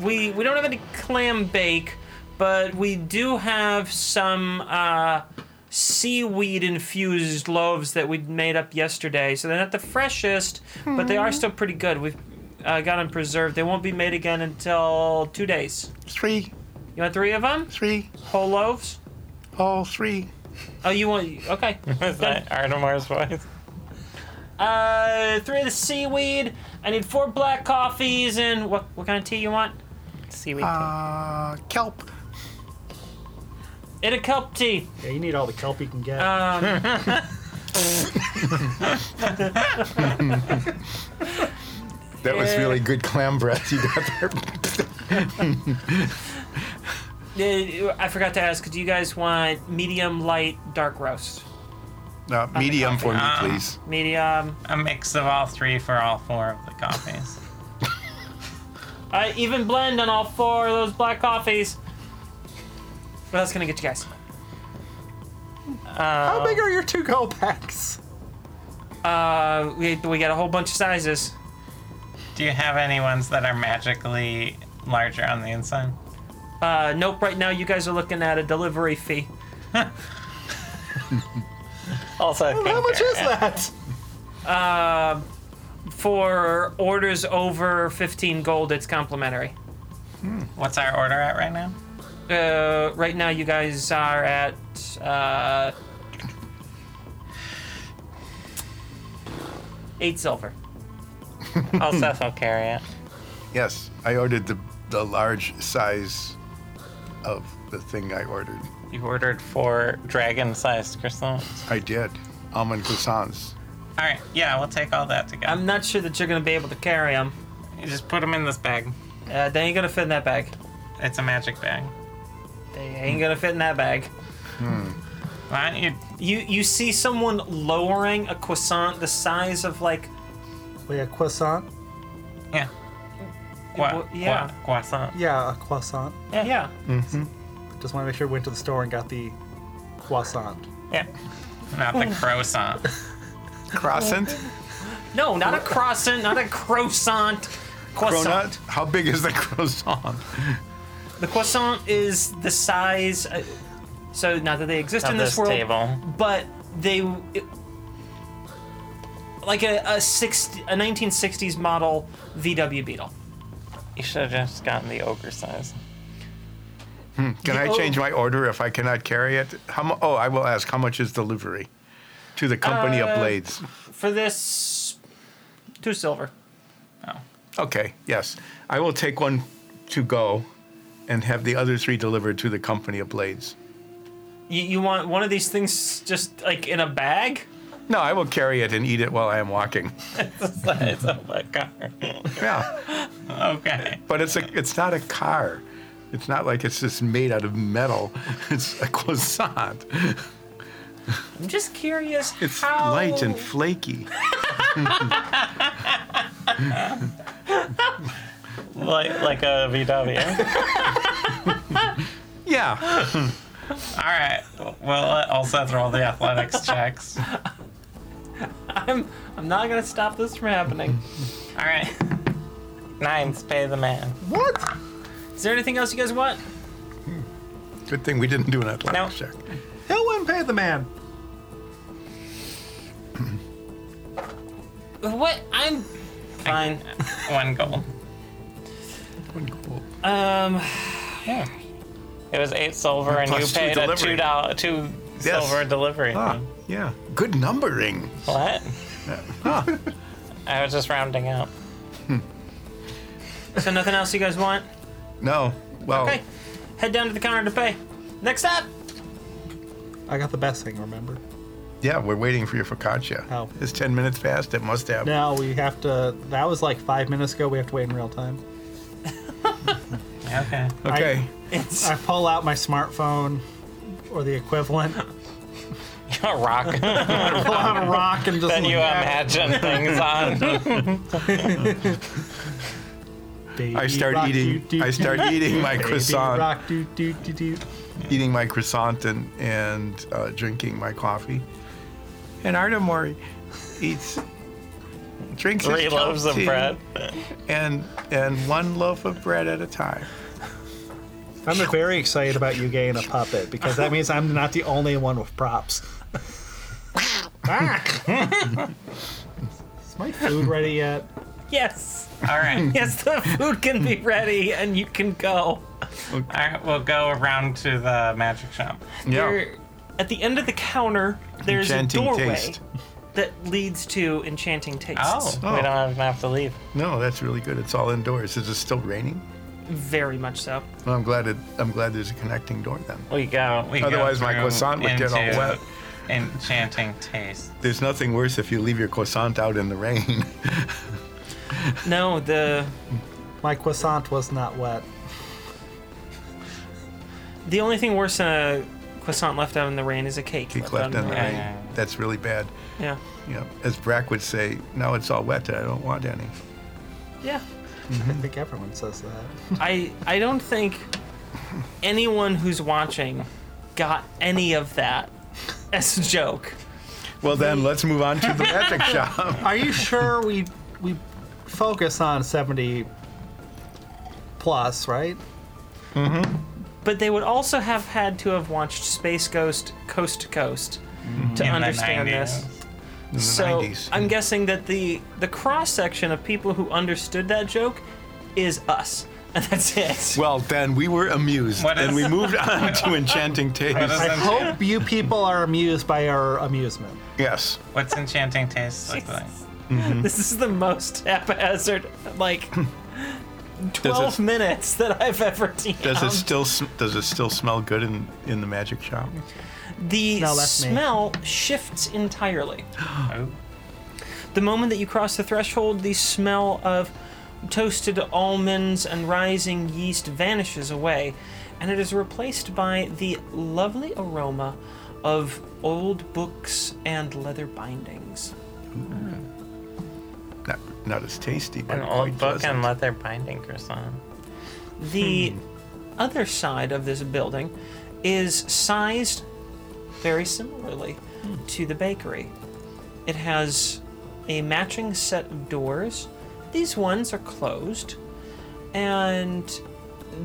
[SPEAKER 1] We we don't have any clam bake, but we do have some uh, seaweed infused loaves that we made up yesterday. So they're not the freshest, but they are still pretty good. We've uh, got them preserved. They won't be made again until two days.
[SPEAKER 4] Three,
[SPEAKER 1] You want three of them?
[SPEAKER 4] three,
[SPEAKER 1] Whole loaves?
[SPEAKER 4] all three.
[SPEAKER 1] Oh, you want. Okay.
[SPEAKER 3] Is that Artemar's voice?
[SPEAKER 1] Uh, three of the seaweed. I need four black coffees and what what kind of tea you want? Seaweed
[SPEAKER 4] Uh, kelp.
[SPEAKER 1] tea. And a kelp tea.
[SPEAKER 2] Yeah, you need all the kelp you can get.
[SPEAKER 1] Um,
[SPEAKER 4] That was
[SPEAKER 1] Yeah.
[SPEAKER 4] really good clam breath you got there.
[SPEAKER 1] uh, I forgot to ask. Do you guys want medium, light, dark roast?
[SPEAKER 4] Uh, medium for me,
[SPEAKER 3] Uh.
[SPEAKER 4] please.
[SPEAKER 1] Medium.
[SPEAKER 3] A mix of all three for all four of the coffees.
[SPEAKER 1] I Uh, even blend on all four of those black coffees. What else can I get you guys?
[SPEAKER 2] How big are your two go packs?
[SPEAKER 1] Uh, we, we got a whole bunch of sizes.
[SPEAKER 3] Do you have any ones that are magically larger on the inside?
[SPEAKER 1] Uh, nope, right now you guys are looking at a delivery fee.
[SPEAKER 3] Also, I think
[SPEAKER 2] How much
[SPEAKER 3] they're-
[SPEAKER 2] is that?
[SPEAKER 1] For orders over 15 gold, it's complimentary.
[SPEAKER 3] What's our order at right now?
[SPEAKER 1] Uh, right now you guys are at uh, eight silver.
[SPEAKER 3] Oh, Seth will carry it.
[SPEAKER 4] Yes, I ordered the, the large size of the thing I ordered.
[SPEAKER 3] You ordered four dragon-sized croissants.
[SPEAKER 4] I did. Almond croissants.
[SPEAKER 3] All right, yeah, we'll take all that together.
[SPEAKER 1] I'm not sure that you're gonna be able to carry them.
[SPEAKER 3] Um, you just put them in this bag.
[SPEAKER 1] Uh, they ain't gonna fit in that bag.
[SPEAKER 3] It's a magic bag.
[SPEAKER 1] They ain't gonna fit in that bag.
[SPEAKER 3] Why don't you?
[SPEAKER 1] You you see someone lowering a croissant the size of like
[SPEAKER 2] Wait, a croissant?
[SPEAKER 3] Yeah. What?
[SPEAKER 1] Well, yeah.
[SPEAKER 3] Croissant.
[SPEAKER 2] Yeah, a croissant.
[SPEAKER 1] eh, yeah.
[SPEAKER 2] Just want to make sure we went to the store and got the croissant.
[SPEAKER 3] Yeah. Not the croissant.
[SPEAKER 4] Croissant?
[SPEAKER 1] No, not a croissant, not a croissant. Croissant.
[SPEAKER 4] Cronut? How big is the croissant?
[SPEAKER 1] The croissant is the size. Uh, so not that they exist
[SPEAKER 3] Of
[SPEAKER 1] in this,
[SPEAKER 3] this
[SPEAKER 1] world,
[SPEAKER 3] table.
[SPEAKER 1] but they it- like a a, 60, a 1960s model VW Beetle.
[SPEAKER 3] You should have just gotten the ogre size.
[SPEAKER 4] Can I
[SPEAKER 1] Oh.
[SPEAKER 4] change my order if I cannot carry it? How mu- oh, I will ask. How much is delivery to the company
[SPEAKER 1] Uh,
[SPEAKER 4] of blades?
[SPEAKER 1] For this, two silver.
[SPEAKER 4] Okay, yes, I will take one to go, and have the other three delivered to the company of blades.
[SPEAKER 1] You, you want one of these things just like in a bag?
[SPEAKER 4] No, I will carry it and eat it while I am walking.
[SPEAKER 3] It's size of a car.
[SPEAKER 4] Yeah,
[SPEAKER 3] Okay.
[SPEAKER 4] but it's a it's not a car. It's not like it's just made out of metal. It's a croissant.
[SPEAKER 1] I'm just curious
[SPEAKER 4] It's
[SPEAKER 1] how
[SPEAKER 4] light and flaky.
[SPEAKER 3] Like like a VW.
[SPEAKER 4] Yeah.
[SPEAKER 3] All right. Well, let also roll the athletics checks. All
[SPEAKER 1] I'm I'm not gonna stop this from happening.
[SPEAKER 3] right. Nines pay the man.
[SPEAKER 4] What?
[SPEAKER 1] Is there anything else you guys want?
[SPEAKER 4] Good thing we didn't do an athletics
[SPEAKER 3] No.
[SPEAKER 4] check.
[SPEAKER 2] Hell wouldn't pay the man.
[SPEAKER 1] What I'm fine.
[SPEAKER 3] One goal.
[SPEAKER 1] Um,
[SPEAKER 3] Yeah. It was eight silver, and you
[SPEAKER 4] Plus two
[SPEAKER 3] paid a
[SPEAKER 4] delivery.
[SPEAKER 3] two dollar two
[SPEAKER 4] Yes.
[SPEAKER 3] silver delivery.
[SPEAKER 4] Ah,
[SPEAKER 3] fee.
[SPEAKER 4] yeah. Ah. Good numbering.
[SPEAKER 3] What?
[SPEAKER 4] Huh.
[SPEAKER 3] I was just rounding up.
[SPEAKER 4] Hmm.
[SPEAKER 1] so nothing else you guys want?
[SPEAKER 4] No. Well,
[SPEAKER 1] Okay, head down to the counter to pay. Next up.
[SPEAKER 2] I got the best thing, remember?
[SPEAKER 4] yeah, we're waiting for your focaccia.
[SPEAKER 2] Oh.
[SPEAKER 4] It's 10 minutes past. It must have.
[SPEAKER 2] Now we have to. That was like five minutes ago. We have to wait in real time.
[SPEAKER 3] Okay.
[SPEAKER 4] Okay.
[SPEAKER 1] It's
[SPEAKER 2] I pull out my smartphone or the equivalent,
[SPEAKER 3] A rock.
[SPEAKER 2] pull out a rock, and just
[SPEAKER 3] then you
[SPEAKER 2] look at
[SPEAKER 3] imagine things on.
[SPEAKER 2] it. Baby
[SPEAKER 4] I start
[SPEAKER 2] rock,
[SPEAKER 4] eating.
[SPEAKER 2] doo, doo,
[SPEAKER 4] I start
[SPEAKER 2] doo.
[SPEAKER 4] eating my
[SPEAKER 2] Baby
[SPEAKER 4] croissant,
[SPEAKER 2] Rock, doo, doo, doo, doo.
[SPEAKER 4] eating my croissant, and and uh, drinking my coffee. And Artemori eats, drinks his
[SPEAKER 3] Three loaves
[SPEAKER 4] cup
[SPEAKER 3] of
[SPEAKER 4] tea
[SPEAKER 3] bread.
[SPEAKER 4] and and one loaf of bread at a time.
[SPEAKER 2] I'm very excited about you getting a puppet because that means I'm not the only one with props. Is my food ready yet?
[SPEAKER 1] Yes.
[SPEAKER 3] All right.
[SPEAKER 1] Yes, the food can be ready and you can go.
[SPEAKER 3] All right, we'll go around to the magic shop.
[SPEAKER 1] There, at the end of the counter, there's
[SPEAKER 5] Enchanting
[SPEAKER 1] a doorway
[SPEAKER 5] taste.
[SPEAKER 1] that leads to enchanting tastes.
[SPEAKER 3] Oh,
[SPEAKER 4] Oh.
[SPEAKER 3] we don't even have to leave.
[SPEAKER 4] No, that's really good. It's all indoors. Is it still raining?
[SPEAKER 1] Very much so.
[SPEAKER 4] Well, I'm glad it. I'm glad there's a connecting door then.
[SPEAKER 3] We go. We
[SPEAKER 4] Otherwise
[SPEAKER 3] go
[SPEAKER 4] my
[SPEAKER 3] through
[SPEAKER 4] croissant would get all
[SPEAKER 3] into
[SPEAKER 4] wet.
[SPEAKER 3] Enchanting taste.
[SPEAKER 4] There's nothing worse if you leave your croissant out in the rain.
[SPEAKER 1] No, the
[SPEAKER 2] My croissant was not wet.
[SPEAKER 1] the only thing worse than a croissant left out in the rain is a cake,
[SPEAKER 4] Keep left in the
[SPEAKER 3] Yeah,
[SPEAKER 4] rain.
[SPEAKER 3] yeah, yeah.
[SPEAKER 4] That's really bad.
[SPEAKER 1] Yeah.
[SPEAKER 4] You know, as Brack would say, now it's all wet. I don't want any.
[SPEAKER 1] Yeah.
[SPEAKER 2] I think everyone says that.
[SPEAKER 1] I I don't think anyone who's watching got any of that as a joke.
[SPEAKER 4] Well, then let's move on to the magic shop.
[SPEAKER 2] Are you sure we we focus on 70 plus, right?
[SPEAKER 1] But they would also have had to have watched Space Ghost Coast to Coast
[SPEAKER 4] Mm-hmm.
[SPEAKER 1] to
[SPEAKER 3] In the
[SPEAKER 1] understand
[SPEAKER 3] 90s.
[SPEAKER 1] this.
[SPEAKER 4] In the
[SPEAKER 1] So
[SPEAKER 4] 90s.
[SPEAKER 1] I'm guessing that the the cross section of people who understood that joke is us, and that's it.
[SPEAKER 4] well, then we were amused
[SPEAKER 3] What
[SPEAKER 4] and
[SPEAKER 3] is-
[SPEAKER 4] we moved on to enchanting
[SPEAKER 3] is-
[SPEAKER 4] taste.
[SPEAKER 2] I
[SPEAKER 3] Sounds
[SPEAKER 2] hope you people are amused by our amusement.
[SPEAKER 4] Yes.
[SPEAKER 3] What's enchanting taste look like?
[SPEAKER 1] This is the most haphazard like. 12
[SPEAKER 4] it-
[SPEAKER 1] minutes that I've ever seen. Um,
[SPEAKER 4] Does it still sm- does it still smell good in, in the magic shop?
[SPEAKER 1] The
[SPEAKER 2] No, that's me.
[SPEAKER 1] smell shifts entirely.
[SPEAKER 3] Oh,
[SPEAKER 1] The moment that you cross the threshold, the smell of toasted almonds and rising yeast vanishes away, and it is replaced by the lovely aroma of old books and leather bindings.
[SPEAKER 4] Not not as tasty, but
[SPEAKER 3] an old
[SPEAKER 4] quite
[SPEAKER 3] book and
[SPEAKER 4] pleasant.
[SPEAKER 3] leather binding croissant.
[SPEAKER 1] The other side of this building is sized very similarly to the bakery. It has a matching set of doors. These ones are closed, and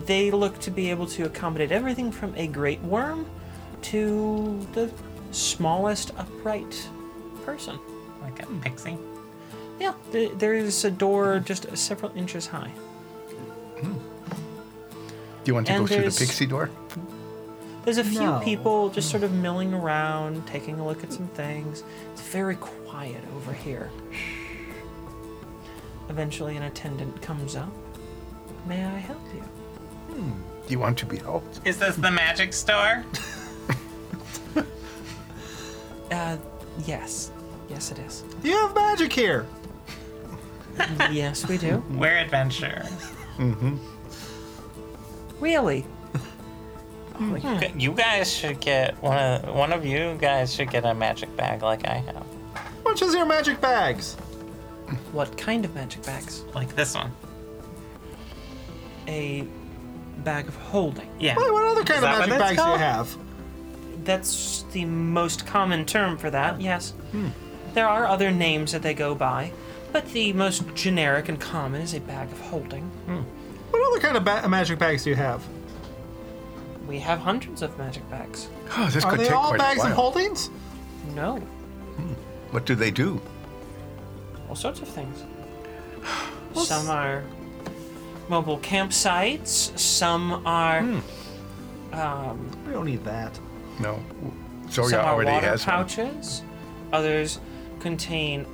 [SPEAKER 1] they look to be able to accommodate everything from a great worm to the smallest upright person.
[SPEAKER 3] Like a pixie.
[SPEAKER 1] Yeah, th- there is a door just several inches high.
[SPEAKER 4] Do you want to go
[SPEAKER 1] and
[SPEAKER 4] through the
[SPEAKER 1] there's-
[SPEAKER 4] pixie door?
[SPEAKER 1] There's a few
[SPEAKER 2] No.
[SPEAKER 1] people just sort of milling around, taking a look at some things. It's very quiet over here. Eventually, an attendant comes up. May I help you?
[SPEAKER 4] Do you want to be helped?
[SPEAKER 3] Is this the magic store?
[SPEAKER 1] Uh, yes. Yes, it is.
[SPEAKER 2] You have magic here.
[SPEAKER 1] yes, we do.
[SPEAKER 3] We're adventurers.
[SPEAKER 1] Really?
[SPEAKER 3] Hmm. You guys should get one of one of you guys should get a magic bag like I have,
[SPEAKER 2] How much is your magic bags?
[SPEAKER 1] What kind of magic bags?
[SPEAKER 3] like this one.
[SPEAKER 1] A bag of holding.
[SPEAKER 3] Yeah.
[SPEAKER 2] Wait, what other kind
[SPEAKER 3] that
[SPEAKER 2] of
[SPEAKER 3] what
[SPEAKER 2] magic
[SPEAKER 3] it's
[SPEAKER 2] bags do you
[SPEAKER 3] called?
[SPEAKER 2] have?
[SPEAKER 1] That's the most common term for that, yes. There are other names that they go by, but the most generic and common is a bag of holding.
[SPEAKER 2] What other kind of ba- magic bags do you have?
[SPEAKER 1] We have hundreds of magic bags.
[SPEAKER 4] Oh, this
[SPEAKER 2] Are
[SPEAKER 4] could
[SPEAKER 2] they
[SPEAKER 4] take
[SPEAKER 2] all
[SPEAKER 4] quite
[SPEAKER 2] bags
[SPEAKER 4] a
[SPEAKER 2] and
[SPEAKER 4] while.
[SPEAKER 2] holdings?
[SPEAKER 1] No,
[SPEAKER 4] What do they do?
[SPEAKER 1] all sorts of things. Some are mobile campsites, some are
[SPEAKER 4] Hmm.
[SPEAKER 2] We don't need that.
[SPEAKER 4] No. Zoria
[SPEAKER 1] some are
[SPEAKER 4] Oh, already
[SPEAKER 1] water
[SPEAKER 4] has one.
[SPEAKER 1] pouches, others contain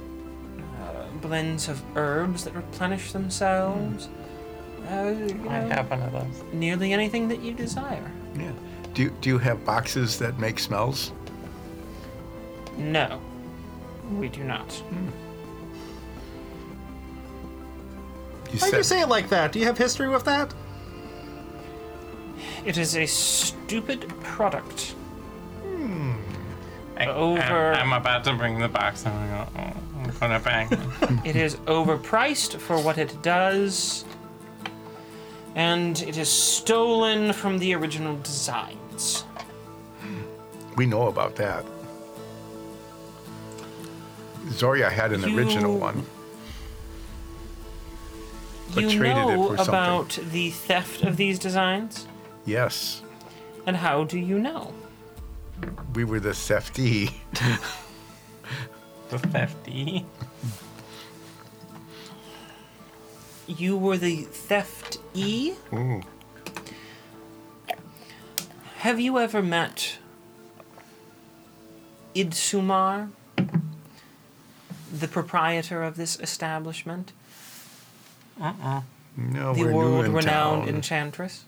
[SPEAKER 1] uh, blends of herbs that replenish themselves.
[SPEAKER 4] Hmm.
[SPEAKER 1] Uh, you
[SPEAKER 3] I
[SPEAKER 1] know,
[SPEAKER 3] have one of those.
[SPEAKER 1] nearly anything that you desire.
[SPEAKER 4] Yeah. Do you, do you have boxes that make smells?
[SPEAKER 1] No, we do not.
[SPEAKER 4] Hmm. You
[SPEAKER 2] Why do you
[SPEAKER 4] said
[SPEAKER 2] say it like that? Do you have history with that?
[SPEAKER 1] It is a stupid product.
[SPEAKER 3] I,
[SPEAKER 1] Over.
[SPEAKER 3] I'm, I'm about to bring the box and I'm gonna, I'm put it back.
[SPEAKER 1] It is overpriced for what it does, and it is stolen from the original designs.
[SPEAKER 4] we know about that. Zoria had an original
[SPEAKER 1] You-
[SPEAKER 4] one. But
[SPEAKER 1] you
[SPEAKER 4] traded it
[SPEAKER 1] know
[SPEAKER 4] for something.
[SPEAKER 1] about the theft of these designs?
[SPEAKER 4] Yes,
[SPEAKER 1] And how do you know?
[SPEAKER 4] we were the Sefti.
[SPEAKER 3] The thefty.
[SPEAKER 1] You were the theft E?
[SPEAKER 4] Ooh.
[SPEAKER 1] Have you ever met Idsumar, the proprietor of this establishment,
[SPEAKER 4] No,
[SPEAKER 1] the
[SPEAKER 4] we're new in
[SPEAKER 1] world-renowned
[SPEAKER 4] town.
[SPEAKER 1] enchantress?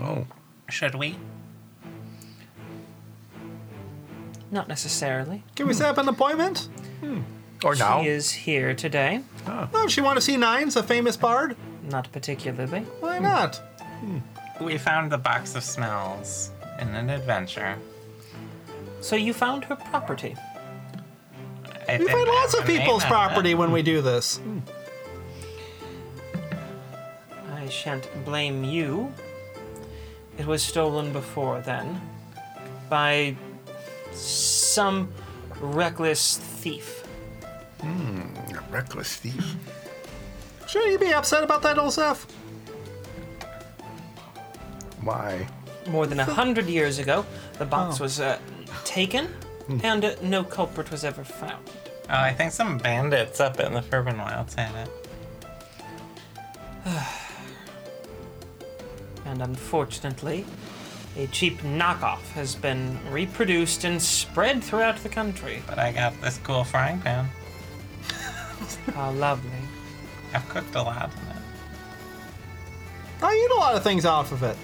[SPEAKER 4] oh,
[SPEAKER 3] Should we?
[SPEAKER 1] Not necessarily.
[SPEAKER 2] Can we
[SPEAKER 4] Hmm.
[SPEAKER 2] set up an appointment?
[SPEAKER 4] or now?
[SPEAKER 1] She is here today.
[SPEAKER 2] Oh, she want to see Nines, a famous bard?
[SPEAKER 1] Not particularly.
[SPEAKER 4] Hmm.
[SPEAKER 2] Why not?
[SPEAKER 3] We found the box of smells in an adventure.
[SPEAKER 1] So you found her property.
[SPEAKER 3] I
[SPEAKER 2] We
[SPEAKER 3] think
[SPEAKER 2] find lots
[SPEAKER 3] that's
[SPEAKER 2] of
[SPEAKER 3] the name
[SPEAKER 2] people's
[SPEAKER 3] it.
[SPEAKER 2] property when we do this.
[SPEAKER 1] I shan't blame you. It was stolen before then by some reckless thief.
[SPEAKER 4] A reckless thief.
[SPEAKER 2] Shouldn't you be upset about that, old Seth?
[SPEAKER 4] Why?
[SPEAKER 1] More than a hundred years ago, the box was uh, taken, and uh, no culprit was ever found.
[SPEAKER 3] Oh, I think some bandits up in the Furban Wilds had it.
[SPEAKER 1] And unfortunately, a cheap knockoff has been reproduced and spread throughout the country.
[SPEAKER 3] But I got this cool frying pan.
[SPEAKER 1] How lovely.
[SPEAKER 3] I've cooked a lot in it.
[SPEAKER 2] I eat a lot of things off of it.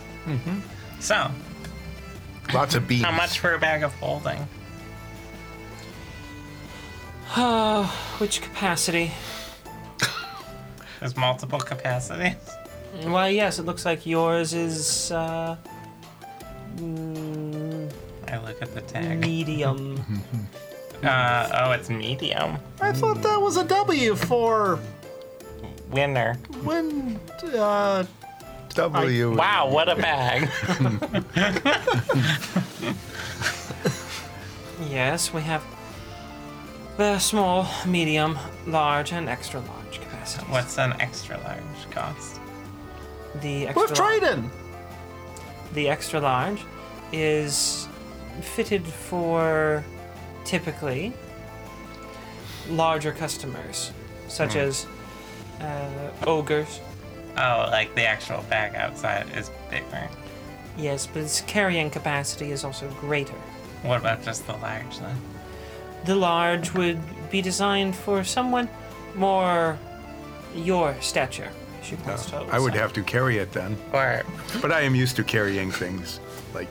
[SPEAKER 3] So,
[SPEAKER 4] Lots of beans.
[SPEAKER 3] how much for a bag of holding?
[SPEAKER 1] Oh, which capacity?
[SPEAKER 3] There's multiple capacities.
[SPEAKER 1] Why, yes, it looks like yours is uh, mm,
[SPEAKER 3] I look at the tag.
[SPEAKER 1] medium.
[SPEAKER 3] Uh, oh, it's medium.
[SPEAKER 2] I thought that was a W for
[SPEAKER 3] Winner.
[SPEAKER 2] when. Uh,
[SPEAKER 4] W.
[SPEAKER 3] Wow, what a bag.
[SPEAKER 1] yes, we have the small, medium, large, and extra large capacities.
[SPEAKER 3] What's an extra large cost?
[SPEAKER 1] the extra?
[SPEAKER 2] with Trident!
[SPEAKER 1] the extra large is fitted for typically larger customers, such as uh, ogres.
[SPEAKER 3] Oh, like the actual bag outside is bigger.
[SPEAKER 1] Yes, but its carrying capacity is also greater.
[SPEAKER 3] What about just the large then?
[SPEAKER 1] The large would be designed for someone more your stature. She points to
[SPEAKER 4] I would
[SPEAKER 1] Osa.
[SPEAKER 4] have to carry it then,
[SPEAKER 3] Or
[SPEAKER 4] but I am used to carrying things like,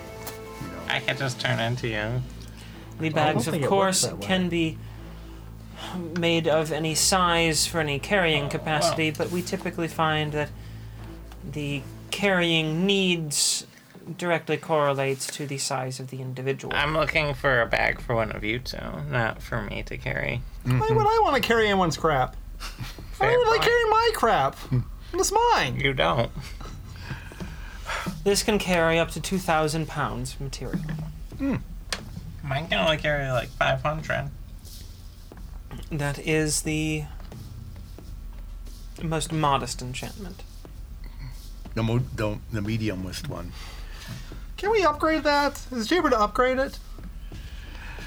[SPEAKER 4] you know.
[SPEAKER 3] I could just turn into you.
[SPEAKER 1] The bags,
[SPEAKER 2] think
[SPEAKER 1] of
[SPEAKER 2] it works
[SPEAKER 1] course,
[SPEAKER 2] that way.
[SPEAKER 1] can be made of any size for any
[SPEAKER 2] Oh,
[SPEAKER 1] carrying capacity, but we typically find that the carrying needs directly correlates to the size of the individual.
[SPEAKER 3] I'm looking for a bag for one of you two, not for me to carry.
[SPEAKER 2] Why would I want to carry anyone's crap? Why
[SPEAKER 3] Fair
[SPEAKER 2] would I
[SPEAKER 3] point.
[SPEAKER 2] carry my crap? It's mine.
[SPEAKER 3] You don't.
[SPEAKER 1] This can carry up to 2,000 pounds of material.
[SPEAKER 3] Mine can only carry like 500.
[SPEAKER 1] That is the most modest enchantment.
[SPEAKER 4] The, mo- the, the mediumist one.
[SPEAKER 2] Can we upgrade that? Is it cheaper to upgrade it?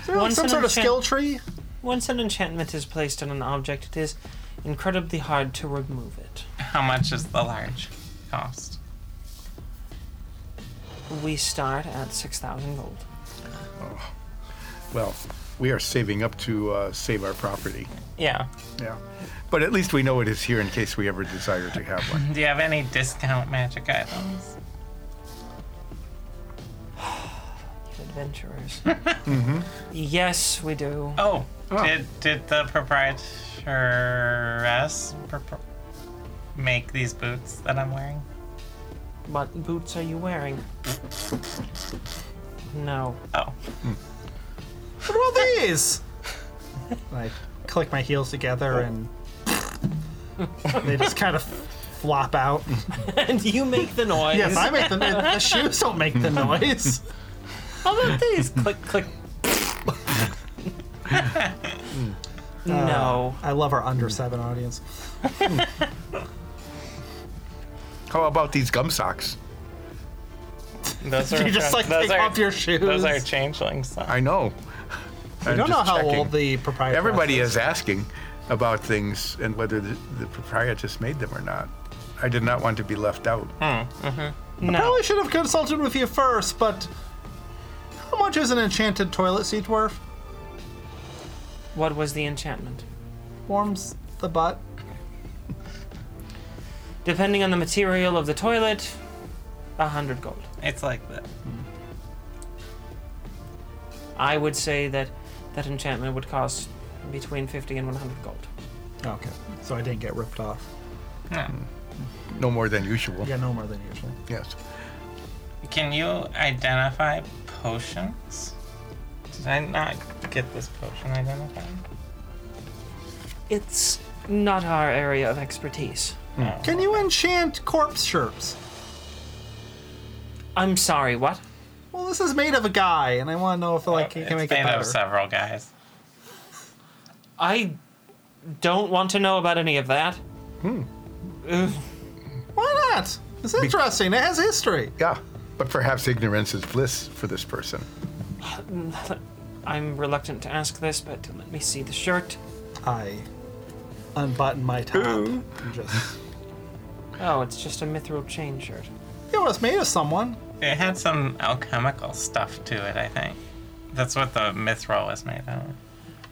[SPEAKER 2] Is there like
[SPEAKER 1] Once
[SPEAKER 2] some
[SPEAKER 1] an
[SPEAKER 2] sort of
[SPEAKER 1] enchant-
[SPEAKER 2] skill tree?
[SPEAKER 1] Once an enchantment is placed on an object, it is incredibly hard to remove it.
[SPEAKER 3] How much is the large cost?
[SPEAKER 1] We start at 6,000 gold.
[SPEAKER 4] Well, we are saving up to uh, save our property.
[SPEAKER 3] Yeah.
[SPEAKER 4] Yeah. But at least we know it is here in case we ever desire to have one.
[SPEAKER 3] Do you have any discount magic items?
[SPEAKER 1] adventurers. Yes, we do.
[SPEAKER 3] Oh, did did the proprietress propr- make these boots that I'm wearing?
[SPEAKER 1] What boots are you wearing? No.
[SPEAKER 3] Oh,
[SPEAKER 2] What about these? And I click my heels together and they just kind of flop out.
[SPEAKER 1] and you make the noise.
[SPEAKER 2] Yes, I make the, the shoes don't make the noise.
[SPEAKER 1] How about these? click, click. no.
[SPEAKER 2] I love our under seven audience.
[SPEAKER 4] How about these gum socks?
[SPEAKER 3] Those are
[SPEAKER 2] You just, like,
[SPEAKER 3] those
[SPEAKER 2] take
[SPEAKER 3] are,
[SPEAKER 2] off your shoes.
[SPEAKER 3] Those are changelings. though.
[SPEAKER 4] I know.
[SPEAKER 2] I
[SPEAKER 4] I'm
[SPEAKER 2] don't know
[SPEAKER 4] just
[SPEAKER 2] how
[SPEAKER 4] checking.
[SPEAKER 2] old the proprietor.
[SPEAKER 4] Everybody is asking about things and whether the, the proprietress made them or not. I did not want to be left out.
[SPEAKER 2] Hmm.
[SPEAKER 1] No.
[SPEAKER 2] Probably should have consulted with you first, but how much is an enchanted toilet seat worth?
[SPEAKER 1] What was the enchantment?
[SPEAKER 2] Warms the butt.
[SPEAKER 1] Depending on the material of the toilet, a hundred gold.
[SPEAKER 3] It's like that.
[SPEAKER 1] I would say that that enchantment would cost between 50 and 100 gold.
[SPEAKER 2] Okay, so I didn't get ripped off.
[SPEAKER 3] Hmm.
[SPEAKER 4] No more than usual.
[SPEAKER 2] Yeah, no more than usual.
[SPEAKER 4] Yes.
[SPEAKER 3] Can you identify potions? Did I not get this potion identified?
[SPEAKER 1] It's not our area of expertise.
[SPEAKER 3] No.
[SPEAKER 2] Can you enchant corpse shirts?
[SPEAKER 1] I'm sorry, what?
[SPEAKER 2] Well, this is made of a guy, and I want to know if like he
[SPEAKER 3] it's
[SPEAKER 2] can make
[SPEAKER 3] made
[SPEAKER 2] it
[SPEAKER 3] up
[SPEAKER 2] better.
[SPEAKER 3] of several guys.
[SPEAKER 1] I don't want to know about any of that. Ugh.
[SPEAKER 2] Why not? It's interesting. It has history.
[SPEAKER 4] Yeah. But perhaps ignorance is bliss for this person.
[SPEAKER 1] I'm reluctant to ask this, but let me see the shirt.
[SPEAKER 2] I unbutton my top. And just,
[SPEAKER 1] Oh, it's just a mithril chain shirt.
[SPEAKER 2] it was made of someone.
[SPEAKER 3] It had some alchemical stuff to it, I think. That's what the mithril was made out of.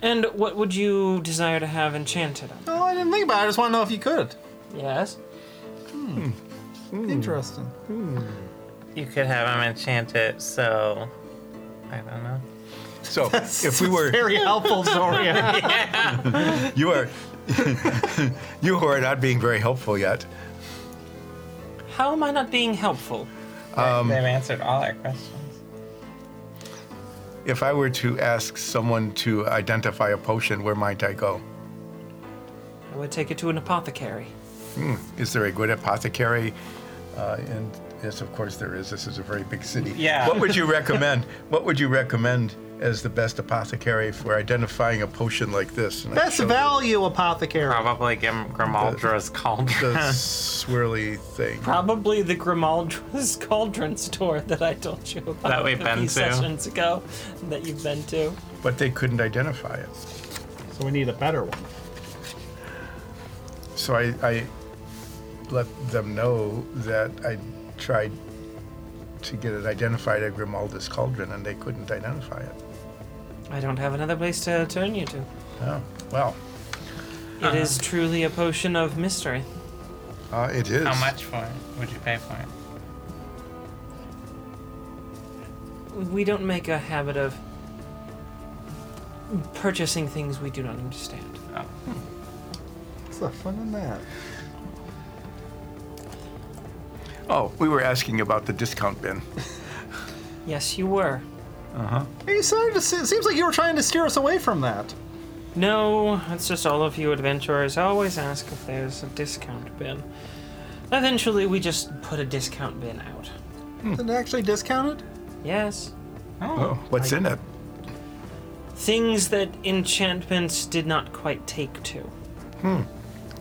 [SPEAKER 1] And what would you desire to have enchanted? on?
[SPEAKER 2] Oh, I didn't think about it. I just want to know if you could.
[SPEAKER 1] Yes?
[SPEAKER 2] Hmm. Interesting.
[SPEAKER 3] You could have them enchanted, so I don't know.
[SPEAKER 4] So if we were
[SPEAKER 2] very helpful, Zoria.
[SPEAKER 4] you are you who are not being very helpful yet.
[SPEAKER 1] How am I not being helpful?
[SPEAKER 3] They've answered all our questions.
[SPEAKER 4] If I were to ask someone to identify a potion, where might I go?
[SPEAKER 1] I would take it to an apothecary.
[SPEAKER 4] Is there a good apothecary? Uh, and yes, of course there is. This is a very big city.
[SPEAKER 3] Yeah.
[SPEAKER 4] What would you recommend? what would you recommend as the best apothecary for identifying a potion like this? And I
[SPEAKER 2] Best
[SPEAKER 4] showed you
[SPEAKER 2] value apothecary.
[SPEAKER 3] Probably Grim- Grimaldra's
[SPEAKER 4] The
[SPEAKER 3] cauldron.
[SPEAKER 4] swirly thing.
[SPEAKER 1] Probably the Grimaldra's Cauldron store that I told you about
[SPEAKER 3] That we've
[SPEAKER 1] a
[SPEAKER 3] been
[SPEAKER 1] few
[SPEAKER 3] to.
[SPEAKER 1] sessions ago, that you've been to.
[SPEAKER 4] But they couldn't identify it.
[SPEAKER 2] So we need a better one.
[SPEAKER 4] So I, I let them know that I tried to get it identified at Grimalda's cauldron and they couldn't identify it.
[SPEAKER 1] I don't have another place to turn you to.
[SPEAKER 4] Oh, well,
[SPEAKER 3] Uh-huh.
[SPEAKER 1] It is truly a potion of mystery.
[SPEAKER 4] uh, it is.
[SPEAKER 3] How much for it? Would you pay for it?
[SPEAKER 1] We don't make a habit of purchasing things we do not understand.
[SPEAKER 3] Oh.
[SPEAKER 2] What's the fun in that?
[SPEAKER 4] Oh, we were asking about the discount bin.
[SPEAKER 1] Yes, you were.
[SPEAKER 2] You started to se- it seems like you were trying to steer us away from that.
[SPEAKER 1] No, it's just all of you adventurers always ask if there's a discount bin. Eventually, we just put a discount bin out.
[SPEAKER 2] Is it actually discounted?
[SPEAKER 1] Yes.
[SPEAKER 4] Oh, what's in it?
[SPEAKER 1] Things that enchantments did not quite take to.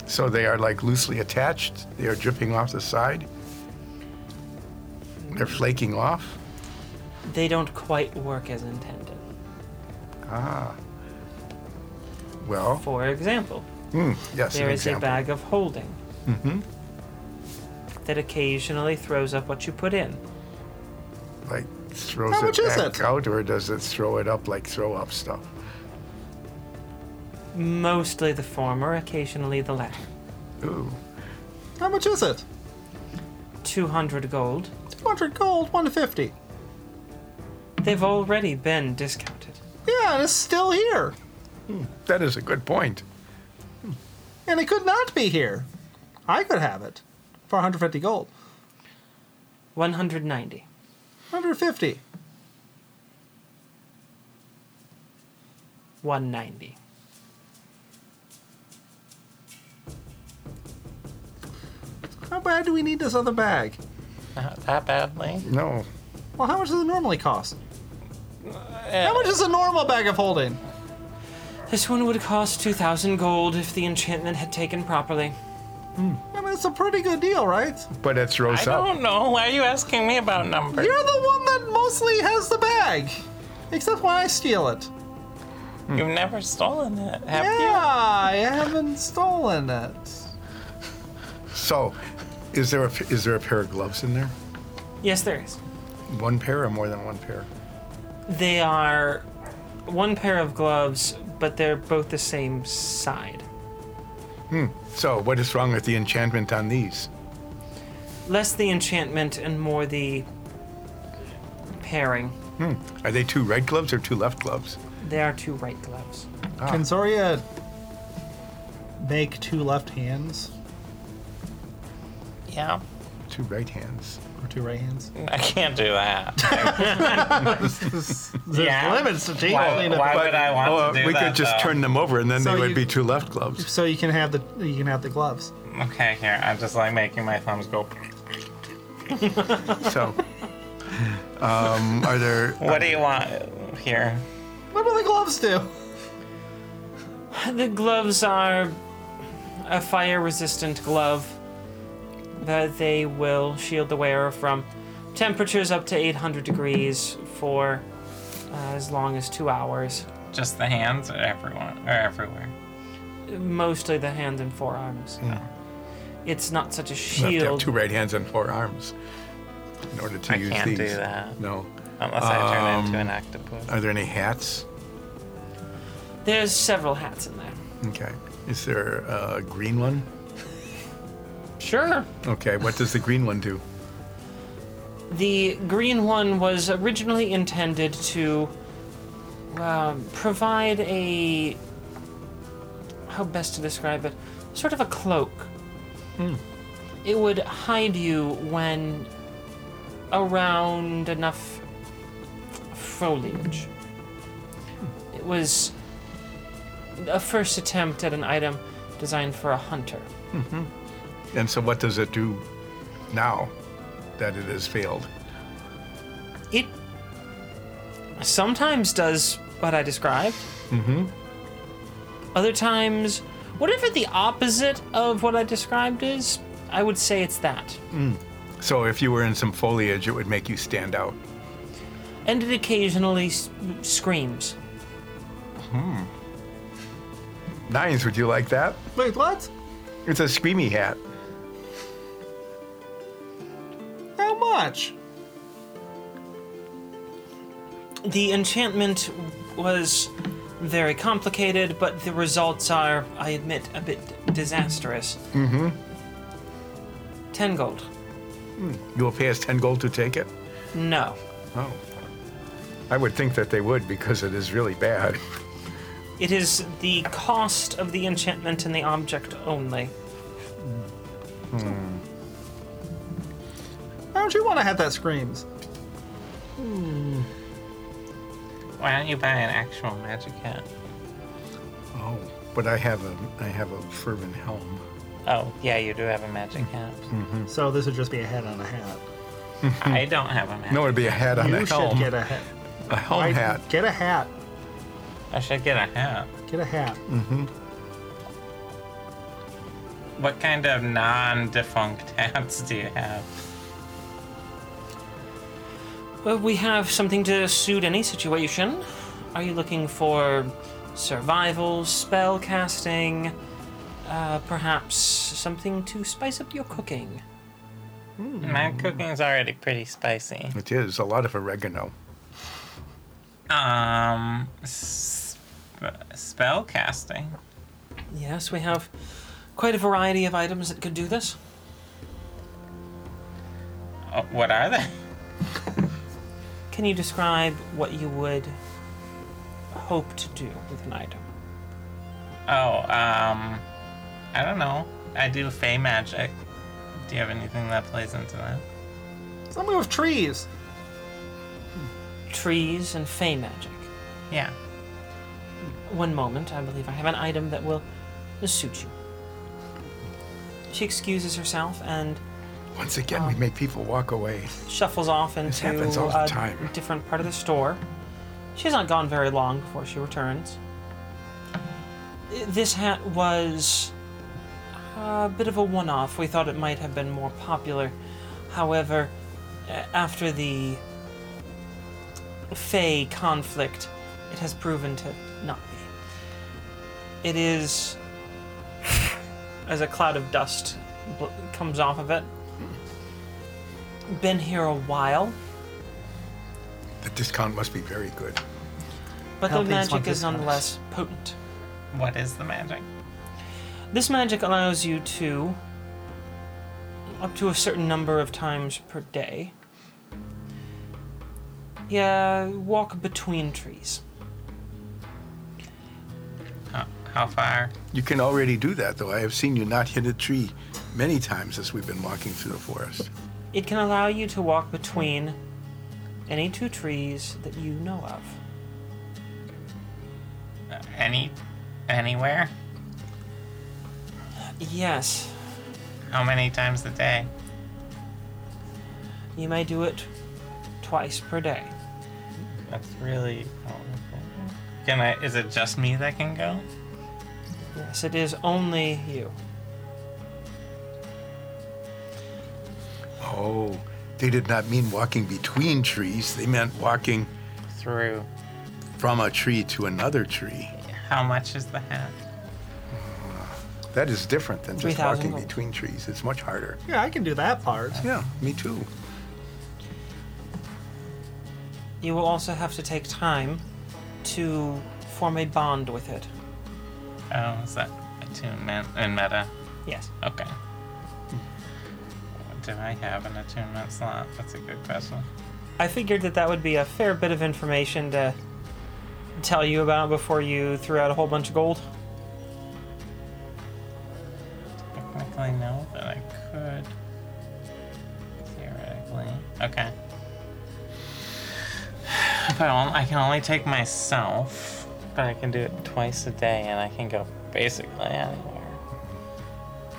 [SPEAKER 4] So they are like loosely attached. They are dripping off the side. They're flaking off.
[SPEAKER 1] They don't quite work as intended.
[SPEAKER 4] Well,
[SPEAKER 1] For example,
[SPEAKER 4] hmm, yes.
[SPEAKER 1] there
[SPEAKER 4] an
[SPEAKER 1] is a
[SPEAKER 4] example.
[SPEAKER 1] bag of holding that occasionally throws up what you put in.
[SPEAKER 4] Like throws
[SPEAKER 2] How
[SPEAKER 4] it
[SPEAKER 2] much is
[SPEAKER 4] back
[SPEAKER 2] it?
[SPEAKER 4] out, or does it throw it up like throw up stuff?
[SPEAKER 1] Mostly the former, occasionally the latter.
[SPEAKER 4] Ooh.
[SPEAKER 2] How much is it?
[SPEAKER 1] 200 gold.
[SPEAKER 2] 200 gold, 150.
[SPEAKER 1] They've already been discounted.
[SPEAKER 2] Yeah, and it's still here.
[SPEAKER 4] That is a good point.
[SPEAKER 2] And it could not be here. I could have it for 150 gold.
[SPEAKER 1] 190.
[SPEAKER 2] 150.
[SPEAKER 1] 190.
[SPEAKER 2] How bad do we need this other bag?
[SPEAKER 3] Not that badly.
[SPEAKER 4] No.
[SPEAKER 2] Well, how much does it normally cost? Uh, How much is a normal bag of holding?
[SPEAKER 1] This one would cost 2,000 gold if the enchantment had taken properly.
[SPEAKER 2] I mean, it's a pretty good deal, right?
[SPEAKER 4] But it's
[SPEAKER 3] I
[SPEAKER 4] rose up.
[SPEAKER 3] don't know. Why are you asking me about numbers?
[SPEAKER 2] You're the one that mostly has the bag, except when I steal it.
[SPEAKER 3] You've never stolen it, have
[SPEAKER 2] Yeah, I haven't stolen it.
[SPEAKER 4] So, is there a is there a pair of gloves in there?
[SPEAKER 1] Yes, there is.
[SPEAKER 4] One pair or more than one pair?
[SPEAKER 1] They are one pair of gloves, but they're both the same side.
[SPEAKER 4] So, what is wrong with the enchantment on these?
[SPEAKER 1] Less the enchantment and more the pairing.
[SPEAKER 4] Are they two red gloves or two left gloves?
[SPEAKER 1] They are two right gloves.
[SPEAKER 4] Ah.
[SPEAKER 2] Can Zoria make two left hands
[SPEAKER 3] you? Yeah.
[SPEAKER 4] Two right hands.
[SPEAKER 2] or two right hands?
[SPEAKER 3] I can't do that.
[SPEAKER 2] There's
[SPEAKER 3] Yeah.
[SPEAKER 2] limits to
[SPEAKER 3] Why-
[SPEAKER 2] jingling.
[SPEAKER 3] why would I want
[SPEAKER 4] Oh,
[SPEAKER 3] to do
[SPEAKER 4] we
[SPEAKER 3] that?
[SPEAKER 4] could just
[SPEAKER 3] though?
[SPEAKER 4] turn them over, and then
[SPEAKER 2] So
[SPEAKER 4] they would
[SPEAKER 2] you-
[SPEAKER 4] be two left gloves.
[SPEAKER 2] So you can have the you can have the gloves.
[SPEAKER 3] Okay, here. I'm just like making my thumbs go.
[SPEAKER 4] So, um, are there?
[SPEAKER 3] What do you want here?
[SPEAKER 2] What do the gloves do?
[SPEAKER 1] The gloves are a fire resistant glove that they will shield the wearer from temperatures up to 800 degrees for uh, as long as two hours.
[SPEAKER 3] Just the hands or everyone or everywhere?
[SPEAKER 1] Mostly the hand and forearms. It's not such a
[SPEAKER 4] You have to have
[SPEAKER 1] shield.
[SPEAKER 4] two right hands and four arms in order to
[SPEAKER 3] I
[SPEAKER 4] use
[SPEAKER 3] can't
[SPEAKER 4] these.
[SPEAKER 3] do that.
[SPEAKER 4] No.
[SPEAKER 3] Unless I turn
[SPEAKER 4] Um,
[SPEAKER 3] into an octopus.
[SPEAKER 4] Are there any hats?
[SPEAKER 1] There's several hats in there.
[SPEAKER 4] Okay. Is there a green one?
[SPEAKER 1] Sure.
[SPEAKER 4] Okay. What does the green one do?
[SPEAKER 1] The green one was originally intended to um, provide a. How best to describe it? Sort of a cloak. It would hide you when around enough foliage. It was a first attempt at an item designed for a hunter.
[SPEAKER 4] And so, what does it do now that it has failed?
[SPEAKER 1] it sometimes does what I described. Mm-hmm. Other times, whatever the opposite of what I described is, I would say it's that.
[SPEAKER 4] So, if you were in some foliage, it would make you stand out.
[SPEAKER 1] And it occasionally s- screams.
[SPEAKER 4] Nines, would you like that?
[SPEAKER 2] Wait, what?
[SPEAKER 4] It's a screamy hat.
[SPEAKER 2] How much?
[SPEAKER 1] The enchantment was very complicated, but the results are, I admit, a bit disastrous. Mm-hmm. Ten gold.
[SPEAKER 4] You will pay us 10 gold to take it?
[SPEAKER 1] No.
[SPEAKER 4] Oh. I would think that they would because it is really bad.
[SPEAKER 1] It is the cost of the enchantment and the object only.
[SPEAKER 2] Why don't you want to have that screams?
[SPEAKER 3] Why don't you buy an actual magic hat?
[SPEAKER 4] Oh. But I have a I have a fervent helm.
[SPEAKER 3] Oh, yeah, you do have a magic hat.
[SPEAKER 4] Hmm.
[SPEAKER 2] So this would just be a head on a hat.
[SPEAKER 3] I don't have a magic.
[SPEAKER 4] No, it'd be a hat on
[SPEAKER 2] you
[SPEAKER 4] a
[SPEAKER 2] should
[SPEAKER 4] helm.
[SPEAKER 2] get a hat.
[SPEAKER 4] a helm
[SPEAKER 2] I-
[SPEAKER 4] hat.
[SPEAKER 2] Get a hat.
[SPEAKER 3] I should get a hat.
[SPEAKER 2] Get a hat.
[SPEAKER 4] Hmm.
[SPEAKER 3] What kind of non-defunct hats do you have?
[SPEAKER 1] Well, we have something to suit any situation. Are you looking for survival, spell casting, uh, perhaps something to spice up your cooking?
[SPEAKER 3] My Hmm. cooking's already pretty spicy.
[SPEAKER 4] It is a lot of oregano.
[SPEAKER 3] Um, s- spell casting.
[SPEAKER 1] Yes, we have quite a variety of items that could do this.
[SPEAKER 3] Oh, what are they?
[SPEAKER 1] Can you describe what you would hope to do with an item?
[SPEAKER 3] Oh, um, I don't know. I do fey magic. Do you have anything that plays into that?
[SPEAKER 2] Something with trees.
[SPEAKER 1] Trees and fey magic.
[SPEAKER 3] Yeah.
[SPEAKER 1] One moment, I believe I have an item that will suit you. She excuses herself and
[SPEAKER 4] Once again,
[SPEAKER 2] Oh.
[SPEAKER 4] we make people walk away.
[SPEAKER 1] shuffles off into
[SPEAKER 4] happens all the
[SPEAKER 1] a
[SPEAKER 4] time.
[SPEAKER 1] different part of the store. She's not gone very long before she returns. This hat was a bit of a one off. We thought it might have been more popular. However, a- after the Fey conflict, it has proven to not be. It is as a cloud of dust bl- comes off of it. Been here a while,
[SPEAKER 4] The discount must be very good.
[SPEAKER 1] but
[SPEAKER 2] Helping
[SPEAKER 1] the
[SPEAKER 2] someone
[SPEAKER 1] magic is
[SPEAKER 2] discuss.
[SPEAKER 1] nonetheless potent.
[SPEAKER 3] What is the magic?
[SPEAKER 1] This magic allows you to, up to a certain number of times per day, yeah, walk between trees.
[SPEAKER 3] How, how far?
[SPEAKER 4] You can already do that, though. I have seen you not hit a tree many times as we've been walking through the forest.
[SPEAKER 1] It can allow you to walk between any two trees that you know of.
[SPEAKER 3] Any, anywhere?
[SPEAKER 1] Yes,
[SPEAKER 3] How many times a day?
[SPEAKER 1] you may do it twice per day.
[SPEAKER 3] That's really. oh, okay. Can I? Is it just me that can go?
[SPEAKER 1] Yes, it is only you.
[SPEAKER 4] Oh, they did not mean walking between trees. They meant walking
[SPEAKER 3] Through.
[SPEAKER 4] from a tree to another tree.
[SPEAKER 3] How much is the half?
[SPEAKER 4] That is different than just
[SPEAKER 1] 3,000
[SPEAKER 4] walking
[SPEAKER 1] gold.
[SPEAKER 4] between trees. It's much harder.
[SPEAKER 2] Yeah, I can do that part.
[SPEAKER 4] Yeah, me too.
[SPEAKER 1] You will also have to take time to form a bond with it.
[SPEAKER 3] Oh, is that attunement in meta?
[SPEAKER 1] Yes.
[SPEAKER 3] Okay. Do I have an attunement slot? That's a good question.
[SPEAKER 1] I figured that that would be a fair bit of information to tell you about before you threw out a whole bunch of gold.
[SPEAKER 3] Technically, no, but I could. Theoretically. Okay. But I on- I can only take myself, but I can do it twice a day and I can go basically anywhere.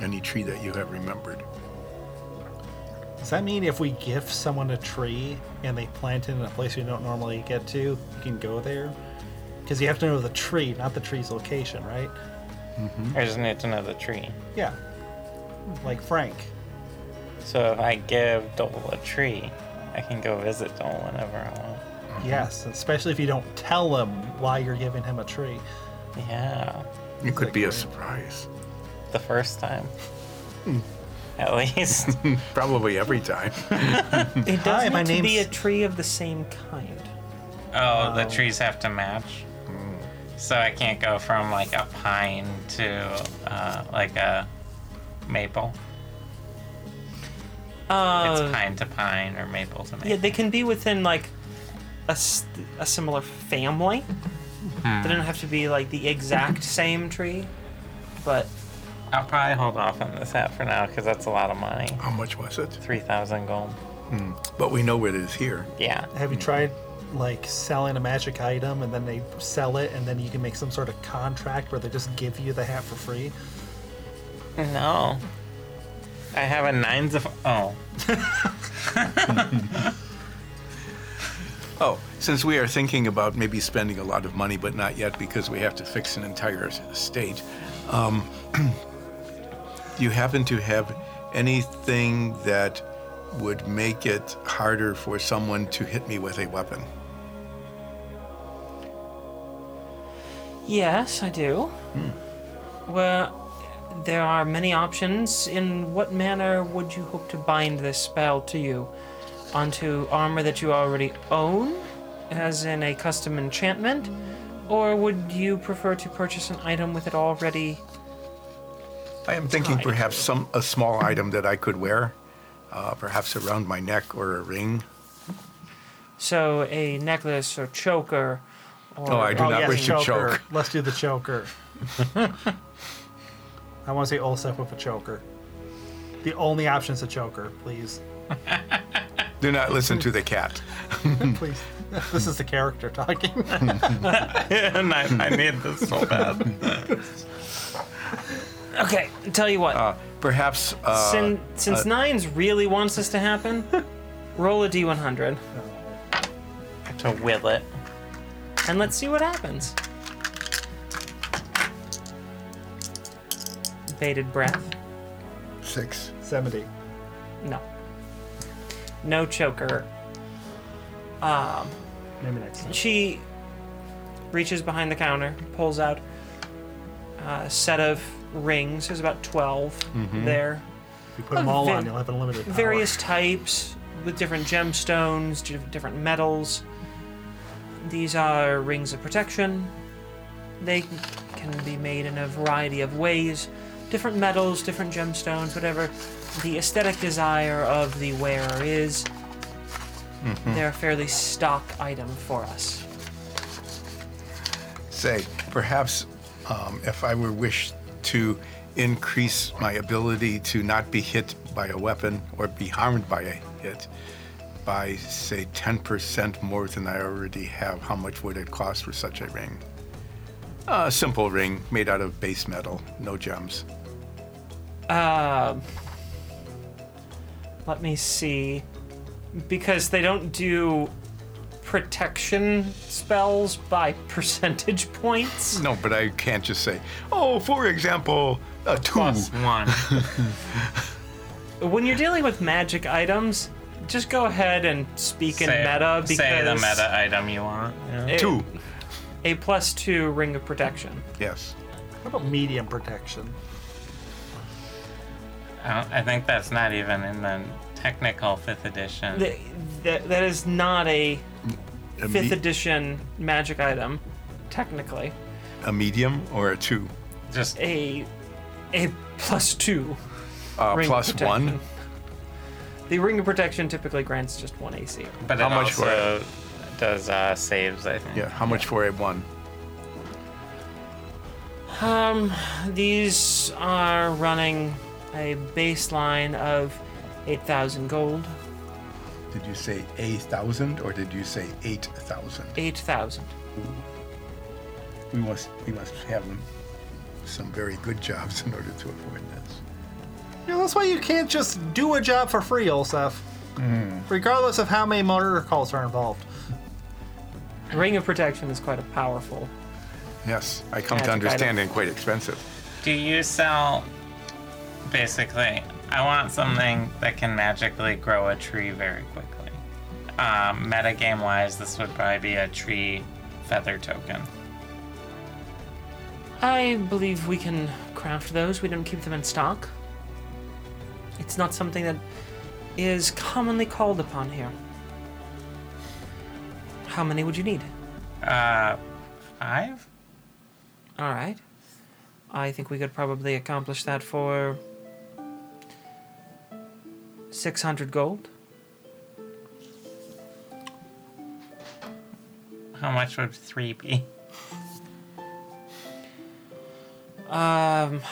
[SPEAKER 4] Any tree that you have remembered.
[SPEAKER 2] Does that mean if we gift someone a tree and they plant it in a place you don't normally get to, you can go there? Because you have to know the tree, not the tree's location, right?
[SPEAKER 3] I just need to know the tree.
[SPEAKER 2] Yeah. Like Frank.
[SPEAKER 3] So if I give Dole a tree, I can go visit Dole whenever I want.
[SPEAKER 2] Yes, especially if you don't tell him why you're giving him a tree.
[SPEAKER 3] Yeah.
[SPEAKER 4] It could be a surprise.
[SPEAKER 3] The first time. At least.
[SPEAKER 4] Probably every time.
[SPEAKER 1] It does
[SPEAKER 2] Hi,
[SPEAKER 1] need
[SPEAKER 2] my
[SPEAKER 1] to be a
[SPEAKER 2] name's-
[SPEAKER 1] tree of the same kind.
[SPEAKER 3] Oh, the
[SPEAKER 2] Wow.
[SPEAKER 3] trees have to match. So I can't go from like a pine to uh, like a maple. It's
[SPEAKER 1] Uh,
[SPEAKER 3] pine to pine or maple to maple.
[SPEAKER 1] yeah, they can be within like a, s- a similar family. They don't have to be like the exact same tree, but
[SPEAKER 3] I'll probably hold off on this hat for now because that's a lot of money.
[SPEAKER 4] How much was it?
[SPEAKER 3] 3,000 gold.
[SPEAKER 4] But we know it is here.
[SPEAKER 3] Yeah.
[SPEAKER 2] Have you tried like selling a magic item and then they sell it and then you can make some sort of contract where they just give you the hat for free?
[SPEAKER 3] No. I have a nines of. Oh.
[SPEAKER 4] Oh, since we are thinking about maybe spending a lot of money, but not yet because we have to fix an entire state, um, do you happen to have anything that would make it harder for someone to hit me with a weapon?
[SPEAKER 1] yes, I do.
[SPEAKER 4] Hmm.
[SPEAKER 1] Well, there are many options. In what manner would you hope to bind this spell to you? Onto armor that you already own, as in a custom enchantment? Or would you prefer to purchase an item with it already?
[SPEAKER 4] I am thinking
[SPEAKER 1] Tied.
[SPEAKER 4] perhaps some a small item that I could wear, uh, perhaps around my neck or a ring.
[SPEAKER 1] So, a necklace or choker? Or
[SPEAKER 4] Oh, I do
[SPEAKER 2] Oh,
[SPEAKER 4] not
[SPEAKER 2] yes,
[SPEAKER 4] wish to
[SPEAKER 2] choker.
[SPEAKER 4] choke.
[SPEAKER 2] Let's do the choker. I want to say Olsef with a choker. The only option is a choker, please.
[SPEAKER 4] Do not listen to the cat.
[SPEAKER 2] please. This is the character talking.
[SPEAKER 3] and I, I need this so bad.
[SPEAKER 1] Okay, tell you what.
[SPEAKER 4] Uh, perhaps uh,
[SPEAKER 1] Sin, since Nines really wants this to happen, roll a d100
[SPEAKER 3] to will it.
[SPEAKER 1] and let's see what happens. Bated breath.
[SPEAKER 4] Six.
[SPEAKER 2] 70.
[SPEAKER 1] No. No choker.
[SPEAKER 2] Maybe next time.
[SPEAKER 1] She reaches behind the counter, pulls out a set of rings. There's about 12 there.
[SPEAKER 2] You put them all
[SPEAKER 1] Var-
[SPEAKER 2] on, you'll have unlimited power.
[SPEAKER 1] Various types with different gemstones, di- different metals. These are rings of protection. They can be made in a variety of ways different metals, different gemstones, whatever the aesthetic desire of the wearer is. They're a fairly stock item for us.
[SPEAKER 4] Say, perhaps um, if I were wished to increase my ability to not be hit by a weapon or be harmed by a hit by, say, 10% more than I already have, how much would it cost for such a ring? A simple ring made out of base metal, no gems.
[SPEAKER 1] Let me see. Because they don't do protection spells by percentage points.
[SPEAKER 4] No, but I can't just say, oh, for example, a two.
[SPEAKER 3] Plus one.
[SPEAKER 1] When you're dealing with magic items, just go ahead and speak in
[SPEAKER 3] Say-
[SPEAKER 1] meta because
[SPEAKER 3] say the meta item you want. yeah.
[SPEAKER 1] A,
[SPEAKER 4] Two.
[SPEAKER 1] a plus two ring of protection.
[SPEAKER 4] Yes.
[SPEAKER 2] How about medium protection?
[SPEAKER 3] I, don't- I think that's not even in the technical fifth edition.
[SPEAKER 1] Th that, that is not a
[SPEAKER 4] A,
[SPEAKER 1] fifth
[SPEAKER 4] me-
[SPEAKER 1] edition magic item, technically.
[SPEAKER 4] a medium or a two?
[SPEAKER 3] Just
[SPEAKER 1] A a plus two.
[SPEAKER 4] Uh,
[SPEAKER 1] ring of
[SPEAKER 4] plus one?
[SPEAKER 1] protection. The ring of protection typically grants just one AC.
[SPEAKER 3] but
[SPEAKER 4] How
[SPEAKER 3] it
[SPEAKER 4] much for
[SPEAKER 3] also does uh, saves. I think.
[SPEAKER 4] Yeah, how much for a one?
[SPEAKER 1] These are running a baseline of 8,000 gold.
[SPEAKER 4] Did you say a thousand or did you say eight thousand?
[SPEAKER 1] 8,000.
[SPEAKER 4] We must we must have some very good jobs in order to avoid this.
[SPEAKER 2] You know, that's why you can't just do a job for free, Olsef. Regardless of how many murder calls are involved.
[SPEAKER 1] Ring of protection is quite a powerful.
[SPEAKER 4] Yes, I come
[SPEAKER 1] Magic
[SPEAKER 4] to understand
[SPEAKER 1] item.
[SPEAKER 4] and quite expensive.
[SPEAKER 3] Do you sell basically? I want something that can magically grow a tree very quickly. Um, metagame wise, this would probably be a tree feather token.
[SPEAKER 1] I believe we can craft those. We don't keep them in stock. It's not something that is commonly called upon here. How many would you need?
[SPEAKER 3] Uh, five?
[SPEAKER 1] All right. I think we could probably accomplish that for 600 gold.
[SPEAKER 3] How much would three be?
[SPEAKER 1] Um,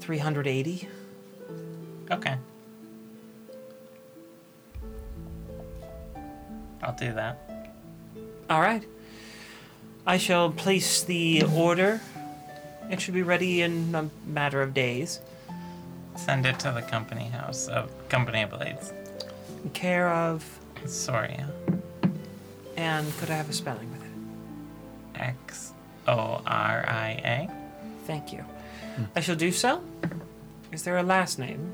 [SPEAKER 1] 380.
[SPEAKER 3] Okay. I'll do that.
[SPEAKER 1] All right. I shall place the order. It should be ready in a matter of days.
[SPEAKER 3] Send it to the company house of Company of Blades.
[SPEAKER 1] In care of,
[SPEAKER 3] Soria.
[SPEAKER 1] and could I have a spelling with it?
[SPEAKER 3] X O R I A.
[SPEAKER 1] Thank you.
[SPEAKER 4] Hmm.
[SPEAKER 1] I shall do so. Is there a last name?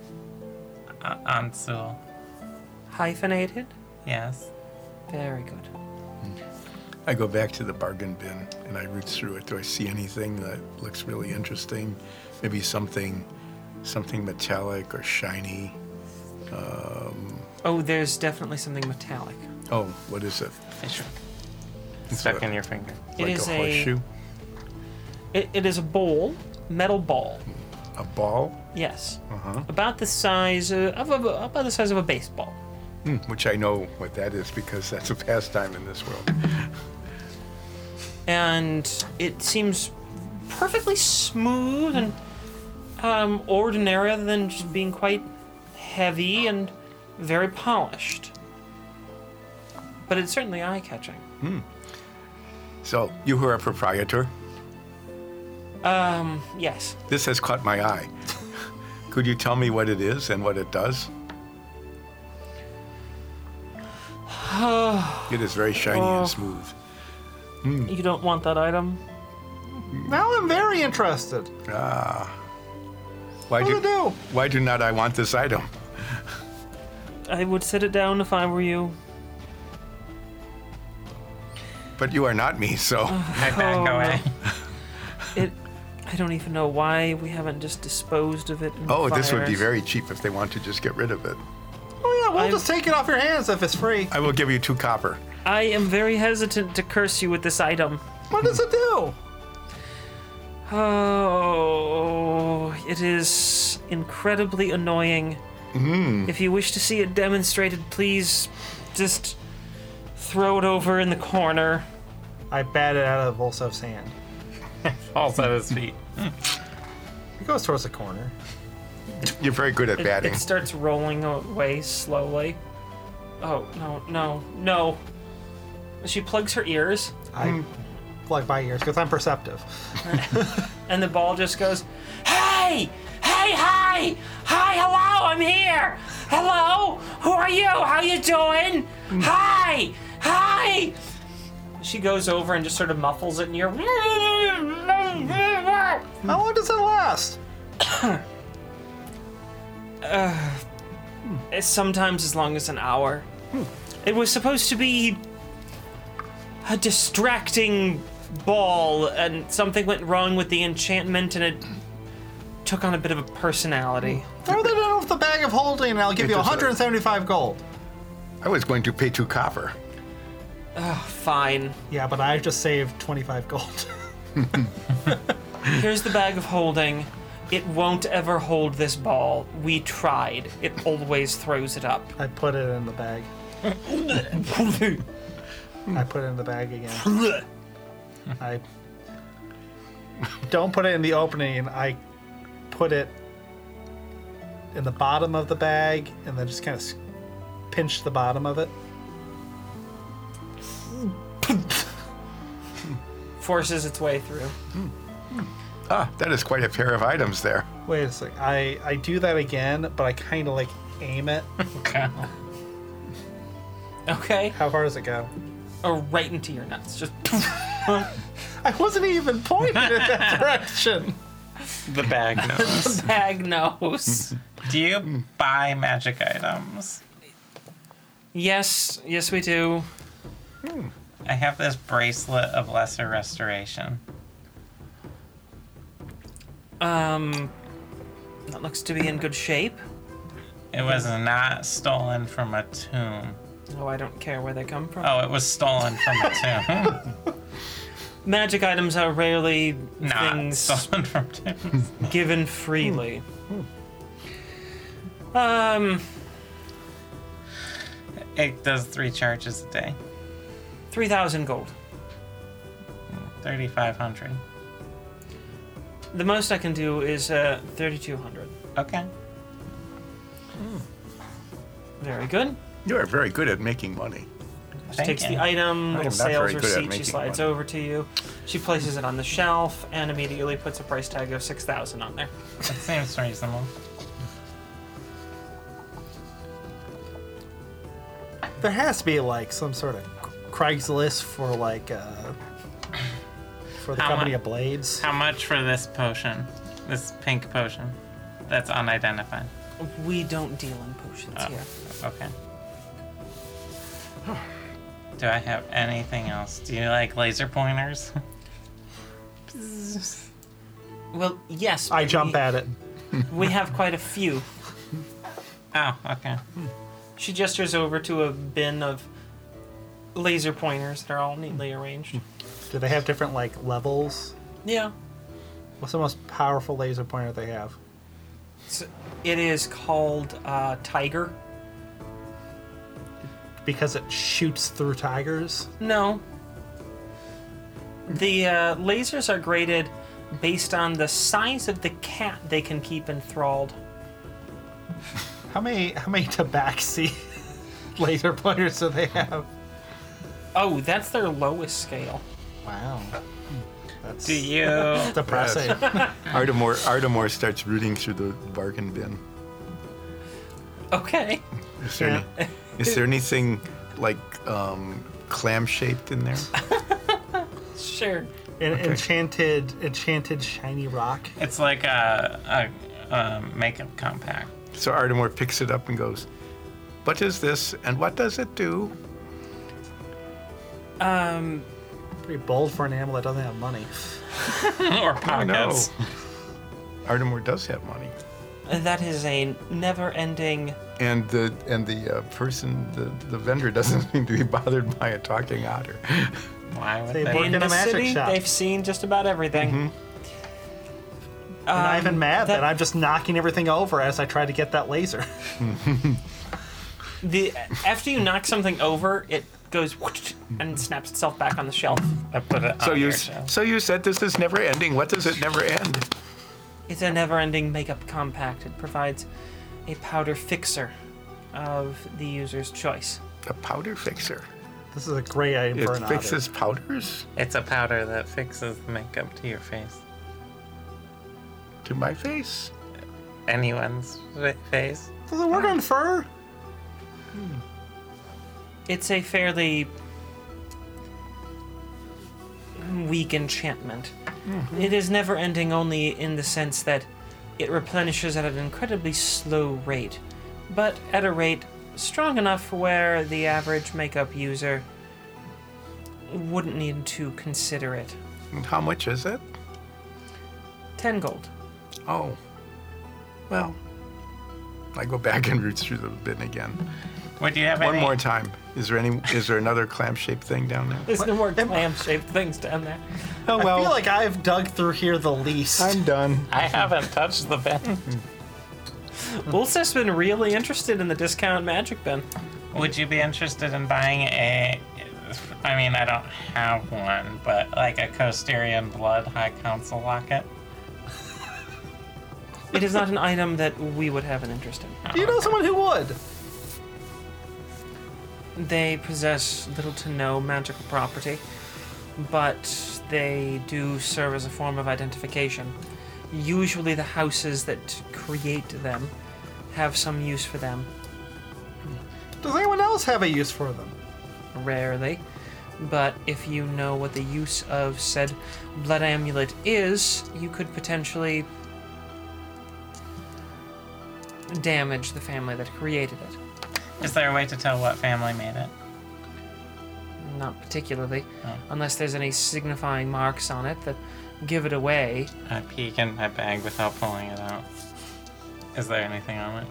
[SPEAKER 3] A- Ansul.
[SPEAKER 1] Hyphenated?
[SPEAKER 3] um, Yes.
[SPEAKER 1] Very good.
[SPEAKER 4] I go back to the bargain bin and I root through it. Do I see anything that looks really interesting? Maybe something something metallic or shiny.
[SPEAKER 1] Oh, there's definitely something metallic.
[SPEAKER 4] Oh, what is it?
[SPEAKER 3] Fisher. Stuck
[SPEAKER 4] what-
[SPEAKER 3] in your finger.
[SPEAKER 1] It
[SPEAKER 4] like
[SPEAKER 1] is
[SPEAKER 4] a
[SPEAKER 1] a-
[SPEAKER 4] horseshoe?
[SPEAKER 1] It, it is a bowl, metal ball.
[SPEAKER 4] A ball?
[SPEAKER 1] Yes.
[SPEAKER 4] Uh-huh.
[SPEAKER 1] About the size uh, of a, about the size of a baseball.
[SPEAKER 4] Hmm, which I know what that is because that's a pastime in this world.
[SPEAKER 1] and it seems perfectly smooth and um, ordinary, other than just being quite heavy and very polished. But it's certainly eye-catching.
[SPEAKER 4] So you who are a proprietor,
[SPEAKER 1] Yes,
[SPEAKER 4] This has caught my eye. Could you tell me what it is and what it does? it is very shiny
[SPEAKER 1] Oh.
[SPEAKER 4] and smooth. Hmm.
[SPEAKER 1] you don't want that item.
[SPEAKER 2] Now I'm very interested.
[SPEAKER 4] Ah, Why
[SPEAKER 1] Oh,
[SPEAKER 2] What do I
[SPEAKER 4] do,
[SPEAKER 2] do?
[SPEAKER 4] why do not I want this item?
[SPEAKER 1] I would sit it down if I were you.
[SPEAKER 4] But you are not me, so
[SPEAKER 3] I back
[SPEAKER 1] Oh,
[SPEAKER 3] away.
[SPEAKER 1] It. I don't even know why we haven't just disposed of it. in
[SPEAKER 4] oh, this would be
[SPEAKER 1] fires.
[SPEAKER 4] very cheap if they want to just get rid of it.
[SPEAKER 2] Oh yeah, we'll
[SPEAKER 1] I'm-
[SPEAKER 2] just take it off your hands if it's free.
[SPEAKER 4] I will give you two copper.
[SPEAKER 1] I am very hesitant to curse you with this item.
[SPEAKER 2] What does it do?
[SPEAKER 1] Oh, it is incredibly annoying. If you wish to see it demonstrated, please just throw it over in the corner.
[SPEAKER 2] I bat it out of Volsov's hand.
[SPEAKER 3] Falls at his feet.
[SPEAKER 2] It goes towards the corner.
[SPEAKER 4] You're very good at
[SPEAKER 1] It,
[SPEAKER 4] batting.
[SPEAKER 1] it starts rolling away slowly. Oh, no, no, no. She plugs her ears,
[SPEAKER 2] I plug my ears because I'm perceptive.
[SPEAKER 1] and the ball just goes, Hey! Hey, hi! Hi, hello, I'm here! Hello! Who are you? How you doing? Hi! Hi! She goes over and just sort of muffles it in your.
[SPEAKER 2] How long does it last?
[SPEAKER 1] It's sometimes as long as an hour. It was supposed to be a distracting ball, and something went wrong with the enchantment, and it took on a bit of a personality.
[SPEAKER 2] Throw that out of the bag of holding, and I'll give
[SPEAKER 4] It
[SPEAKER 2] you
[SPEAKER 4] does that.
[SPEAKER 2] 175 gold.
[SPEAKER 4] I was going to pay two copper.
[SPEAKER 1] Fine.
[SPEAKER 2] Yeah, but I just saved 25 gold.
[SPEAKER 1] Here's the bag of holding. It won't ever hold this ball. We tried. It always throws it up.
[SPEAKER 2] I put it in the bag. I put it in the bag again. I don't put it in the opening. I put it in the bottom of the bag, and then just kind of pinch the bottom of it.
[SPEAKER 1] Forces its way through.
[SPEAKER 4] Ah, that is quite a pair of items there.
[SPEAKER 2] Wait a sec. I I do that again, but I kind of like aim it.
[SPEAKER 1] Okay?
[SPEAKER 2] How far does it go?
[SPEAKER 1] Or right into your nuts. Just.
[SPEAKER 2] I wasn't even pointed in that direction.
[SPEAKER 3] The bag knows.
[SPEAKER 1] Bag knows.
[SPEAKER 3] Do you buy magic items?
[SPEAKER 1] Yes, yes, we do.
[SPEAKER 3] I have this bracelet of lesser restoration.
[SPEAKER 1] Um, that looks to be in good shape.
[SPEAKER 3] It was not stolen from a tomb.
[SPEAKER 1] Oh, I don't care where they come from.
[SPEAKER 3] Oh, it was stolen from a tomb.
[SPEAKER 1] Magic items are rarely
[SPEAKER 3] not Hmm.
[SPEAKER 1] things
[SPEAKER 3] stolen from tombs.
[SPEAKER 1] given freely.
[SPEAKER 3] Hmm.
[SPEAKER 1] Um,
[SPEAKER 3] It does three charges a day.
[SPEAKER 1] 3,000 gold.
[SPEAKER 3] 3,500.
[SPEAKER 1] The most I can do is uh, 3,200.
[SPEAKER 3] Okay.
[SPEAKER 1] Very good.
[SPEAKER 4] You are very good at making money.
[SPEAKER 1] She
[SPEAKER 3] Thank
[SPEAKER 1] takes
[SPEAKER 3] you.
[SPEAKER 1] the item,
[SPEAKER 4] am
[SPEAKER 1] little
[SPEAKER 4] not
[SPEAKER 1] sales
[SPEAKER 4] very good at
[SPEAKER 1] receipt, she
[SPEAKER 4] making
[SPEAKER 1] slides
[SPEAKER 4] money.
[SPEAKER 1] over to you. She places it on the shelf and immediately puts a price tag of 6,000 on there.
[SPEAKER 3] That seems reasonable.
[SPEAKER 2] There has to be like some sort of Craigslist for like uh, for the
[SPEAKER 3] How
[SPEAKER 2] company
[SPEAKER 3] mu-
[SPEAKER 2] of blades.
[SPEAKER 3] How much for this potion? This pink potion? That's unidentified.
[SPEAKER 1] We don't deal in potions
[SPEAKER 3] Oh,
[SPEAKER 1] here.
[SPEAKER 3] Okay. Do I have anything else? Do you like laser pointers?
[SPEAKER 1] Well, yes.
[SPEAKER 2] I
[SPEAKER 1] but
[SPEAKER 2] jump
[SPEAKER 1] we-
[SPEAKER 2] at it.
[SPEAKER 1] We have quite a few.
[SPEAKER 3] Oh, okay.
[SPEAKER 1] She gestures over to a bin of laser pointers that are all neatly arranged.
[SPEAKER 2] Do they have different like levels?
[SPEAKER 1] Yeah.
[SPEAKER 2] What's the most powerful laser pointer they have?
[SPEAKER 1] It's, it is called uh, Tiger.
[SPEAKER 2] Because it shoots through tigers.
[SPEAKER 1] No. The uh, lasers are graded based on the size of the cat they can keep enthralled.
[SPEAKER 2] How many how many tabaxi laser pointers do they have?
[SPEAKER 1] Oh, that's their lowest scale.
[SPEAKER 2] Wow, that's
[SPEAKER 3] Do you
[SPEAKER 2] depressing.
[SPEAKER 4] Ardamore, Ardamore starts rooting through the bargain bin.
[SPEAKER 1] Okay.
[SPEAKER 4] Is there, any- is there anything like um, clam shaped in there?
[SPEAKER 1] Sure.
[SPEAKER 2] An enchanted enchanted shiny rock.
[SPEAKER 3] It's like a, a, um, makeup compact.
[SPEAKER 4] So Ardamore picks it up and goes, What is this and what does it do?
[SPEAKER 1] Um,
[SPEAKER 2] Pretty bold for an animal that doesn't have money.
[SPEAKER 3] or pockets.
[SPEAKER 4] Ardamore does have money.
[SPEAKER 1] that is a never-ending.
[SPEAKER 4] And the and the uh, person, the, the vendor doesn't seem to be bothered by a talking otter.
[SPEAKER 3] Why would
[SPEAKER 2] They
[SPEAKER 3] they?
[SPEAKER 2] work
[SPEAKER 1] In
[SPEAKER 2] in a
[SPEAKER 1] the
[SPEAKER 2] magic
[SPEAKER 1] city,
[SPEAKER 2] shop.
[SPEAKER 1] they've seen just about everything. Um,
[SPEAKER 2] And I'm even mad that,
[SPEAKER 1] that-
[SPEAKER 2] I'm just knocking everything over as I try to get that laser.
[SPEAKER 1] The after you knock something over, it goes and snaps itself back on the shelf.
[SPEAKER 3] I put it
[SPEAKER 4] So
[SPEAKER 3] on
[SPEAKER 4] Oh, you
[SPEAKER 3] your
[SPEAKER 4] s-
[SPEAKER 3] shelf.
[SPEAKER 4] so you said this is never ending. What does it never end?
[SPEAKER 1] It's a never-ending makeup compact. It provides a powder fixer of the user's choice.
[SPEAKER 4] A powder fixer.
[SPEAKER 2] This is a great idea
[SPEAKER 4] It
[SPEAKER 2] for an otter.
[SPEAKER 4] fixes powders
[SPEAKER 3] It's a powder that fixes the makeup to your face.
[SPEAKER 4] to my face.
[SPEAKER 3] Anyone's fa- face.
[SPEAKER 2] Does it work on fur?
[SPEAKER 1] It's a fairly weak enchantment. It is never ending only in the sense that it replenishes at an incredibly slow rate, but at a rate strong enough where the average makeup user wouldn't need to consider it.
[SPEAKER 4] And how much is it?
[SPEAKER 1] 10 gold.
[SPEAKER 4] Oh. Well, I go back and root through the bin again.
[SPEAKER 3] Would you have
[SPEAKER 4] One
[SPEAKER 3] any?
[SPEAKER 4] more time. Is there any? Is there another clam-shaped thing down there?
[SPEAKER 1] There's no more clam shaped things down there.
[SPEAKER 4] Oh
[SPEAKER 2] I feel like I've dug through here the least.
[SPEAKER 4] I'm done.
[SPEAKER 3] I haven't touched the bin.
[SPEAKER 1] Ulcef's been really interested in the discount magic bin.
[SPEAKER 3] Would you be interested in buying a? I mean, I don't have one, but like a Costerian Blood High Council locket.
[SPEAKER 1] It is not an item that we would have an interest in.
[SPEAKER 2] Do
[SPEAKER 3] Oh.
[SPEAKER 2] you know someone who would?
[SPEAKER 1] They possess little to no magical property, but they do serve as a form of identification. Usually, the houses that create them have some use for them,
[SPEAKER 2] Does anyone else have a use for them?
[SPEAKER 1] rarely. But if you know what the use of said blood amulet is, you could potentially damage the family that created it.
[SPEAKER 3] Is there a way to tell what family made it?
[SPEAKER 1] Not particularly,
[SPEAKER 3] Oh.
[SPEAKER 1] unless there's any signifying marks on it that give it away.
[SPEAKER 3] I peek in my bag without pulling it out. Is there anything on it?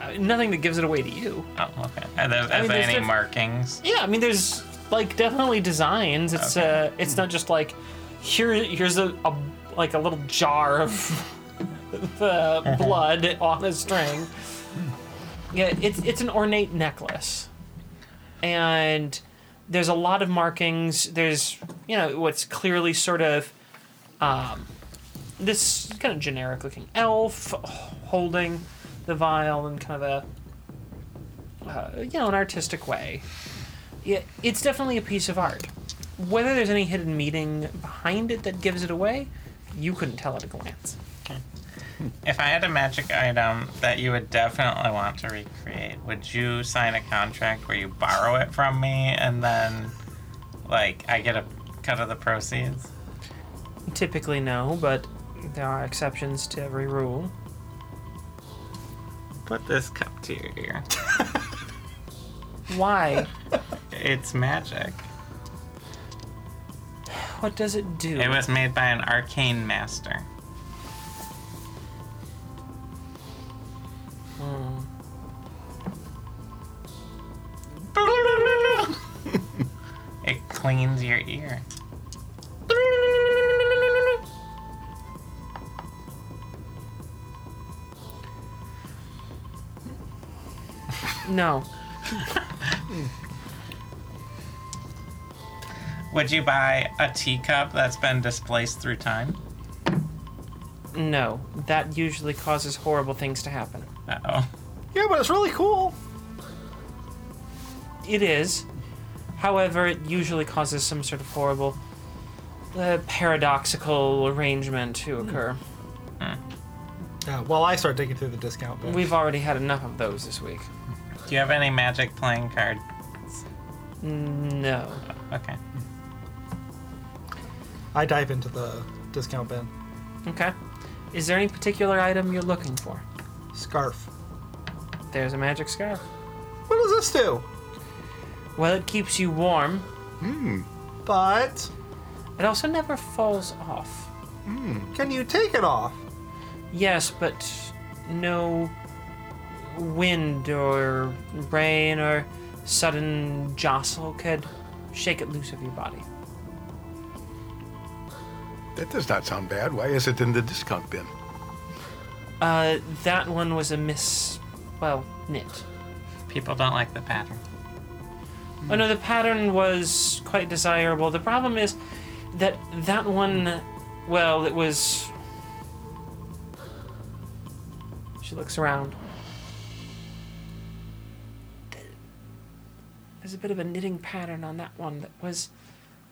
[SPEAKER 1] Uh, nothing that gives it away to you.
[SPEAKER 3] Oh, okay. Are there,
[SPEAKER 1] I
[SPEAKER 3] are
[SPEAKER 1] mean,
[SPEAKER 3] there
[SPEAKER 1] there's
[SPEAKER 3] any
[SPEAKER 1] def-
[SPEAKER 3] markings?
[SPEAKER 1] Yeah, I mean, there's like definitely designs. It's uh, it's not just like here. Here's a, a like a little jar of the blood on a string. Yeah, it's it's an ornate necklace, and there's a lot of markings. There's you know what's clearly sort of um, this kind of generic looking elf holding the vial in kind of a uh, you know an artistic way. Yeah, it's definitely a piece of art. Whether there's any hidden meaning behind it that gives it away, you couldn't tell at a glance.
[SPEAKER 3] If I had a magic item that you would definitely want to recreate, would you sign a contract where you borrow it from me and then, like, I get a cut of the proceeds?
[SPEAKER 1] Typically, no, but there are exceptions to every rule.
[SPEAKER 3] Put this cup to your ear.
[SPEAKER 1] Why?
[SPEAKER 3] It's magic.
[SPEAKER 1] what does it do?
[SPEAKER 3] It was made by an arcane master. it cleans your ear.
[SPEAKER 1] no.
[SPEAKER 3] Would you buy a teacup that's been displaced through time?
[SPEAKER 1] No. That usually causes horrible things to happen.
[SPEAKER 3] Uh oh.
[SPEAKER 2] Yeah, but it's really cool.
[SPEAKER 1] It is. However, it usually causes some sort of horrible uh, paradoxical arrangement to occur.
[SPEAKER 2] Yeah, Uh, well, I start digging through the discount bin.
[SPEAKER 1] We've already had enough of those this week.
[SPEAKER 3] Do you have any magic playing cards?
[SPEAKER 1] No.
[SPEAKER 3] Okay.
[SPEAKER 2] I dive into the discount bin.
[SPEAKER 1] Okay. Is there any particular item you're looking for?
[SPEAKER 2] Scarf.
[SPEAKER 1] There's a magic scarf.
[SPEAKER 2] What does this do?
[SPEAKER 1] Well, it keeps you warm.
[SPEAKER 4] Hmm,
[SPEAKER 2] But
[SPEAKER 1] It also never falls off.
[SPEAKER 2] can you take it off?
[SPEAKER 1] Yes, but no wind or rain or sudden jostle could shake it loose of your body.
[SPEAKER 4] That does not sound bad. Why is it in the discount bin?
[SPEAKER 1] Uh, that one was a miss. Well, knit.
[SPEAKER 3] People don't like the pattern.
[SPEAKER 1] Oh no, the pattern was quite desirable. The problem is that that one, well, it was. She looks around. There's a bit of a knitting pattern on that one that was.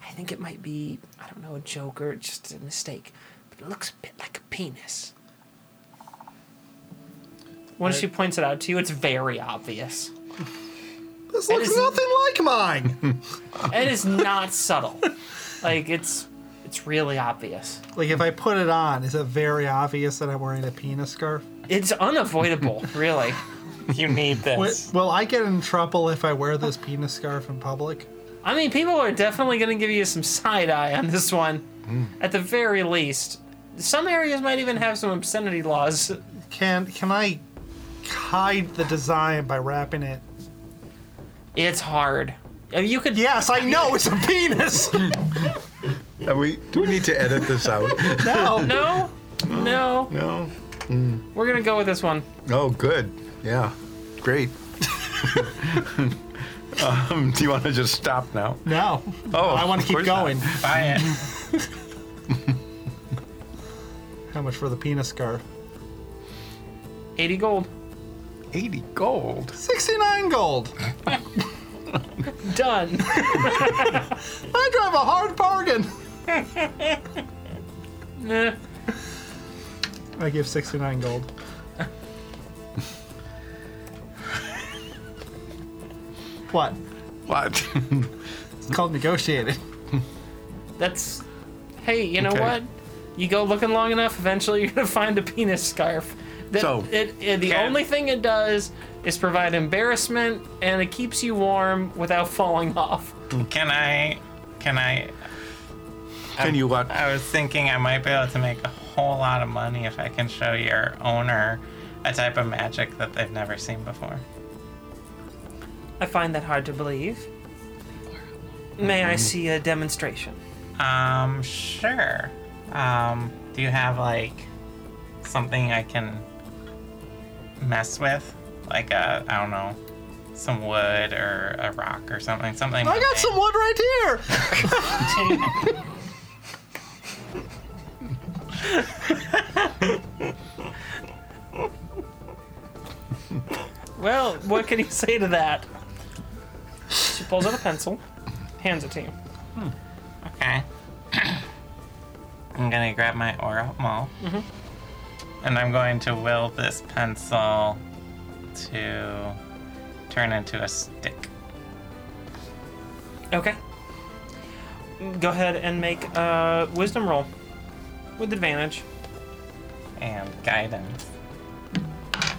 [SPEAKER 1] I think it might be, I don't know, a joke or just a mistake. But it looks a bit like a penis. Once she points it out to you, it's very obvious.
[SPEAKER 2] This
[SPEAKER 1] It
[SPEAKER 2] looks
[SPEAKER 1] is-
[SPEAKER 2] nothing like mine.
[SPEAKER 1] It is not subtle. Like it's it's really obvious.
[SPEAKER 2] like if I put it on, is it very obvious that I'm wearing a penis scarf?
[SPEAKER 1] It's unavoidable, really.
[SPEAKER 3] You need
[SPEAKER 2] Wi-
[SPEAKER 3] this.
[SPEAKER 2] will I get in trouble if I wear this penis scarf in public?
[SPEAKER 1] I mean, people are definitely going to give you some side eye on this one. At the very least, some areas might even have some obscenity laws.
[SPEAKER 2] Can can I hide the design by wrapping it?
[SPEAKER 1] It's hard. Uh, You could
[SPEAKER 2] Yes, I know it's a penis.
[SPEAKER 4] Are we, do we need to edit this out?
[SPEAKER 2] no.
[SPEAKER 1] no, no.
[SPEAKER 4] no.
[SPEAKER 1] We're gonna go with this one.
[SPEAKER 4] Oh, good. Yeah. Great. um, do you want to just stop now?
[SPEAKER 2] No.
[SPEAKER 4] Oh,
[SPEAKER 2] I want to
[SPEAKER 4] of
[SPEAKER 2] keep
[SPEAKER 4] course not.
[SPEAKER 2] going.
[SPEAKER 3] Buy it.
[SPEAKER 2] How much for the penis scarf?
[SPEAKER 1] 80 gold.
[SPEAKER 4] 80 gold.
[SPEAKER 2] 69 gold.
[SPEAKER 1] Done.
[SPEAKER 2] I drive a hard bargain.
[SPEAKER 1] Eh.
[SPEAKER 2] I give 69 gold. what?
[SPEAKER 4] What?
[SPEAKER 2] It's called negotiating.
[SPEAKER 1] That's. Hey, you know
[SPEAKER 4] Okay.
[SPEAKER 1] what? You go looking long enough, eventually you're gonna find a penis scarf. That
[SPEAKER 4] So-
[SPEAKER 1] it, it- the
[SPEAKER 3] Can-
[SPEAKER 1] only thing it does is provide embarrassment, and it keeps you warm without falling off.
[SPEAKER 3] Can I? Can I?
[SPEAKER 4] Can you what?
[SPEAKER 3] I was thinking I might be able to make a whole lot of money if I can show your owner a type of magic that they've never seen before.
[SPEAKER 1] I find that hard to believe. May I see a demonstration?
[SPEAKER 3] Um, sure. Um, do you have like something I can mess with? Like a, I don't know, some wood or a rock or something. Something.
[SPEAKER 2] I got some wood right here.
[SPEAKER 1] Well, what can you say to that? She pulls out a pencil, hands it to you.
[SPEAKER 3] Okay. I'm gonna grab my aura maul,
[SPEAKER 2] Mm-hmm.
[SPEAKER 3] and I'm going to will this pencil to turn into a stick.
[SPEAKER 1] Okay. Go ahead and make a wisdom roll with advantage.
[SPEAKER 3] and guidance.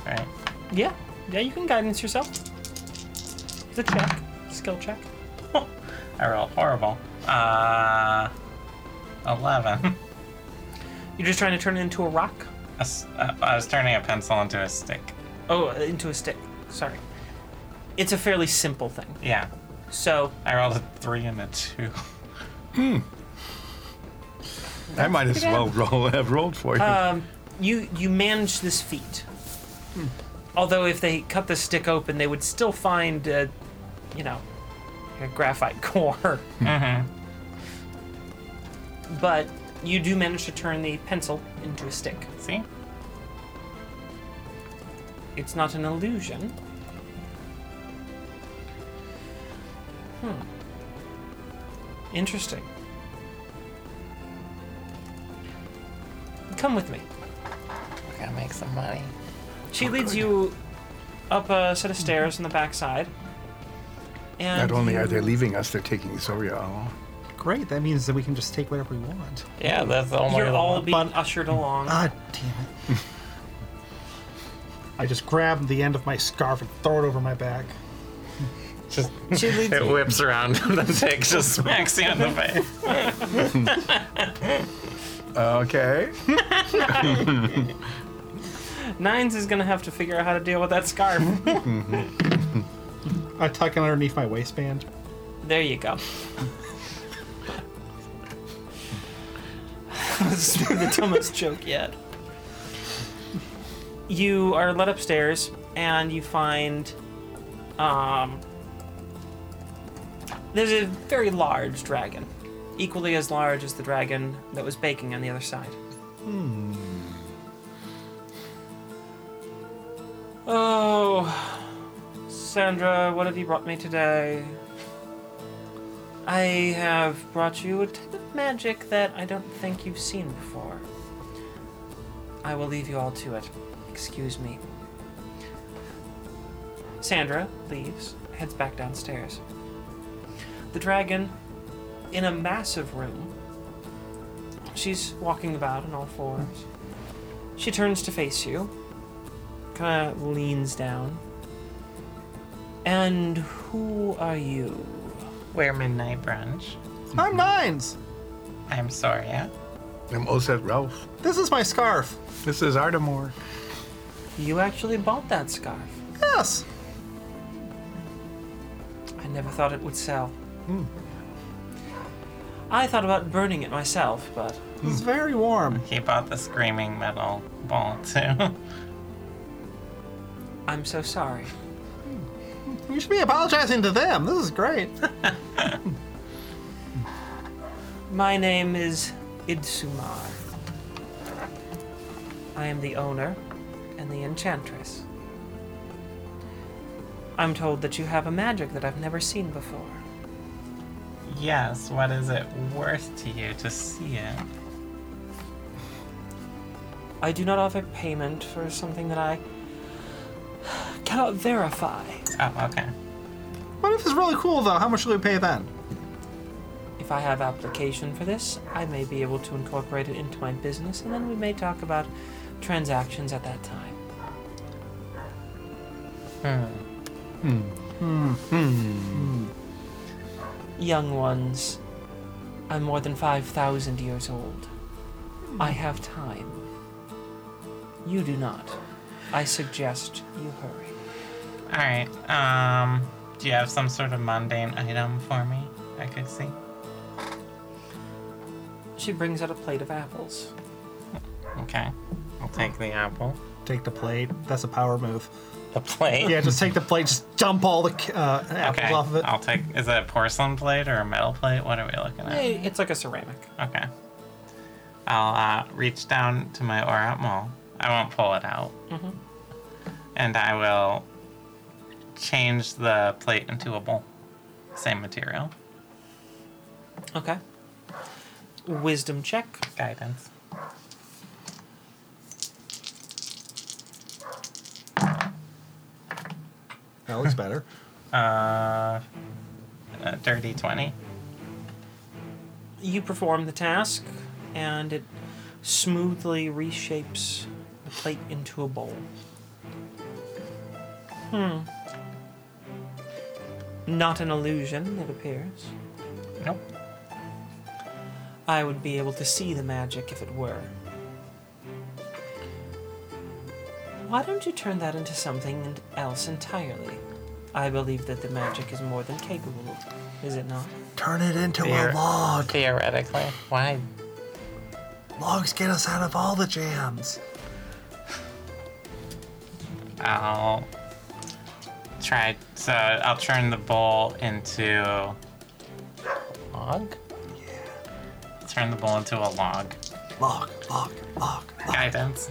[SPEAKER 3] Right.
[SPEAKER 1] Yeah, yeah, you can guidance yourself. It's a check, skill check.
[SPEAKER 3] I rolled horrible. Uh, eleven.
[SPEAKER 1] You're just trying to turn it into a rock.
[SPEAKER 3] A s- uh, I was turning a pencil into a stick.
[SPEAKER 1] Oh, into a stick. Sorry. It's a fairly simple thing.
[SPEAKER 3] Yeah.
[SPEAKER 1] So
[SPEAKER 3] I rolled a three and a two.
[SPEAKER 4] I might as well roll, have rolled for you.
[SPEAKER 1] you you manage this feat. Although if they cut the stick open, they would still find, uh, you know, a graphite core. But you do manage to turn the pencil into a stick.
[SPEAKER 3] See?
[SPEAKER 1] It's not an illusion. Hmm. Hmm. Interesting. Come with me.
[SPEAKER 3] I gotta make some money.
[SPEAKER 1] She leads you up a set of stairs on the backside. And
[SPEAKER 4] Not only
[SPEAKER 1] you-
[SPEAKER 4] are they leaving us, they're taking Zoria along.
[SPEAKER 2] Great. That means that we can just take whatever we want.
[SPEAKER 3] Yeah, that's the only
[SPEAKER 1] You're all
[SPEAKER 3] one.
[SPEAKER 1] being ushered along.
[SPEAKER 2] Ah, damn it. I just grab the end of my scarf and throw it over my back.
[SPEAKER 3] Just,
[SPEAKER 1] She leads
[SPEAKER 3] it
[SPEAKER 1] you.
[SPEAKER 3] whips around and the tick just smacks you in the face.
[SPEAKER 4] Okay.
[SPEAKER 1] Nines is gonna have to figure out how to deal with that scarf.
[SPEAKER 2] I tuck it underneath my waistband.
[SPEAKER 1] there you go. this is the dumbest joke yet. You are led upstairs and you find um, there's a very large dragon, equally as large as the dragon that was baking on the other side. Oh, Sandra, what have you brought me today? I have brought you a type of magic that I don't think you've seen before. I will leave you all to it. Excuse me. Sandra leaves, heads back downstairs. The dragon, in a massive room, she's walking about on all fours. She turns to face you, kind of leans down. And who are you?
[SPEAKER 3] Wear midnight brunch.
[SPEAKER 2] I'm Nines!
[SPEAKER 3] I'm sorry. Yeah?
[SPEAKER 4] I'm Osset Ralph.
[SPEAKER 2] This is my scarf!
[SPEAKER 4] This is Artemore.
[SPEAKER 1] You actually bought that scarf.
[SPEAKER 2] Yes!
[SPEAKER 1] I never thought it would sell. I thought about burning it myself, but
[SPEAKER 2] It's very warm.
[SPEAKER 3] He bought the screaming metal ball too.
[SPEAKER 1] I'm so sorry.
[SPEAKER 2] You should be apologizing to them. This is great.
[SPEAKER 1] My name is Idsumar. I am the owner and the enchantress. I'm told that you have a magic that I've never seen before.
[SPEAKER 3] yes. What is it worth to you to see it?
[SPEAKER 1] I do not offer payment for something that I cannot verify.
[SPEAKER 3] Oh, okay.
[SPEAKER 2] What if it's really cool, though? How much will we pay then?
[SPEAKER 1] If I have application for this, I may be able to incorporate it into my business, and then we may talk about transactions at that time. Young ones, I'm more than 5,000 years old. I have time. You do not. I suggest you hurry.
[SPEAKER 3] All right. Um, do you have some sort of mundane item for me? I could see.
[SPEAKER 1] She brings out a plate of apples.
[SPEAKER 3] Okay. I'll take the apple.
[SPEAKER 2] Take the plate. That's a power move.
[SPEAKER 3] The plate.
[SPEAKER 2] Yeah, just take the plate. Just dump all the uh, apples
[SPEAKER 3] Okay.
[SPEAKER 2] off of it.
[SPEAKER 3] I'll take. Is it a porcelain plate or a metal plate? What are we looking at?
[SPEAKER 1] Eh, It's like a ceramic.
[SPEAKER 3] Okay. I'll uh, reach down to my aura mole. I won't pull it out. And I will change the plate into a bowl. Same material.
[SPEAKER 1] Okay. Wisdom check.
[SPEAKER 3] Guidance.
[SPEAKER 2] That looks better.
[SPEAKER 3] Uh, a dirty 20.
[SPEAKER 1] You perform the task, and it smoothly reshapes the plate into a bowl. Hmm. Not an illusion, it appears.
[SPEAKER 3] Nope.
[SPEAKER 1] I would be able to see the magic if it were. Why don't you turn that into something else entirely? I believe that the magic is more than capable, is it not?
[SPEAKER 2] Turn it into
[SPEAKER 3] Here.
[SPEAKER 2] a log.
[SPEAKER 3] Theoretically. Why?
[SPEAKER 2] Logs get us out of all the jams.
[SPEAKER 3] I'll try. So I'll turn the bowl into. Log? Yeah. Turn the bowl into a log.
[SPEAKER 2] Log, log, log.
[SPEAKER 3] Guidance.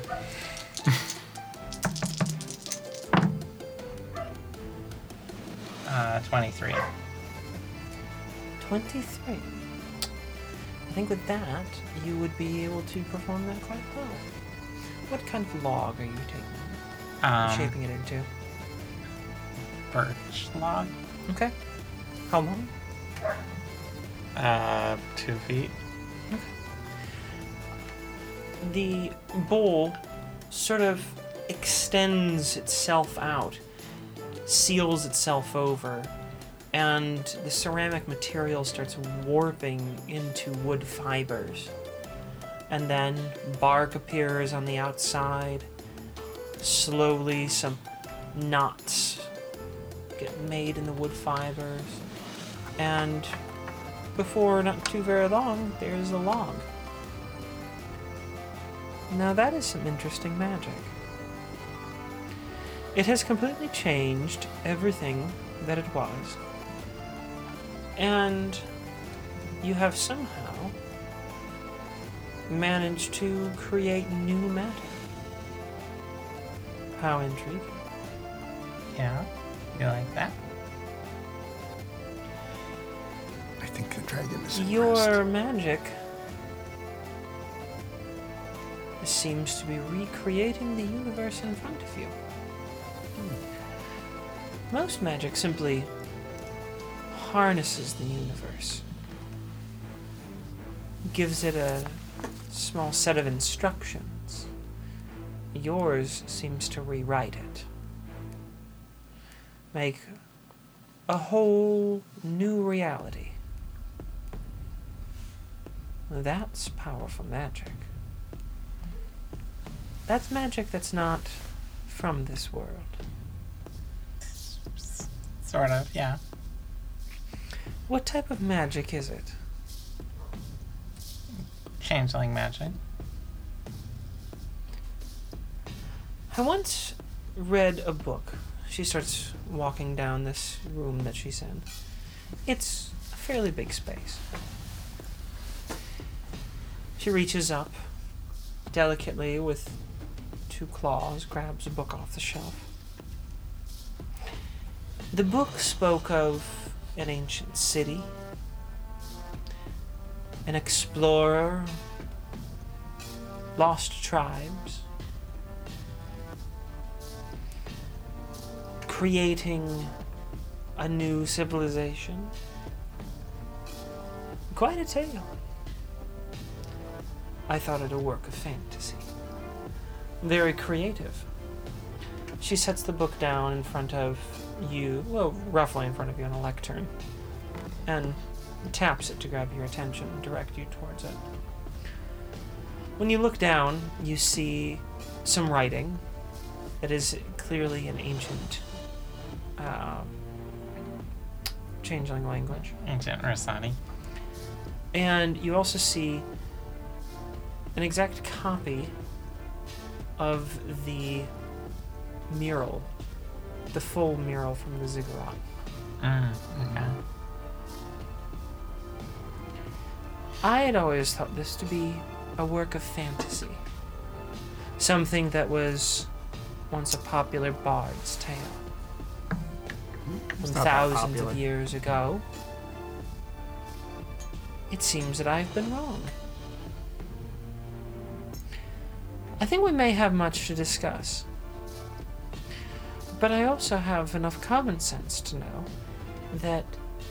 [SPEAKER 3] uh, 23.
[SPEAKER 1] 23. I think with that, you would be able to perform that quite well. What kind of log are you taking,
[SPEAKER 3] Um,
[SPEAKER 1] shaping it into?
[SPEAKER 3] birch log?
[SPEAKER 1] Okay. How long?
[SPEAKER 3] uh, two feet.
[SPEAKER 1] the bowl sort of extends itself out, seals itself over, and the ceramic material starts warping into wood fibers. And then bark appears on the outside. Slowly, some knots get made in the wood fibers. And before not too very long, there's a log. Now that is some interesting magic. It has completely changed everything that it was. And you have somehow managed to create new matter. How intriguing.
[SPEAKER 3] Yeah, you like that?
[SPEAKER 4] I think the dragon is impressed.
[SPEAKER 1] Your magic seems to be recreating the universe in front of you. Most magic simply harnesses the universe, gives it a small set of instructions. Yours seems to rewrite it, make a whole new reality. That's powerful magic. That's magic that's not from this world.
[SPEAKER 3] Sort of, yeah.
[SPEAKER 1] What type of magic is it?
[SPEAKER 3] Changeling magic.
[SPEAKER 1] I once read a book. She starts walking down this room that she's in. It's a fairly big space. She reaches up delicately with two claws, grabs a book off the shelf. The book spoke of an ancient city, an explorer, lost tribes. creating a new civilization. Quite a tale. I thought it a work of fantasy. Very creative. She sets the book down in front of you, well, roughly in front of you on a lectern, and taps it to grab your attention and direct you towards it. When you look down, you see some writing that is clearly an ancient um, changeling language.
[SPEAKER 3] Ancient Rasani.
[SPEAKER 1] And you also see an exact copy of the mural, the full mural from the ziggurat.
[SPEAKER 3] Mm, okay.
[SPEAKER 1] I had always thought this to be a work of fantasy, something that was once a popular bard's tale.
[SPEAKER 2] It's not that
[SPEAKER 1] Thousands
[SPEAKER 2] popular.
[SPEAKER 1] of years ago, it seems that I've been wrong. I think we may have much to discuss. But I also have enough common sense to know that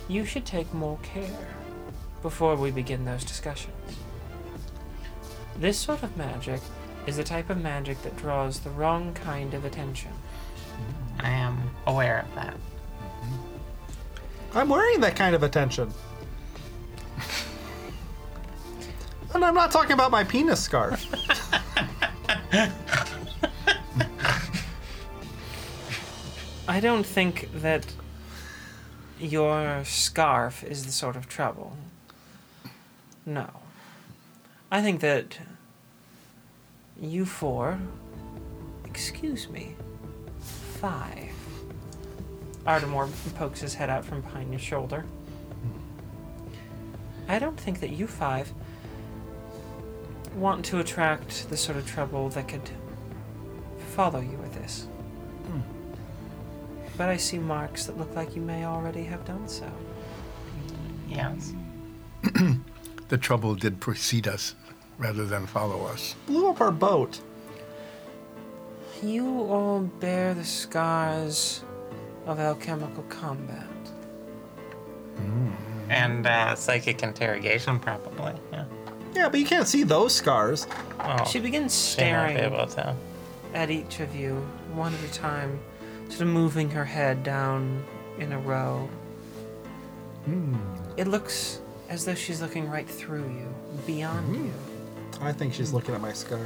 [SPEAKER 1] you should take more care before we begin those discussions. This sort of magic is the type of magic that draws the wrong kind of attention.
[SPEAKER 3] I am aware of that.
[SPEAKER 2] I'm wearing that kind of attention. and I'm not talking about my penis scarf.
[SPEAKER 1] I don't think that your scarf is the sort of trouble. No. I think that you four, excuse me, five. Ardemore pokes his head out from behind your shoulder. I don't think that you five want to attract the sort of trouble that could follow you with this. But I see marks that look like you may already have done so.
[SPEAKER 3] Yes.
[SPEAKER 4] The trouble did precede us rather than follow us.
[SPEAKER 2] Blew up our boat.
[SPEAKER 1] You all bear the scars of alchemical combat.
[SPEAKER 3] and uh, psychic interrogation, probably. Yeah.
[SPEAKER 2] Yeah, but you can't see those scars.
[SPEAKER 3] Well,
[SPEAKER 1] She
[SPEAKER 3] she
[SPEAKER 1] begins
[SPEAKER 3] might
[SPEAKER 1] staring
[SPEAKER 3] be able to.
[SPEAKER 1] at each of you one at a time, sort of moving her head down in a row. It looks as though she's looking right through you, beyond you.
[SPEAKER 2] I think she's looking at my scarf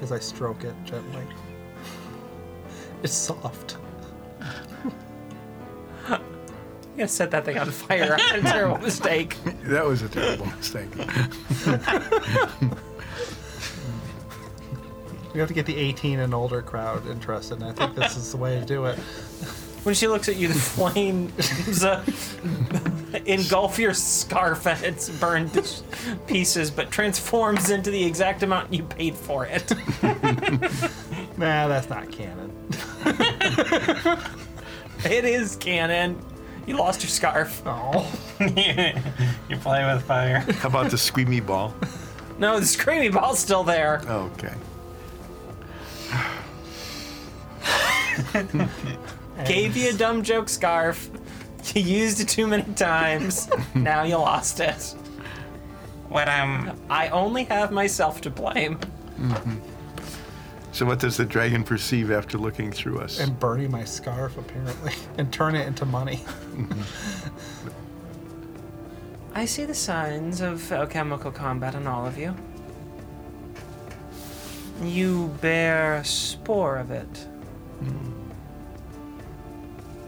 [SPEAKER 2] as I stroke it gently. It's soft.
[SPEAKER 1] I'm gonna set that thing on fire. I had a terrible mistake.
[SPEAKER 4] That was a terrible mistake.
[SPEAKER 2] We have to get the 18 and older crowd interested, and I think this is the way to do it.
[SPEAKER 1] When she looks at you, the flames uh, engulf your scarf and it's burned to sh- pieces, but transforms into the exact amount you paid for it.
[SPEAKER 2] Nah, that's not canon.
[SPEAKER 1] It is canon. You lost your scarf.
[SPEAKER 2] Oh,
[SPEAKER 3] you play with fire.
[SPEAKER 4] How about the squeamy ball?
[SPEAKER 1] No, the screamy ball's still there.
[SPEAKER 4] Okay.
[SPEAKER 1] Gave you a dumb joke scarf. You used it too many times. now you lost it.
[SPEAKER 3] What um,
[SPEAKER 1] I only have myself to blame.
[SPEAKER 4] So what does the dragon perceive after looking through us?
[SPEAKER 2] and burning my scarf, apparently, and turn it into money.
[SPEAKER 1] I see the signs of alchemical combat in all of you. You bear a spore of it.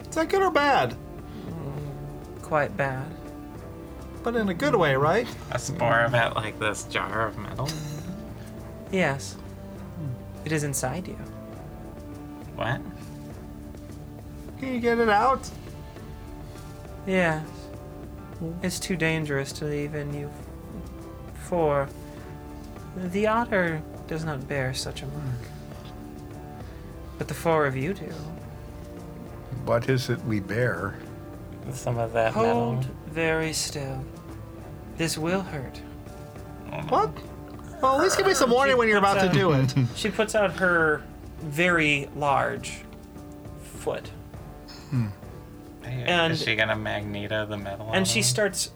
[SPEAKER 2] Is that good or bad?
[SPEAKER 1] Quite bad.
[SPEAKER 2] But in a good way, right?
[SPEAKER 3] a spore of it like this jar of metal?
[SPEAKER 1] Yes. It is inside you.
[SPEAKER 3] What?
[SPEAKER 2] Can you get it out?
[SPEAKER 1] Yes. It's too dangerous to leave in you. For the otter does not bear such a mark. But the four of you do.
[SPEAKER 4] What is it we bear?
[SPEAKER 3] Some of that
[SPEAKER 1] Hold
[SPEAKER 3] metal.
[SPEAKER 1] very still. This will hurt.
[SPEAKER 2] What? Well, at least give me some warning when you're about to do it.
[SPEAKER 1] She puts out her very large foot and-
[SPEAKER 3] is she gonna magneto the metal? out
[SPEAKER 1] and
[SPEAKER 3] of
[SPEAKER 1] she
[SPEAKER 3] it?
[SPEAKER 1] starts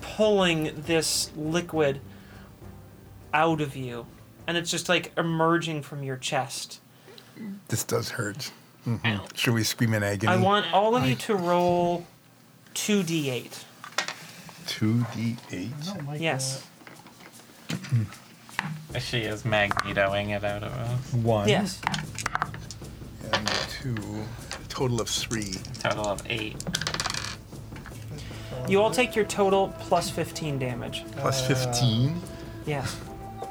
[SPEAKER 1] pulling this liquid out of you and it's just like emerging from your chest.
[SPEAKER 4] This does hurt. Mhm. Should we scream in agony?
[SPEAKER 1] I want all of you to roll 2d8.
[SPEAKER 4] 2d8.
[SPEAKER 1] Yes.
[SPEAKER 3] She is magnetoing it out of us.
[SPEAKER 4] One
[SPEAKER 1] Yes.
[SPEAKER 4] and two. A total of three.
[SPEAKER 3] Total of eight.
[SPEAKER 1] You all take your total plus 15 damage.
[SPEAKER 4] Plus 15.
[SPEAKER 1] Yes.
[SPEAKER 4] Uh,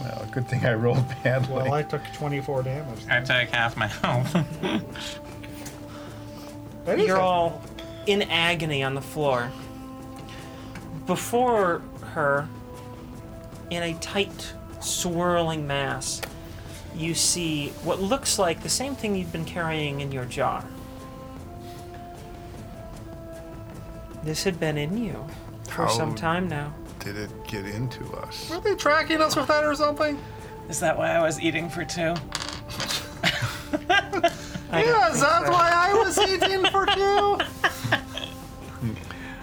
[SPEAKER 4] Well, good thing I rolled badly.
[SPEAKER 2] Well, I took 24 damage.
[SPEAKER 3] I took half my health.
[SPEAKER 2] That is
[SPEAKER 1] You're
[SPEAKER 2] it.
[SPEAKER 1] all in agony on the floor. Before her, in a tight, swirling mass, you see what looks like the same thing you've been carrying in your jar. This had been in you for some
[SPEAKER 4] How-
[SPEAKER 1] time now.
[SPEAKER 4] Did it get into us?
[SPEAKER 2] Were they tracking us with that or something?
[SPEAKER 3] is that why I was eating for two?
[SPEAKER 1] I don't
[SPEAKER 2] Yes,
[SPEAKER 1] think
[SPEAKER 2] that's
[SPEAKER 1] so.
[SPEAKER 2] why I was eating for two.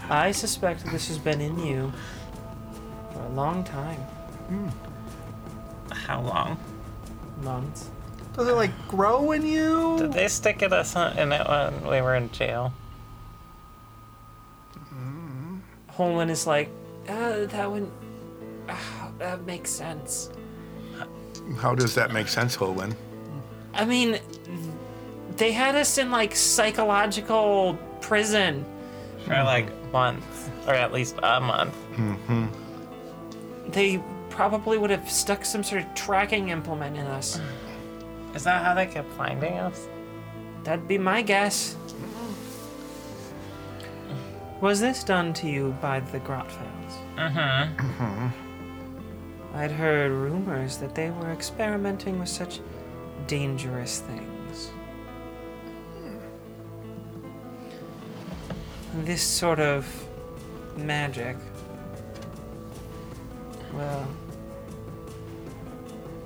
[SPEAKER 1] I suspect that this has been in you for a long time.
[SPEAKER 3] How long?
[SPEAKER 1] Months.
[SPEAKER 2] Does it like grow in you?
[SPEAKER 3] Did they stick it us on- in it when we were in jail?
[SPEAKER 1] Holman is like, uh, that one, ah, that makes sense.
[SPEAKER 4] How does that make sense, Holwyn?
[SPEAKER 1] I mean, they had us in like psychological prison.
[SPEAKER 3] For like months, or at least a month.
[SPEAKER 1] They probably would have stuck some sort of tracking implement in us.
[SPEAKER 3] Is that how they kept finding us?
[SPEAKER 1] That'd be my guess. Was this done to you by the Grotfells?
[SPEAKER 3] Mm-hmm.
[SPEAKER 1] I'd heard rumors that they were experimenting with such dangerous things. This sort of magic. Well,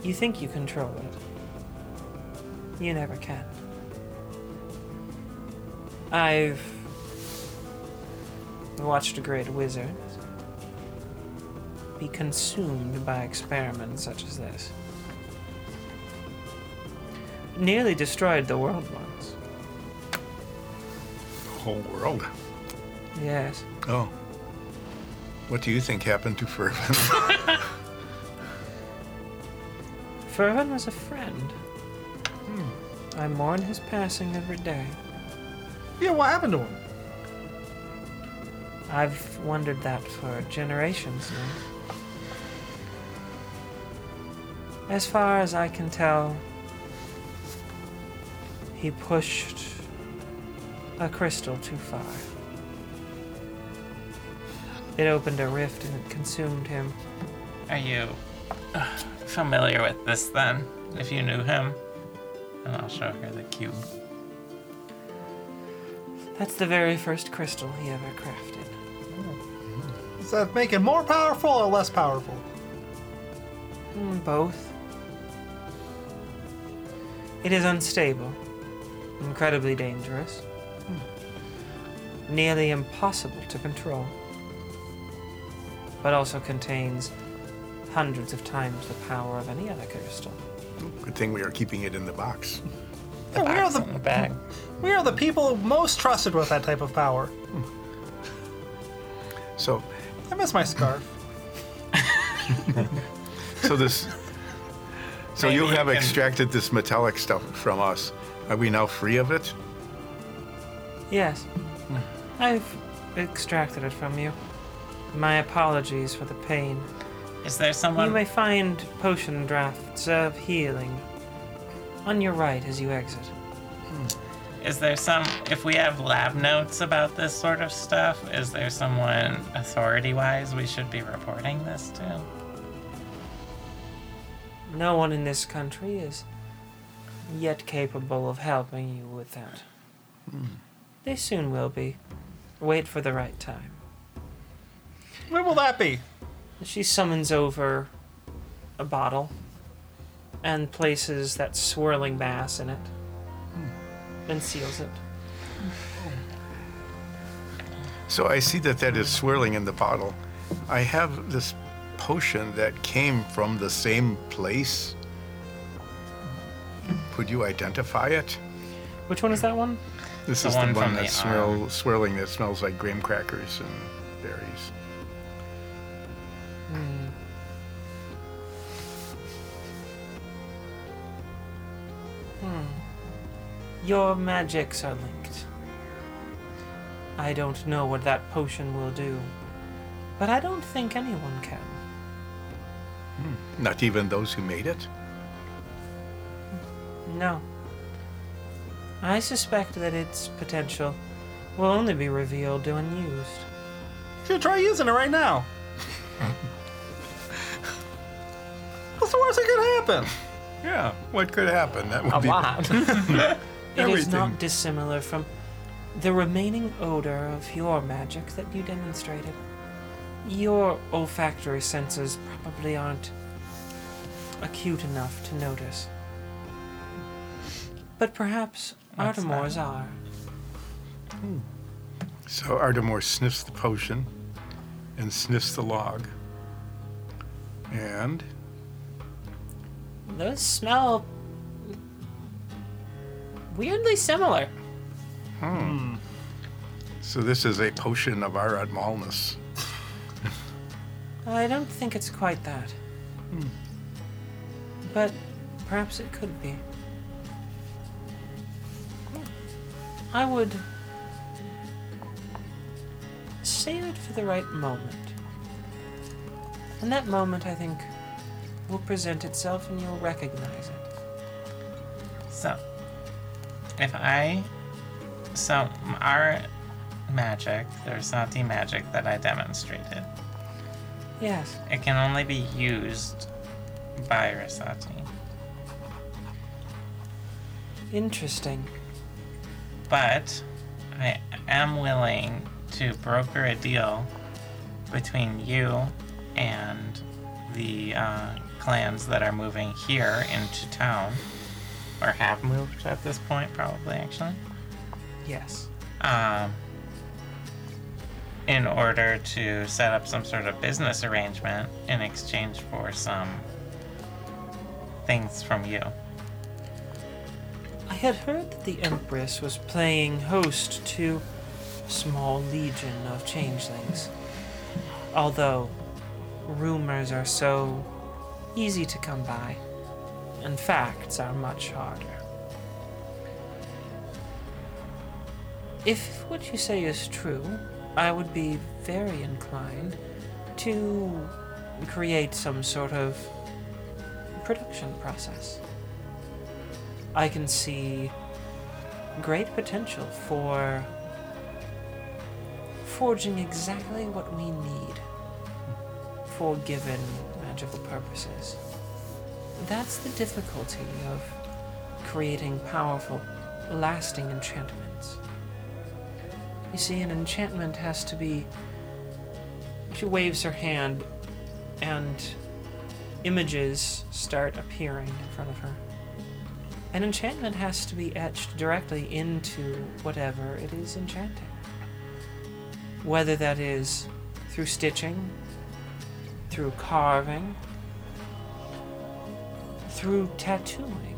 [SPEAKER 1] you think you control it. You never can. I've We watched a great wizard be consumed by experiments such as this. Nearly destroyed the world once.
[SPEAKER 4] The whole world.
[SPEAKER 1] Yes.
[SPEAKER 4] Oh. What do you think happened to Fervent?
[SPEAKER 1] Fervin was a friend. Hmm. I mourn his passing every day.
[SPEAKER 2] Yeah, what happened to him?
[SPEAKER 1] I've wondered that for generations now. As far as I can tell, he pushed a crystal too far. It opened a rift and it consumed him.
[SPEAKER 3] Are you uh, familiar with this then? If you knew him? And I'll show her the cube.
[SPEAKER 1] That's the very first crystal he ever crafted.
[SPEAKER 2] Does that make it more powerful or less powerful?
[SPEAKER 1] Mm, Both. It is unstable, incredibly dangerous, Hmm. nearly impossible to control, but also contains hundreds of times the power of any other crystal.
[SPEAKER 4] Good thing we are keeping it in the box.
[SPEAKER 2] Yeah, we, are
[SPEAKER 3] Box
[SPEAKER 2] the,
[SPEAKER 3] on the back.
[SPEAKER 2] we are the people most trusted with that type of power.
[SPEAKER 4] So,
[SPEAKER 2] I miss my scarf.
[SPEAKER 4] so this. So
[SPEAKER 3] Maybe
[SPEAKER 4] you
[SPEAKER 3] you
[SPEAKER 4] have
[SPEAKER 3] can-
[SPEAKER 4] extracted this metallic stuff from us. Are we now free of it?
[SPEAKER 1] Yes, I've extracted it from you. My apologies for the pain.
[SPEAKER 3] Is there
[SPEAKER 1] You
[SPEAKER 3] someone?
[SPEAKER 1] may find potion drafts of healing on your right as you exit.
[SPEAKER 3] Is there some? If we have lab notes about this sort of stuff, is there someone authority-wise we should be reporting this to?
[SPEAKER 1] No one in this country is yet capable of helping you with that. They soon will be. Wait for the right time.
[SPEAKER 2] When will that be?
[SPEAKER 1] She summons over a bottle and places that swirling mass in it and seals it.
[SPEAKER 4] So I see that that is swirling in the bottle. I have this potion that came from the same place. Could you identify it?
[SPEAKER 1] Which one is that one?
[SPEAKER 4] This
[SPEAKER 3] The
[SPEAKER 4] is
[SPEAKER 3] one
[SPEAKER 4] the one
[SPEAKER 3] from the
[SPEAKER 4] that swirl, swirling that smells like graham crackers and berries.
[SPEAKER 1] Your magics are linked. I don't know what that potion will do, but I don't think anyone can.
[SPEAKER 4] Not even those who made it.
[SPEAKER 1] No. I suspect that its potential will only be revealed when used.
[SPEAKER 2] Should try using it right now. What's the worst that could happen?
[SPEAKER 4] Yeah. What could happen? That would
[SPEAKER 3] A
[SPEAKER 4] be
[SPEAKER 3] lot.
[SPEAKER 1] It is
[SPEAKER 4] Everything.
[SPEAKER 1] not dissimilar from the remaining odor of your magic that you demonstrated. Your olfactory senses probably aren't acute enough to notice. But perhaps
[SPEAKER 3] That's
[SPEAKER 1] Artemores are.
[SPEAKER 4] So Artemore sniffs the potion and sniffs the log. And
[SPEAKER 1] Those smell weirdly similar.
[SPEAKER 4] so this is a potion of Arad Malnus.
[SPEAKER 1] I don't think it's quite that. But perhaps it could be. I would save it for the right moment. And that moment, I think, will present itself and you'll recognize it.
[SPEAKER 3] So, if I. So, m- our magic, there's not the magic that I demonstrated.
[SPEAKER 1] Yes.
[SPEAKER 3] It can only be used by Rasati.
[SPEAKER 1] Interesting.
[SPEAKER 3] But I am willing to broker a deal between you and the uh, clans that are moving here into town, or have moved at this point, probably, actually.
[SPEAKER 1] Yes.
[SPEAKER 3] um, in order to set up some sort of business arrangement in exchange for some things from you.
[SPEAKER 1] I had heard that the Empress was playing host to a small legion of changelings. Although rumors are so easy to come by, and facts are much harder. If what you say is true, I would be very inclined to create some sort of production process. I can see great potential for forging exactly what we need for given magical purposes. That's the difficulty of creating powerful, lasting enchantments. You see, an enchantment has to be. She waves her hand, and images start appearing in front of her. An enchantment has to be etched directly into whatever it is enchanting. Whether that is through stitching, through carving, through tattooing,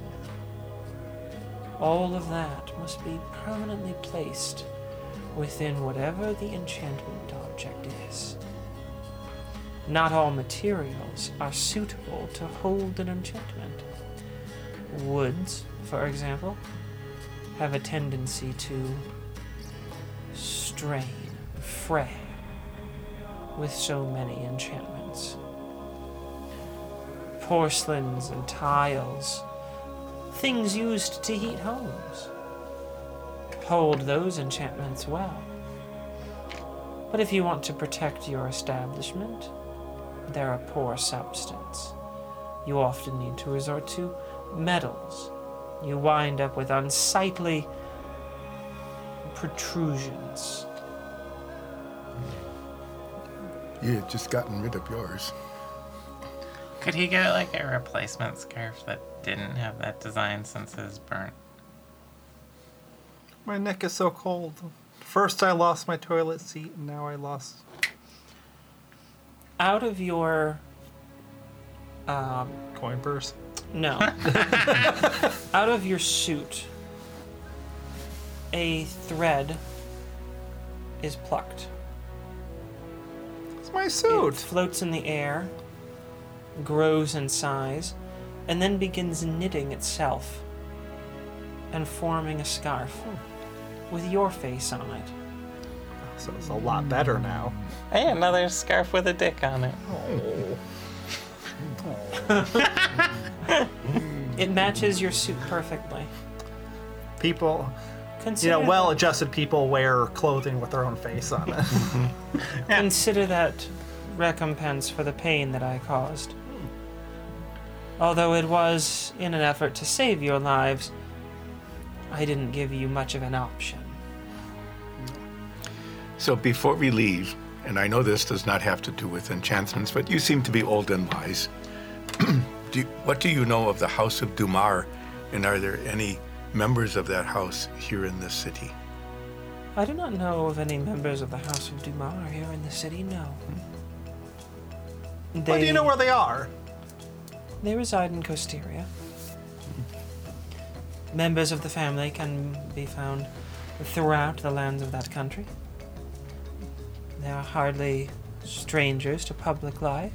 [SPEAKER 1] all of that must be permanently placed within whatever the enchantment object is. Not all materials are suitable to hold an enchantment. Woods, for example, have a tendency to strain, fray with so many enchantments. Porcelains and tiles, things used to heat homes, hold those enchantments well. But if you want to protect your establishment, they're a poor substance. You often need to resort to metals. You wind up with unsightly protrusions.
[SPEAKER 4] You had just gotten rid of yours.
[SPEAKER 3] Could he get like a replacement scarf that didn't have that design since it was burnt?
[SPEAKER 2] My neck is so cold. First, I lost my toilet seat, and now I lost.
[SPEAKER 1] Out of your. Um,
[SPEAKER 2] Coin purse.
[SPEAKER 1] No. Out of your suit, a thread is plucked.
[SPEAKER 2] It's my
[SPEAKER 1] It
[SPEAKER 2] suit.
[SPEAKER 1] floats in the air, grows in size, and then begins knitting itself and forming a scarf with your face on it.
[SPEAKER 2] So it's a lot better now.
[SPEAKER 3] Hey, another scarf with a dick on it.
[SPEAKER 1] It matches your suit perfectly.
[SPEAKER 2] People, you
[SPEAKER 1] Consider
[SPEAKER 2] know, well-adjusted people wear clothing with their own face on it.
[SPEAKER 1] Consider that recompense for the pain that I caused. Although it was in an effort to save your lives, I didn't give you much of an option.
[SPEAKER 4] So before we leave, and I know this does not have to do with enchantments, but you seem to be old and wise. do you- what do you know of the House of Dumar, and are there any members of that house here in this city?
[SPEAKER 1] I do not know of any members of the House of Dumar here in the city, no. They,
[SPEAKER 2] Well, do you know where they are?
[SPEAKER 1] they reside in Costeria. Members of the family can be found throughout the lands of that country. They are hardly strangers to public life.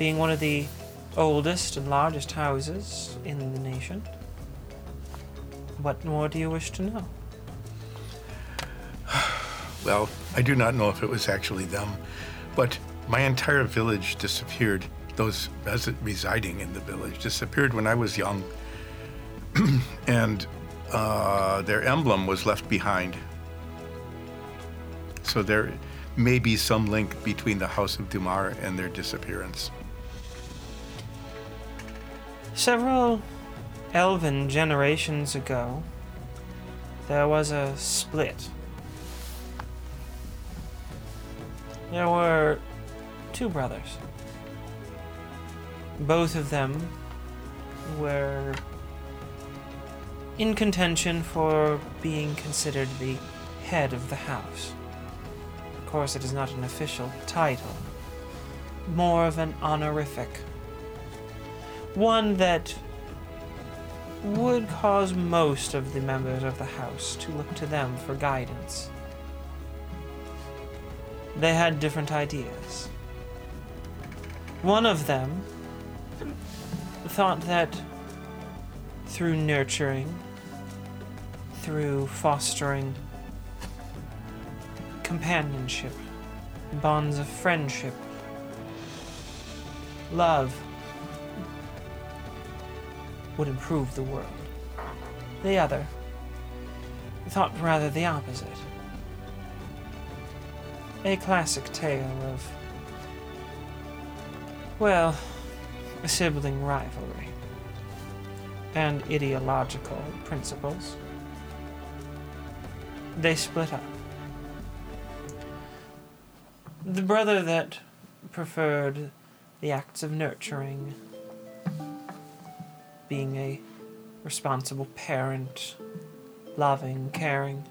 [SPEAKER 1] Being one of the oldest and largest houses in the nation. What more do you wish to know?
[SPEAKER 4] Well, I do not know if it was actually them, but my entire village disappeared. Those resi- residing in the village disappeared when I was young, and uh, their emblem was left behind. So there may be some link between the House of Dumar and their disappearance.
[SPEAKER 1] Several elven generations ago, there was a split. There were two brothers. Both of them were in contention for being considered the head of the house. course, it is not an official title, more of an honorific. One that would cause most of the members of the house to look to them for guidance. They had different ideas. One of them thought that through nurturing, through fostering companionship, bonds of friendship, love would improve the world. The other thought rather the opposite. A classic tale of, well, sibling rivalry and ideological principles. They split up. The brother that preferred the acts of nurturing, being a responsible parent, loving, caring,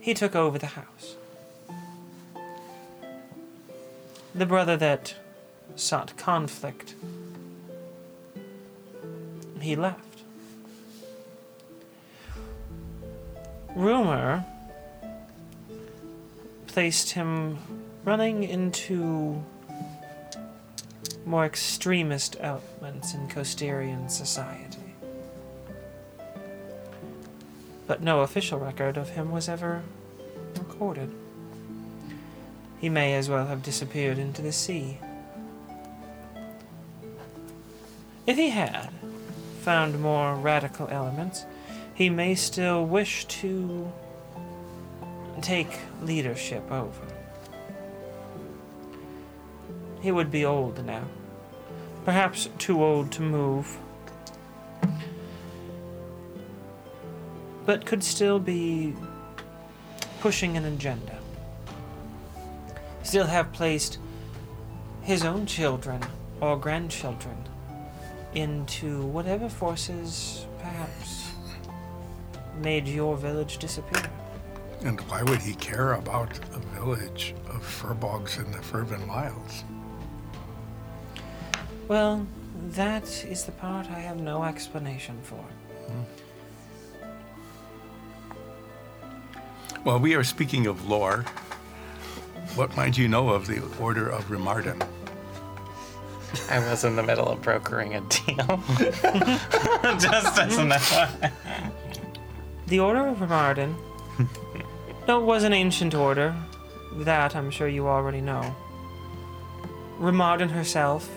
[SPEAKER 1] he took over the house. The brother that sought conflict, he left. Rumor placed him running into more extremist elements in Costerian society. But no official record of him was ever recorded. He may as well have disappeared into the sea. If he had found more radical elements, he may still wish to take leadership over. He would be old now, perhaps too old to move, but could still be pushing an agenda. Still have placed his own children or grandchildren into whatever forces perhaps made your village disappear.
[SPEAKER 4] And why would he care about the village of furbogs in the Fervent Isles?
[SPEAKER 1] Well, that is the part I have no explanation for.
[SPEAKER 4] Well, we are speaking of lore. What might you know of the Order of Remardan?
[SPEAKER 3] I was in the middle of brokering a deal. Just as an
[SPEAKER 1] The Order of Remardan. no, it was an ancient order. That I'm sure you already know. Remardan herself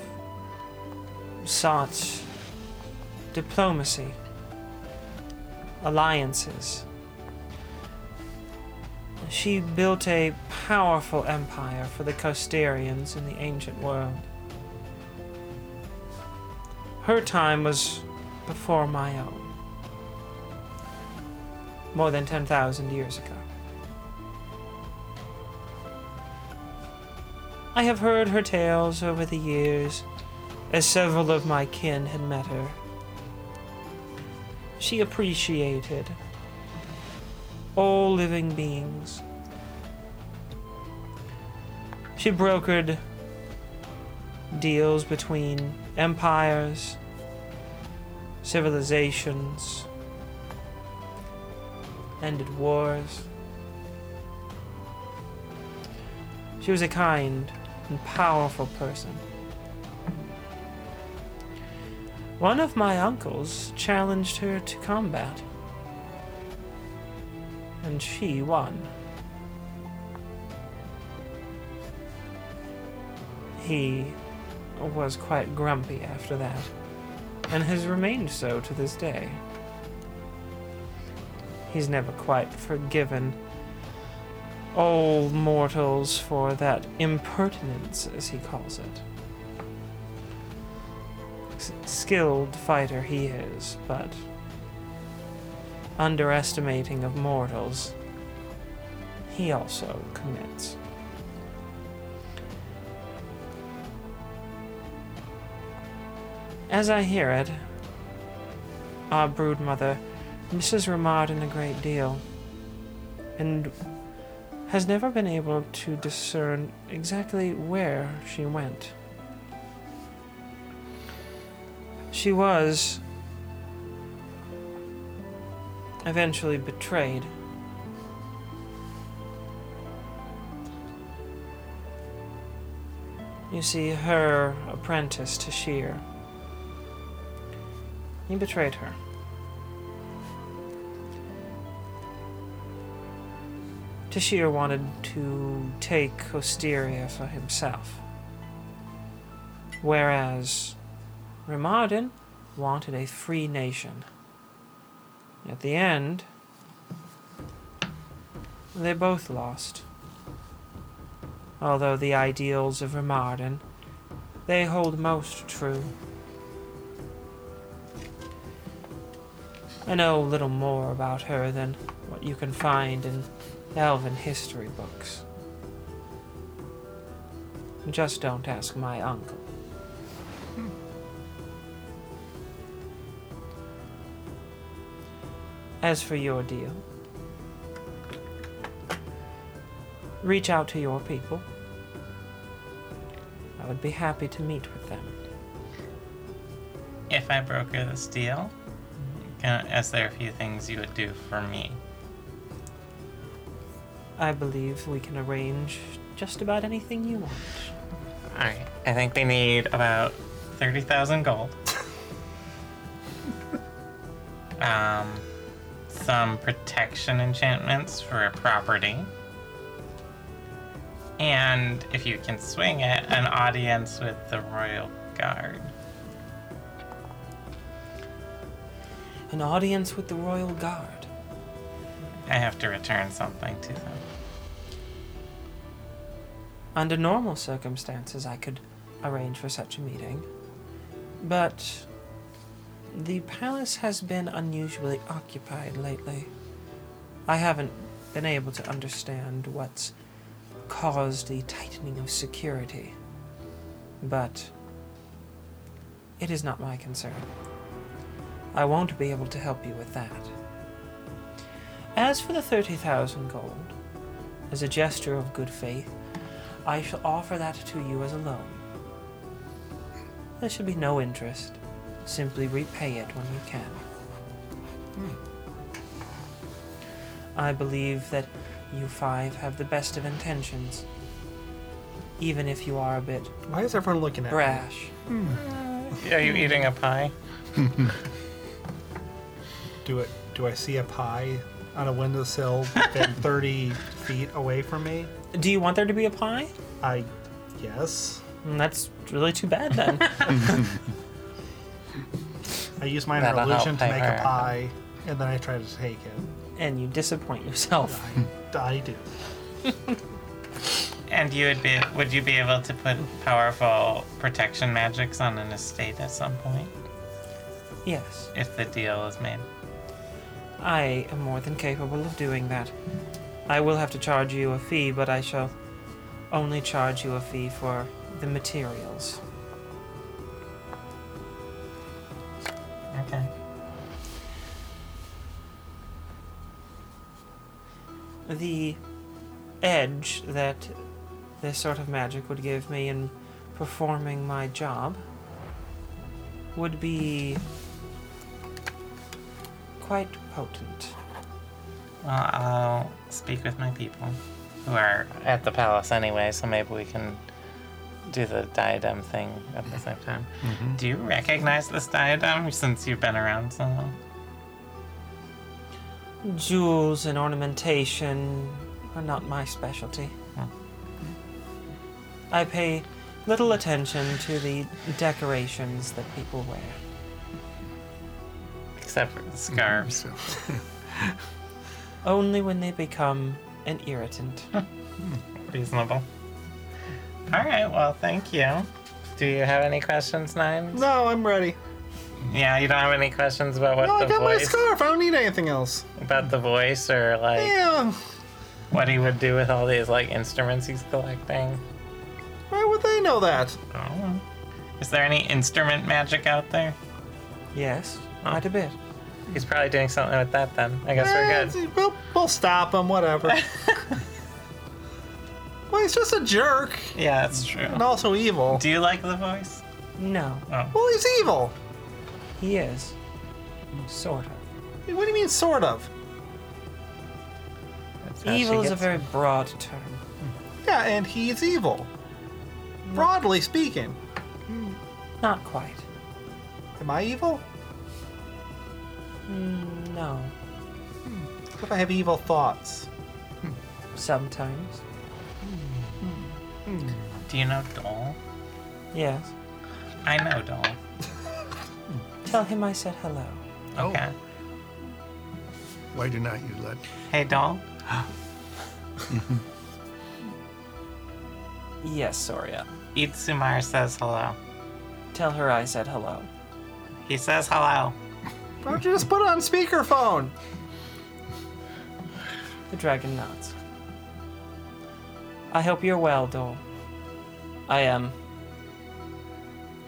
[SPEAKER 1] sought diplomacy, alliances. She built a powerful empire for the Costerians in the ancient world. Her time was before my own more than 10,000 years ago. I have heard her tales over the years, as several of my kin had met her. She appreciated all living beings. She brokered deals between empires, civilizations, ended wars. She was a kind and powerful person. One of my uncles challenged her to combat, and she won. He was quite grumpy after that, and has remained so to this day he's never quite forgiven all mortals for that impertinence, as he calls it. S- skilled fighter he is, but underestimating of mortals, he also commits. As I hear it, our broodmother misses Ramard a great deal, and has never been able to discern exactly where she went. She was eventually betrayed. You see, her apprentice, Tashir, he betrayed her. Tashir wanted to take Osteria for himself. Whereas Rimadin wanted a free nation. At the end, they both lost. Although the ideals of Rimadin, they hold most true. I know little more about her than what you can find in elven history books. Just don't ask my uncle. Hmm. As for your deal, reach out to your people. I would be happy to meet with them.
[SPEAKER 3] If I broker this deal, can, is there a few things you would do for me?
[SPEAKER 1] I believe we can arrange just about anything you want.
[SPEAKER 3] Alright, I think we need about 30,000 gold. um, some protection enchantments for a property. And if you can swing it, an audience with the royal guard.
[SPEAKER 1] An audience with the royal guard.
[SPEAKER 3] I have to return something to them.
[SPEAKER 1] Under normal circumstances, I could arrange for such a meeting. But the palace has been unusually occupied lately. I haven't been able to understand what's caused the tightening of security. But it is not my concern. I won't be able to help you with that. As for the 30,000 gold, as a gesture of good faith, I shall offer that to you as a loan. There should be no interest. Simply repay it when you can. I believe that you five have the best of intentions, even if you are a bit
[SPEAKER 2] Why is everyone looking at me?
[SPEAKER 1] brash.
[SPEAKER 3] Are you eating a pie?
[SPEAKER 2] Do it? Do I see a pie on a windowsill been 30 feet away from me?
[SPEAKER 1] Do you want there to be a pie?
[SPEAKER 2] I yes.
[SPEAKER 1] Mm, That's really too bad then.
[SPEAKER 2] I use my inner
[SPEAKER 3] That'll
[SPEAKER 2] illusion
[SPEAKER 3] help
[SPEAKER 2] to
[SPEAKER 3] pay
[SPEAKER 2] make a
[SPEAKER 3] her.
[SPEAKER 2] pie, and then I try to take it.
[SPEAKER 1] and you disappoint yourself.
[SPEAKER 2] I, I do.
[SPEAKER 3] And you would be would you be able to put powerful protection magics on an estate at some point
[SPEAKER 1] Yes,
[SPEAKER 3] if the deal is made?
[SPEAKER 1] I am more than capable of doing that. I will have to charge you a fee, but I shall only charge you a fee for the materials.
[SPEAKER 3] Okay.
[SPEAKER 1] The edge that this sort of magic would give me in performing my job would be quite potent.
[SPEAKER 3] Well, I'll speak with my people who are at the palace anyway, so maybe we can do the diadem thing at the same time.
[SPEAKER 2] Mm-hmm.
[SPEAKER 3] Do you recognize this diadem since you've been around so long?
[SPEAKER 1] Jewels and ornamentation are not my specialty.
[SPEAKER 3] Hmm.
[SPEAKER 1] I pay little attention to the decorations that people wear.
[SPEAKER 3] Except for the scarves.
[SPEAKER 4] So,
[SPEAKER 1] Only when they become an irritant.
[SPEAKER 2] Mm-hmm.
[SPEAKER 3] Reasonable. All right, well, thank you. Do you have any questions, Nine?
[SPEAKER 2] No, I'm ready.
[SPEAKER 3] Yeah, you don't have any questions about what
[SPEAKER 2] No, I
[SPEAKER 3] the
[SPEAKER 2] got my
[SPEAKER 3] voice,
[SPEAKER 2] scarf. I don't need anything else.
[SPEAKER 3] about the voice, or like
[SPEAKER 2] Yeah.
[SPEAKER 3] what he would do with all these like instruments he's collecting.
[SPEAKER 2] Why would they know that?
[SPEAKER 3] I don't
[SPEAKER 2] Oh.
[SPEAKER 3] know. Is there any instrument magic out there?
[SPEAKER 1] yes, quite a bit.
[SPEAKER 3] He's probably doing something with that then. I guess
[SPEAKER 2] Eh,
[SPEAKER 3] we're good.
[SPEAKER 2] We'll, we'll stop them. Whatever. Well, he's just a jerk
[SPEAKER 3] Yeah, that's true.
[SPEAKER 2] and also evil.
[SPEAKER 3] Do you like the voice?
[SPEAKER 1] No,
[SPEAKER 2] Well, he's evil.
[SPEAKER 1] he is. Sort of.
[SPEAKER 2] What do you mean, sort of?
[SPEAKER 3] That's how she
[SPEAKER 1] Evil is a
[SPEAKER 3] gets
[SPEAKER 1] very
[SPEAKER 3] it.
[SPEAKER 1] broad term.
[SPEAKER 2] Yeah, and he's evil. Broadly speaking,
[SPEAKER 1] Not quite.
[SPEAKER 2] am I evil?
[SPEAKER 1] No.
[SPEAKER 2] What if I have evil thoughts?
[SPEAKER 1] Sometimes.
[SPEAKER 3] Do you know Doll?
[SPEAKER 1] Yes.
[SPEAKER 3] I know Doll.
[SPEAKER 1] Tell him I said hello. Oh.
[SPEAKER 3] Okay.
[SPEAKER 4] Why do not you let?
[SPEAKER 3] Hey, Doll.
[SPEAKER 1] Yes, Soria.
[SPEAKER 3] Itsumar says hello.
[SPEAKER 1] Tell her I said hello.
[SPEAKER 3] He says hello.
[SPEAKER 2] Why don't you just put it on speakerphone?
[SPEAKER 1] The dragon nods. I hope you're well, Dole. I am.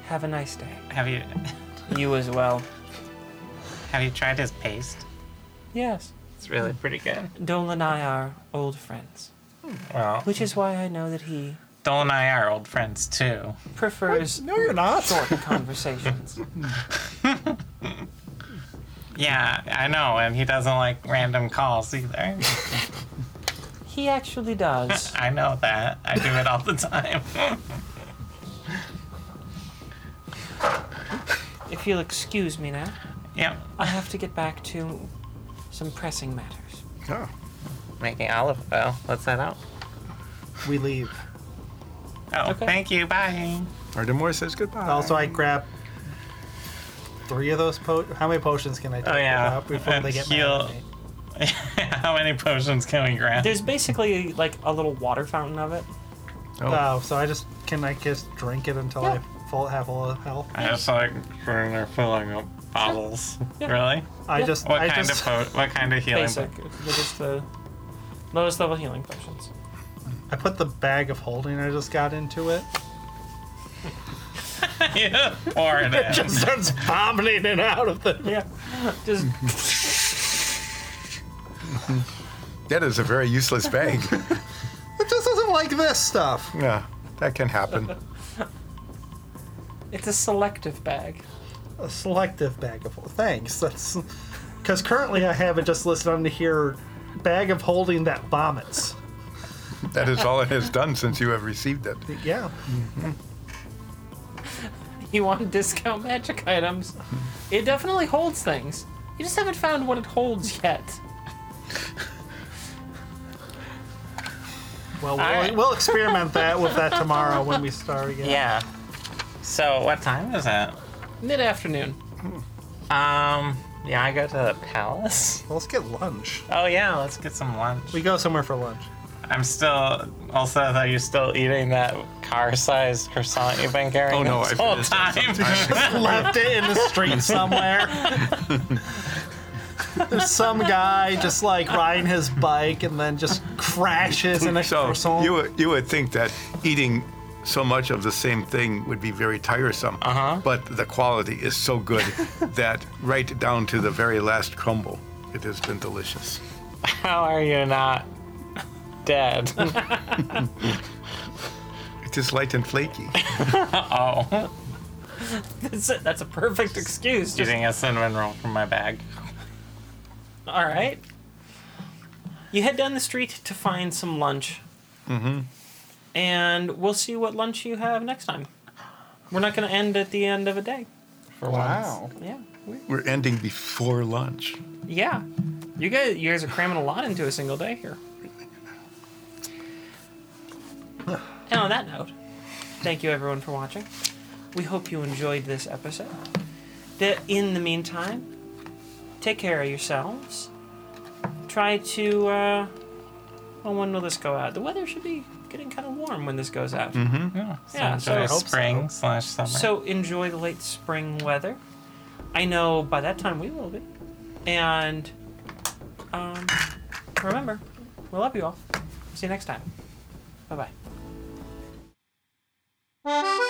[SPEAKER 1] have a nice day.
[SPEAKER 3] Have you
[SPEAKER 1] You as well.
[SPEAKER 3] have you tried his paste?
[SPEAKER 1] Yes.
[SPEAKER 3] It's really pretty good.
[SPEAKER 1] Dole and I are old friends,
[SPEAKER 3] Well,
[SPEAKER 1] which is why I know that he
[SPEAKER 3] Doll and I are old friends too.
[SPEAKER 1] prefers
[SPEAKER 2] No, you're not.
[SPEAKER 1] short conversations.
[SPEAKER 3] Yeah, I know, and he doesn't like random calls either.
[SPEAKER 1] He actually does.
[SPEAKER 3] I know that. I do it all the time.
[SPEAKER 1] If you'll excuse me now,
[SPEAKER 3] yep.
[SPEAKER 1] I have to get back to some pressing matters.
[SPEAKER 4] Oh,
[SPEAKER 3] Making olive oil. What's that out?
[SPEAKER 2] We leave.
[SPEAKER 3] Oh,
[SPEAKER 1] Okay.
[SPEAKER 3] thank you. Bye.
[SPEAKER 4] Ardemore says goodbye.
[SPEAKER 2] Also, I grab three of those po- How many potions can I take
[SPEAKER 3] Oh, yeah.
[SPEAKER 2] up before
[SPEAKER 3] And
[SPEAKER 2] they get
[SPEAKER 3] heal-
[SPEAKER 2] mad at me?
[SPEAKER 3] How many potions can we grab?
[SPEAKER 1] There's basically like a little water fountain of it.
[SPEAKER 4] Oh,
[SPEAKER 2] Oh, so I just can I just drink it until I full have full of health?
[SPEAKER 3] I just like sitting there filling up bottles.
[SPEAKER 1] Yeah.
[SPEAKER 3] Really?
[SPEAKER 2] I
[SPEAKER 1] Yeah.
[SPEAKER 2] just
[SPEAKER 3] What
[SPEAKER 2] I
[SPEAKER 3] kind
[SPEAKER 2] just
[SPEAKER 3] of po- what kind of healing?
[SPEAKER 1] Basic. They're just the lowest level healing potions.
[SPEAKER 2] I put the bag of holding I just got into it.
[SPEAKER 3] yeah. Pour it in.
[SPEAKER 2] Just starts vomiting it out of the
[SPEAKER 1] Yeah. Just
[SPEAKER 4] that is a very useless bag.
[SPEAKER 2] It just doesn't like this stuff.
[SPEAKER 4] yeah, that can happen.
[SPEAKER 1] it's a selective bag.
[SPEAKER 2] A selective bag of holding. Thanks. That's because currently I have it just listed under here bag of holding that vomits.
[SPEAKER 4] That is all it has done since you have received it.
[SPEAKER 2] Yeah.
[SPEAKER 1] You want to discount magic items. It definitely holds things. You just haven't found what it holds yet.
[SPEAKER 2] Well, we'll,
[SPEAKER 3] right.
[SPEAKER 2] we'll experiment that with that tomorrow when we start again.
[SPEAKER 3] Yeah. So what time is it?
[SPEAKER 1] Mid afternoon.
[SPEAKER 3] Um. Yeah, I go to the palace.
[SPEAKER 2] Let's get lunch.
[SPEAKER 3] Oh yeah, let's get some lunch.
[SPEAKER 2] We go somewhere for lunch.
[SPEAKER 3] I'm still. Also, though, you're still eating that car-sized croissant you've been carrying
[SPEAKER 4] Oh, no,
[SPEAKER 3] this
[SPEAKER 4] I
[SPEAKER 3] whole
[SPEAKER 4] finished
[SPEAKER 3] time.
[SPEAKER 4] that
[SPEAKER 2] Left it in the street somewhere. There's some guy just like riding his bike and then just crashes in a
[SPEAKER 4] So
[SPEAKER 2] croissant.
[SPEAKER 4] you would, you would think that eating so much of the same thing would be very tiresome, uh-huh. but the quality is so good that right down to the very last crumble, it has been delicious.
[SPEAKER 3] How are you not dead?
[SPEAKER 4] It is light and flaky.
[SPEAKER 3] oh,
[SPEAKER 1] That's it. That's a perfect excuse. Just,
[SPEAKER 3] eating a cinnamon roll from my bag.
[SPEAKER 1] all right. You head down the street to find some lunch. Mm-hmm. And we'll see what lunch you have next time. We're not going to end at the end of a day.
[SPEAKER 3] For once.
[SPEAKER 1] Yeah.
[SPEAKER 4] We're ending before lunch.
[SPEAKER 1] Yeah. You guys, you guys are cramming a lot into a single day here. And on that note, thank you everyone for watching. We hope you enjoyed this episode. The- In the meantime, take care of yourselves. Try to, uh, well, when will this go out? The weather should be getting kind of warm when this goes out.
[SPEAKER 3] Yeah. So
[SPEAKER 1] Yeah, so
[SPEAKER 3] enjoy
[SPEAKER 1] I hope
[SPEAKER 3] spring slash summer.
[SPEAKER 1] So enjoy the late spring weather. I know by that time we will be. And um, remember, we love you all. See you next time. Bye bye.
[SPEAKER 5] Thank you.